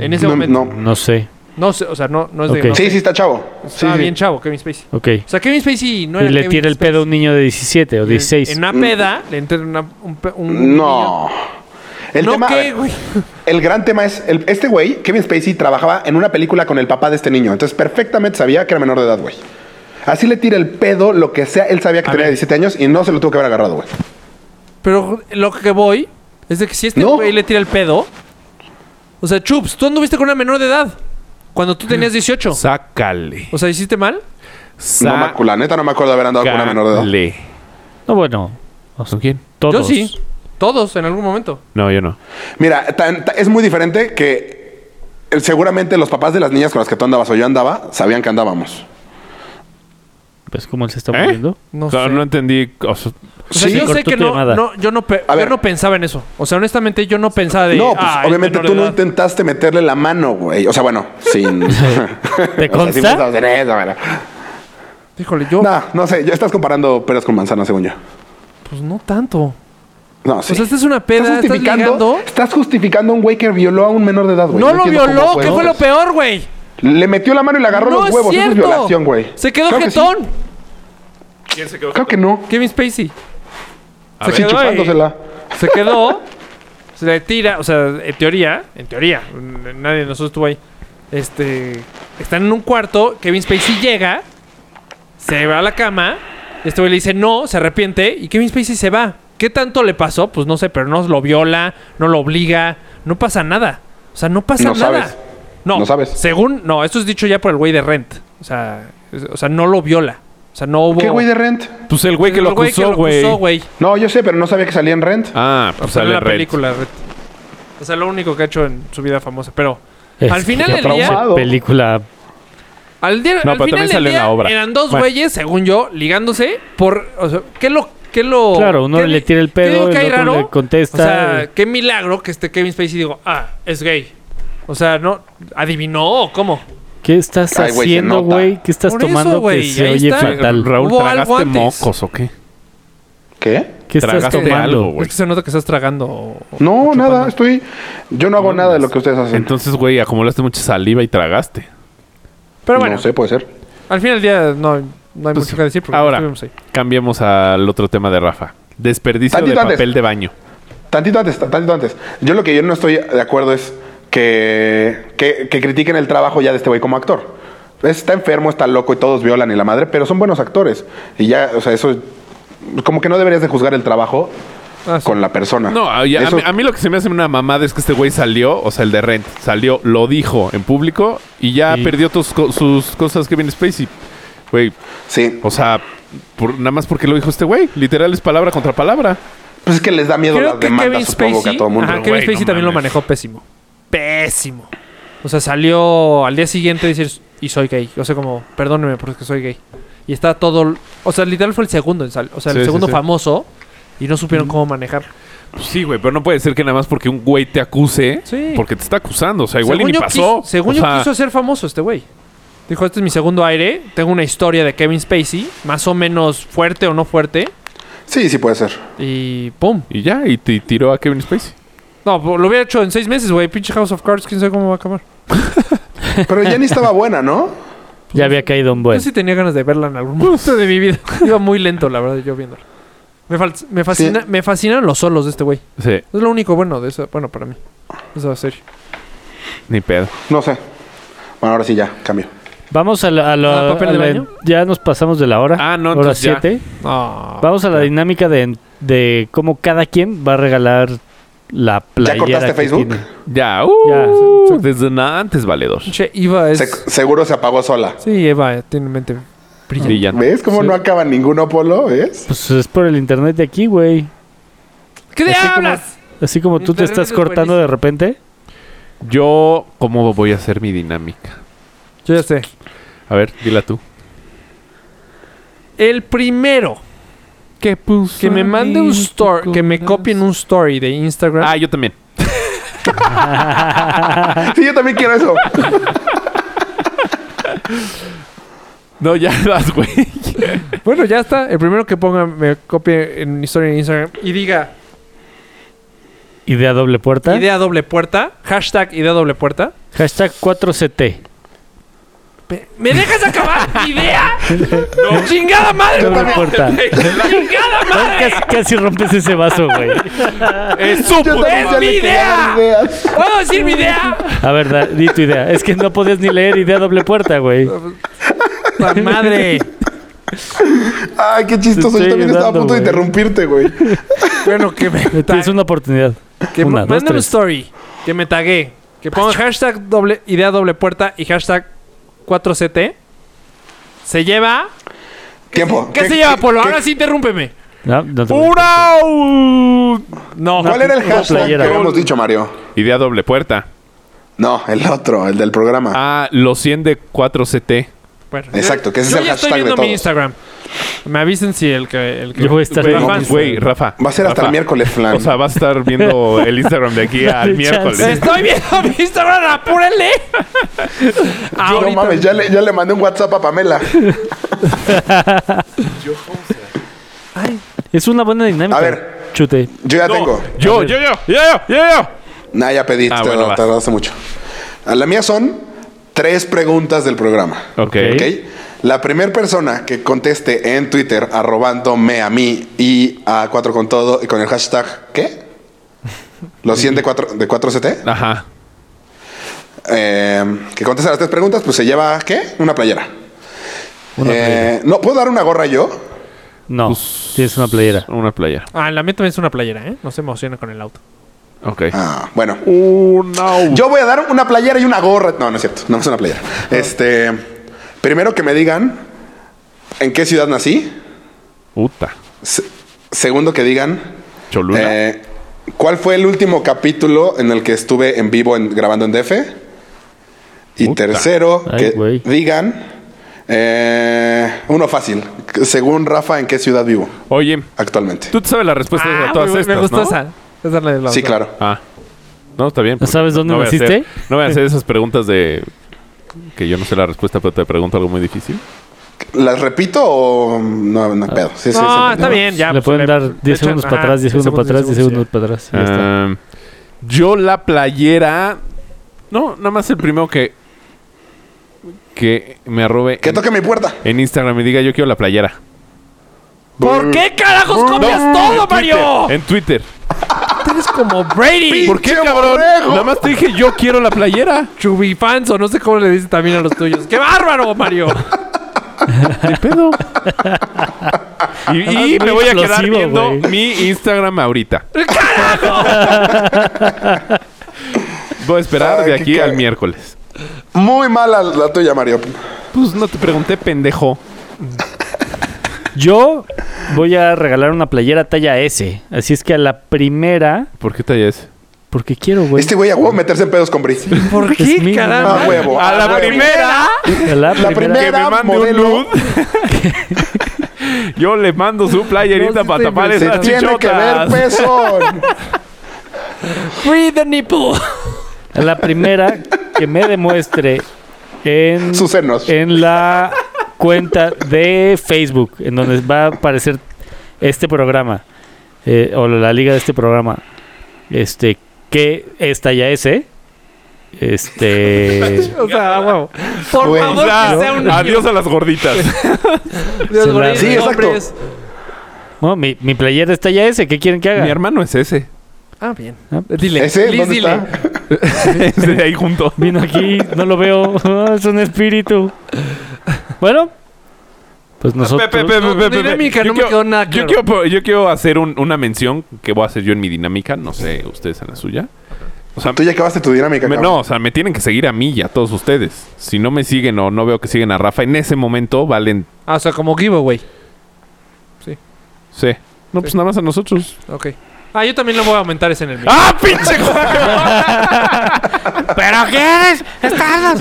E: En ese
B: No,
E: momento. No,
B: no.
A: no sé.
E: sé, o sea, no, no es
A: Mm. Ok.
E: de. No,
B: Sí, sí, está chavo. Sí,
E: Estaba
B: sí.
E: bien chavo, Kevin Spacey.
A: Ok.
E: O sea, Kevin Spacey no
A: y
E: era.
A: le
E: Kevin
A: tira el
E: Spacey.
A: pedo a un niño de 17 o
E: En-
A: 16.
E: En una peda, le entra una, un, pe- un- un niño.
B: No. El
E: no,
B: tema, a
E: ¿qué,
B: ver,
E: güey?
B: el gran tema es, el- este güey, Kevin Spacey, trabajaba en una película con el papá de este niño. Entonces perfectamente sabía que era menor de edad, güey. Así le tira el pedo, lo que sea, él sabía que tenía 17 años y no se lo tuvo que haber agarrado, güey.
E: Pero lo que voy es de que si este
B: No.
E: güey le tira el pedo. O sea, Chups, tú anduviste con una menor de edad. Cuando tú tenías 18.
C: Sácale.
E: O sea, ¿hiciste mal?
B: No me acu- la neta no me acuerdo de haber andado con una menor de edad.
C: Sácale.
A: No, bueno. o sea,
C: ¿Con quién?
A: todos.
E: Yo sí. Todos, en algún momento.
C: No, yo no.
B: Mira, tan- ta- es muy diferente que eh, seguramente los papás de las niñas con las que tú andabas o yo andaba sabían que andábamos.
A: ¿Ves cómo él se está
C: ¿Eh?
A: moviendo?
E: No
C: O sea,
E: sé.
C: no entendí. o sea,
E: O sea,
B: Sí.
E: yo sé
A: Cortó
E: que
A: tu
E: no,
A: llamada.
E: no, yo no, pe-
B: A
E: yo
B: ver.
E: no pensaba en eso. O sea, honestamente, yo no pensaba de.
B: no, pues
E: "Ay,
B: obviamente
E: Ah, menor
B: tú
E: de
B: no
E: edad".
B: intentaste meterle la mano, güey. O sea, bueno, sin. ¿Te
A: consta?
E: Híjole, yo.
B: No, no sé, ya estás comparando peras con manzanas, según yo.
E: Pues no tanto.
B: No, sí.
E: O sea, esta es una peda. Estás ligando.
B: estás justificando a un güey que violó a un menor de edad, güey.
E: no lo
B: Pues, entiendo cómo
E: violó,
B: puedes.
E: que fue lo peor, güey.
B: Le metió la mano y le agarró
E: No
B: los
E: es
B: huevos. Eso
E: cierto.
B: es violación, güey.
E: Se quedó
B: Claro que sí.
E: jetón.
C: ¿Quién se quedó?
B: Claro que no.
E: Kevin Spacey.
C: A
E: Se
C: ver.
B: Sí,
E: quedó, ahí.
B: chupándosela.
E: se quedó. Se le tira. O sea, en teoría. En teoría. n- Nadie de nosotros estuvo ahí. Este. Están en un cuarto. Kevin Spacey llega. Se va a la cama. Este güey le dice no. Se arrepiente. Y Kevin Spacey se va. ¿Qué tanto le pasó? Pues no sé, pero no lo viola. No lo obliga. No pasa nada. O sea, no pasa
B: No
E: nada.
B: sabes. No sabes.
E: Según. No, esto es dicho ya por el güey de Rent. O sea, es- o sea no lo viola. O sea, no hubo.
B: ¿Qué güey de rent?
C: Pues el güey que lo
E: El güey que
C: acusó, güey.
E: güey.
B: No, yo sé, pero no sabía que salía en rent.
C: Ah,
E: O
C: pues
E: sea,
C: sale
E: la
C: Red.
E: película Red. O sea, lo único que ha hecho en su vida famosa. Pero
A: Es
E: al
A: que
E: final del
A: pinche
E: día,
B: traumado.
A: Película.
E: al día,
C: No,
E: al
C: pero
E: final
C: también
E: del
C: sale en
E: día
C: la obra.
E: eran dos
C: Bueno.
E: güeyes, según yo, ligándose por, o sea, ¿qué lo, qué lo?
A: Claro, uno
E: qué
A: le
E: di-
A: tira el
E: qué
A: pedo,
E: digo que
A: el
E: hay
A: otro
E: raro?
A: le contesta.
E: O sea, qué milagro que este Kevin Spacey digo, ah, es gay. O sea, no, adivinó o cómo.
A: ¿Qué estás
B: Ay, güey, se
A: haciendo,
B: nota.
A: güey? ¿Qué estás
E: Por eso,
A: tomando
E: güey,
A: que se
E: ahí
A: oye
E: está.
A: fatal?
C: Raúl,
E: Hubo algo
C: ¿tragaste
E: antes.
C: mocos o qué?
B: ¿Qué?
A: ¿Qué estás
C: ¿Tragaste
A: tomando?
C: algo, güey?
E: Es que se nota que estás tragando. o- o
B: No,
E: chupando. pues,
B: nada, estoy. Yo no hago nada de lo que ustedes hacen.
C: Entonces, güey, acumulaste mucha saliva y tragaste.
E: Pero bueno,
B: No sé, puede ser.
E: al final del día no, no hay
C: Pues,
E: mucho que decir porque
C: ahora.
E: no estuvimos ahí.
C: Cambiemos al otro tema de Rafa. Desperdicio de
B: Tantito antes.
C: papel de baño.
B: Tantito antes, ta- tantito antes. Yo lo que yo no estoy de acuerdo es que, que, que critiquen el trabajo ya de este güey como actor. Está enfermo, está loco y todos violan y la madre, pero son buenos actores. Y ya, o sea, eso. Como que no deberías de juzgar el trabajo
E: Ah, sí.
B: con la persona.
C: No, a, ya- a
B: Eso-
C: mí, a mí lo que se me hace una mamada es que este güey salió, o sea, el de Rent, salió, lo dijo en público y ya
A: Sí.
C: perdió tus co- sus cosas Kevin Spacey. Güey,
B: Sí.
C: o sea, por- nada más porque lo dijo este güey. Literal es palabra contra palabra.
B: Pues es que les da miedo
E: Creo
B: las
E: que
B: demandas,
E: Kevin
B: supongo que a
E: Spacey,
B: todo mundo.
E: ajá,
C: Güey,
E: Kevin Spacey
C: no
E: también lo
C: mames.
E: manejó pésimo. Pésimo. O sea, salió al día siguiente a decir, y soy gay. O sea, como, perdóneme, pero es que soy gay. Y está todo... O sea, literal fue el segundo en sal- O sea,
C: Sí,
E: el
C: sí,
E: segundo
C: sí.
E: famoso. Y no supieron cómo manejar.
C: Pues Sí, güey, pero no puede ser que nada más porque un güey te acuse,
E: Sí.
C: porque te está acusando. O sea, igual
E: Según
C: y ni
E: yo
C: pasó.
E: quiso- según
C: O
E: yo
C: sea,
E: quiso ser famoso este güey. Dijo, este es mi segundo aire. Tengo una historia de Kevin Spacey. Más o menos fuerte o no fuerte.
B: Sí, sí puede ser.
E: Y pum.
C: Y ya, y te tiró a Kevin Spacey.
E: No, lo hubiera hecho en seis meses, güey. Pinche House of Cards. Quién sabe cómo va a acabar.
B: Pero ya ni estaba buena, ¿no?
A: Ya había caído un
C: Pues
E: Yo
A: buen.
E: Pues sí tenía ganas de verla en algún momento de mi vida. Iba muy lento, la verdad, yo viéndola. Me, fal- me, fascina-
B: Sí.
E: me fascinan los solos de este güey.
C: Sí,
E: Es lo único bueno de eso. Bueno, para mí. Esa serie.
C: ni pedo.
B: No sé. Bueno, ahora sí ya, cambio.
A: Vamos a la... a la-
E: Ah, ¿papel
A: a
E: de
A: la-
E: baño?
A: ya nos pasamos de la hora.
C: Ah, no,
A: Hora
C: entonces ya.
A: 7.
E: No.
A: Vamos a la dinámica de, de cómo cada quien va a regalar la playera
B: cortaste
A: que
B: Facebook?
A: tiene.
C: Ya,
A: Ya,
C: uh, desde nada antes valedor.
E: Pinche Eva es.
B: Se- seguro se apagó sola.
E: Sí, Eva eh, tiene mente brillante.
C: Brillante.
B: ¿Ves cómo no acaba ninguno, Polo? ¿Ves?
A: Pues es por el internet de aquí, güey.
E: ¿Qué de
A: Así como-
E: hablas?
A: Así como tú te
E: Internet
A: estás
E: es
A: cortando de repente.
C: Yo, ¿cómo voy a hacer mi dinámica?
E: Yo ya sé.
C: A ver, dila tú.
E: El primero
C: ¿Qué puso?
E: que me mande un story, que me copien un story de Instagram.
C: Ah, yo también.
A: Ah.
B: Sí, yo también quiero eso.
C: No, ya das, güey.
E: Bueno, ya está. El primero que ponga, me copie en historia de Instagram y diga
A: Idea doble
C: ¿Eh?
A: puerta.
E: idea doble puerta, hashtag idea doble puerta.
A: Hashtag 4CT.
E: Pe- ¿Me dejas acabar mi idea? ¡No! ¡Chingada madre!
A: Doble puerta.
E: ¡Chingada madre!
A: Casi, casi rompes ese vaso, güey.
C: Es su
B: Yo también
E: es
B: ya
E: mi
B: le quiero
A: Ah.
E: idea.
B: dar ideas.
E: ¿Puedo decir mi idea?
A: A ver, da- di tu idea. Es que no podías ni leer idea doble puerta, güey.
E: ¡La madre!
B: Ay, qué chistoso.
A: Te
B: Yo
A: estoy
B: también estaba a
A: ayudando,
B: punto de
A: güey.
B: interrumpirte, güey.
E: Bueno, que me...
A: Tienes una oportunidad.
E: que
A: una,
E: ma-
A: dos,
E: mándame un
A: tres.
E: story. Que me tagué. Que pongan hashtag doble, idea doble puerta y hashtag 4CT. Se lleva.
B: Tiempo.
E: ¿Qué, se lleva, Polo?
B: qué-
E: Ahora sí, interrúmpeme.
A: No, no te
E: ¡Pura! u- No.
B: ¿Cuál era el
A: una
B: hashtag que
A: playera.
B: habíamos dicho, Mario?
C: Idea doble puerta.
B: No, el otro, el del programa.
C: Ah, los 100 de 4CT.
E: Bueno,
B: Exacto, que ese
E: yo
B: es el
E: ya
B: hashtag
E: estoy
B: de
E: viendo mi
B: todos.
E: Instagram. Me avisen si el que. El que
A: Yo voy a estar
C: Güey,
A: viendo
E: Rafa,
A: mi
C: Güey, Rafa.
B: Va a ser hasta
C: Rafa.
B: el miércoles, Flan.
C: O sea, vas a estar viendo el Instagram de aquí al
A: Dale chance.
C: miércoles.
E: Estoy viendo mi Instagram, apúrenle.
B: no
E: Ahorita.
B: mames, ya le, ya le mandé un WhatsApp a Pamela.
A: Es una buena dinámica.
B: A ver.
A: Chute.
B: Yo ya
C: No,
B: tengo.
C: Yo, yo, yo, yo, yo, yo, yo.
B: Nah, ya pedí,
C: Ah,
B: te
C: bueno, vas.
B: tardaste mucho. A La mía son tres preguntas del programa.
C: Ok.
B: ¿Ok? La primera persona que conteste en Twitter arrobándome a mí y a 4 con todo y con el hashtag ¿qué? Los 100 de 4 de 4CT.
C: Ajá.
B: eh, que conteste las tres preguntas, pues se lleva ¿qué? Una playera.
A: Una
B: Eh,
A: playera.
B: no, ¿puedo dar una gorra yo?
A: No,
E: Pues,
A: tienes una playera.
C: Una playa.
E: Ah, la mía también es una playera, ¿eh? No se emociona con el auto.
C: Ok.
B: Ah, bueno.
C: Una.
B: Yo voy a dar una playera y una gorra. No, no es cierto. No es una playera.
A: Ah.
B: Este. Primero que me digan en qué ciudad nací.
C: Puta.
B: Se- segundo que digan.
C: Cholula.
B: eh, ¿Cuál fue el último capítulo en el que estuve en vivo en- grabando en DF? Y
C: Puta.
B: tercero,
A: Ay,
B: que
A: güey.
B: digan. eh, uno fácil. Según Rafa, ¿en qué ciudad vivo
C: Oye,
B: actualmente?
C: tú te sabes la respuesta
E: Ah,
C: a todas
E: me, me
C: estas,
E: gustó
C: ¿no?
E: esa. Esa es la del auto.
B: Sí, claro.
C: Ah. No, está bien.
A: ¿No sabes
C: porque
A: dónde
C: voy a hacer-
A: naciste?
C: no voy a hacer esas preguntas de... Que yo no sé la respuesta, pero te pregunto algo muy difícil.
B: ¿Las repito o no?
A: Ah.
B: No, hay pedo. Sí, sí,
E: No,
B: sí,
E: está bien, ya.
A: le
E: pues,
A: pueden dar 10
E: le echan-
A: segundos para
E: ajá,
A: atrás, 10 segundos para atrás, 10 segundos
E: sí.
A: para atrás. y ya está.
C: Ah, yo la playera... No, nada más el primero que... Que me arrobe
B: Que
C: en,
B: toque mi puerta.
C: en Instagram y diga yo quiero la playera.
E: ¿Por qué carajos copias todo, Mario?
C: En Twitter.
E: Eres como Brady.
C: ¿Por qué, cabrón? Nada más te dije yo quiero la playera.
E: Chubifans o no sé cómo le dicen también a los tuyos. ¡Qué bárbaro, Mario!
C: ¿Qué pedo? Y, y
A: muy
C: me voy a quedar
A: explosivo,
C: viendo
A: güey.
C: mi Instagram ahorita. Voy a esperar
B: Ah,
C: de
B: qué
C: aquí
B: caga-
C: al miércoles.
B: Muy mala la tuya, Mario.
C: Pues no te pregunté, pendejo.
A: Yo voy a regalar una playera talla S. Así es que a la primera,
C: ¿Por qué talla es?
A: porque quiero, güey.
B: Este güey a huevo meterse en pedos con Bri.
E: ¿Por
A: Es
E: qué,
A: mi
E: caramba?
B: mamá. A huevo,
E: A
B: a
E: la
B: huevo.
E: primera.
A: A la, primera.
B: La
C: Que me
B: primera
C: mande
B: modelo
C: un nude. Yo le mando su playerita
E: No, sí
C: para
E: te
C: tapar
E: inventé.
C: esas
B: Se tiene que ver pues.
C: chichotas.
B: peso.
E: Free the nipple.
A: A la primera que me demuestre en,
B: Sus senos.
A: en la cuenta de Facebook, en donde va a aparecer este programa, eh, o la liga de este programa, este, que es talla S. Este.
E: O sea, a huevo. Por
B: Güey.
E: favor,
C: Ya,
E: que sea un
C: Adiós a las gorditas.
E: Dios,
A: Se la-
E: Brady,
B: Sí, exacto.
E: hombres.
A: Bueno, mi, mi playera es talla S. ¿Qué quieren que haga?
C: Mi hermano es ese.
E: Ah, bien.
A: Ah.
E: Dile.
B: ¿Ese?
E: Liz,
B: ¿Dónde
E: dile.
B: está?
C: Es de ahí junto.
A: Vino aquí, no lo veo. Ah, es un espíritu. Bueno, pues nosotros.
C: Pe- pe- pe-
E: No,
C: pe- pe-
E: dinámica,
C: pe- yo
E: no me
C: quiero-
E: quedó nada
C: Yo
E: claro.
C: quiero, po- yo quiero hacer un- una mención que voy a hacer yo en mi dinámica. No sé, ustedes en la suya. O sea,
B: Tú ya acabaste tu dinámica.
C: me-
B: cabrón.
C: no, o sea, me tienen que seguir a mí y a todos ustedes. Si no me siguen o no veo que siguen a Rafa, en ese momento valen.
E: Ah, o sea, como giveaway.
C: Sí. No, pues nada más a nosotros.
E: Ok. Ah, yo también lo voy a aumentar ese en el mío.
C: ¡Ah, pinche!
A: ¿Pero qué eres? ¡Estás!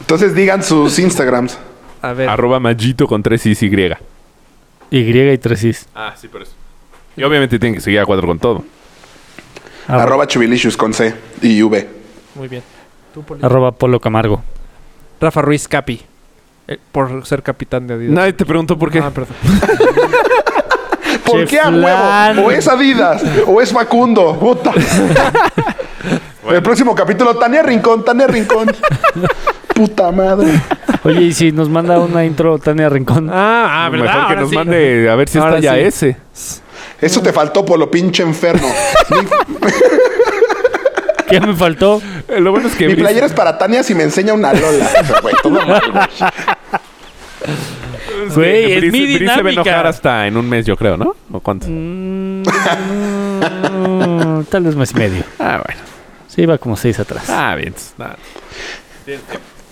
B: Entonces digan sus Instagrams.
E: A
B: Ah.
E: ver.
C: Arroba Magito con 3 is Y.
A: Y y tres is.
C: Ah, sí, por eso. Y obviamente tienen que seguir a cuadro con todo.
A: Arroba,
B: Arroba chubilicious con C y V.
E: Muy bien. Tú, Poli.
A: arroba Polo Camargo.
E: Rafa Ruiz Capi. Eh, por ser capitán de Adidas.
C: Nadie te preguntó por qué.
E: Ah, perdón.
B: ¿Por
A: Chef
B: qué a
A: Lan.
B: huevo? O es Adidas, o es Facundo. Puta. El próximo capítulo, Tania Rincón, Tania Rincón. Puta madre.
A: Oye, y si nos manda una intro Tania Rincón.
E: Ah, ah, ¿verdad?
C: Mejor que
E: Ahora
C: nos
E: sí.
C: mande a ver si
E: Ahora
C: está ya
E: sí.
C: ese.
B: Eso te faltó por lo pinche enfermo.
A: ¿Qué me faltó?
C: Eh, Lo bueno es que.
B: Mi
C: Brice-
B: playera es para Tania si me enseña una Lola. O sea, güey, todo mal, güey.
A: Güey, es
C: Brice-
A: mi
C: Brice se va a enojar
A: dinámica.
C: hasta en un mes, yo creo, ¿no? ¿O cuánto?
A: Mm, tal vez mes y medio.
C: Ah, bueno.
A: Sí, iba como seis atrás.
C: Ah, bien. Nah.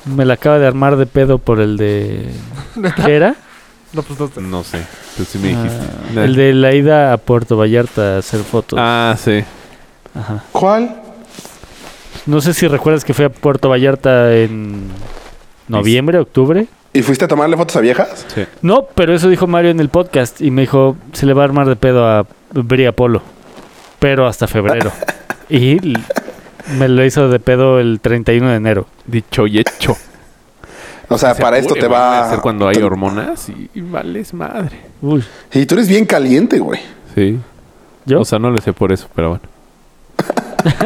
A: Me la acaba de armar de pedo por el de... ¿Qué era?
E: No, pues no.
C: No sé. Tú sí me dijiste.
A: Ah, el de la ida a Puerto Vallarta a hacer fotos.
C: Ah, sí.
A: Ajá.
B: ¿Cuál?
A: No sé si recuerdas que fui a Puerto Vallarta en noviembre, octubre.
B: ¿Y fuiste a tomarle fotos a viejas?
C: Sí.
A: No, pero eso dijo Mario en el podcast y me dijo, se le va a armar de pedo a Bria Polo, pero hasta febrero. y l- me lo hizo de pedo el 31 de enero.
C: Dicho y hecho.
B: O sea, para esto te va.
C: hacer cuando hay hormonas y, y vales madre.
A: Uy,
B: Y tú eres bien caliente, güey.
C: Sí.
A: ¿yo?
C: O sea, no le sé por eso, pero bueno.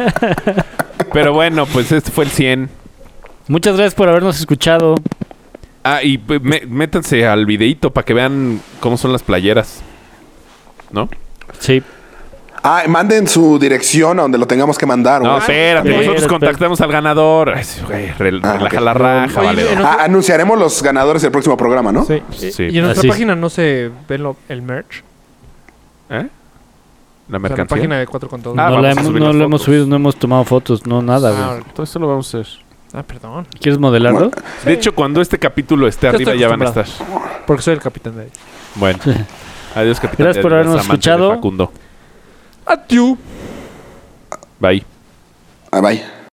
C: pero bueno, pues este fue el 100.
A: Muchas gracias por habernos escuchado.
C: Ah, y pues, mé- métanse al videito para que vean cómo son las playeras. ¿No?
A: Sí.
B: Ah, manden su dirección a donde lo tengamos que mandar,
C: No,
B: güey.
C: espérate.
A: espérate.
C: Nosotros contactamos al ganador. Ay, sí, güey, re-
B: Ah,
C: relaja
B: ok.
C: la raja,
E: Oye,
C: valedor.
E: en-
B: Ah, anunciaremos los ganadores del próximo programa, ¿no?
E: Eh,
C: Sí.
E: Y en nuestra
A: Así es.
E: página no se ve lo- el merch.
C: ¿Eh? La
E: O sea, la
C: mercancía.
E: página de 4 con todo.
A: no la
C: Ah, vamos a
A: hemos-
C: subir
A: no
C: las
A: lo hemos
C: fotos.
A: subido, no hemos tomado fotos, no nada, güey.
E: Ah,
C: Todo esto lo vamos a hacer.
E: ah, perdón.
A: ¿Quieres modelarlo?
C: De hecho, cuando este capítulo esté
E: Ya
C: arriba
E: estoy
C: ya van a estar.
E: acostumbrado. Porque soy el capitán de ahí.
C: Bueno. Adiós, capitán.
A: Gracias por
C: Adiós,
A: habernos
C: amante de
A: escuchado.
C: Facundo.
E: Adiós.
C: Bye.
B: Ah, bye.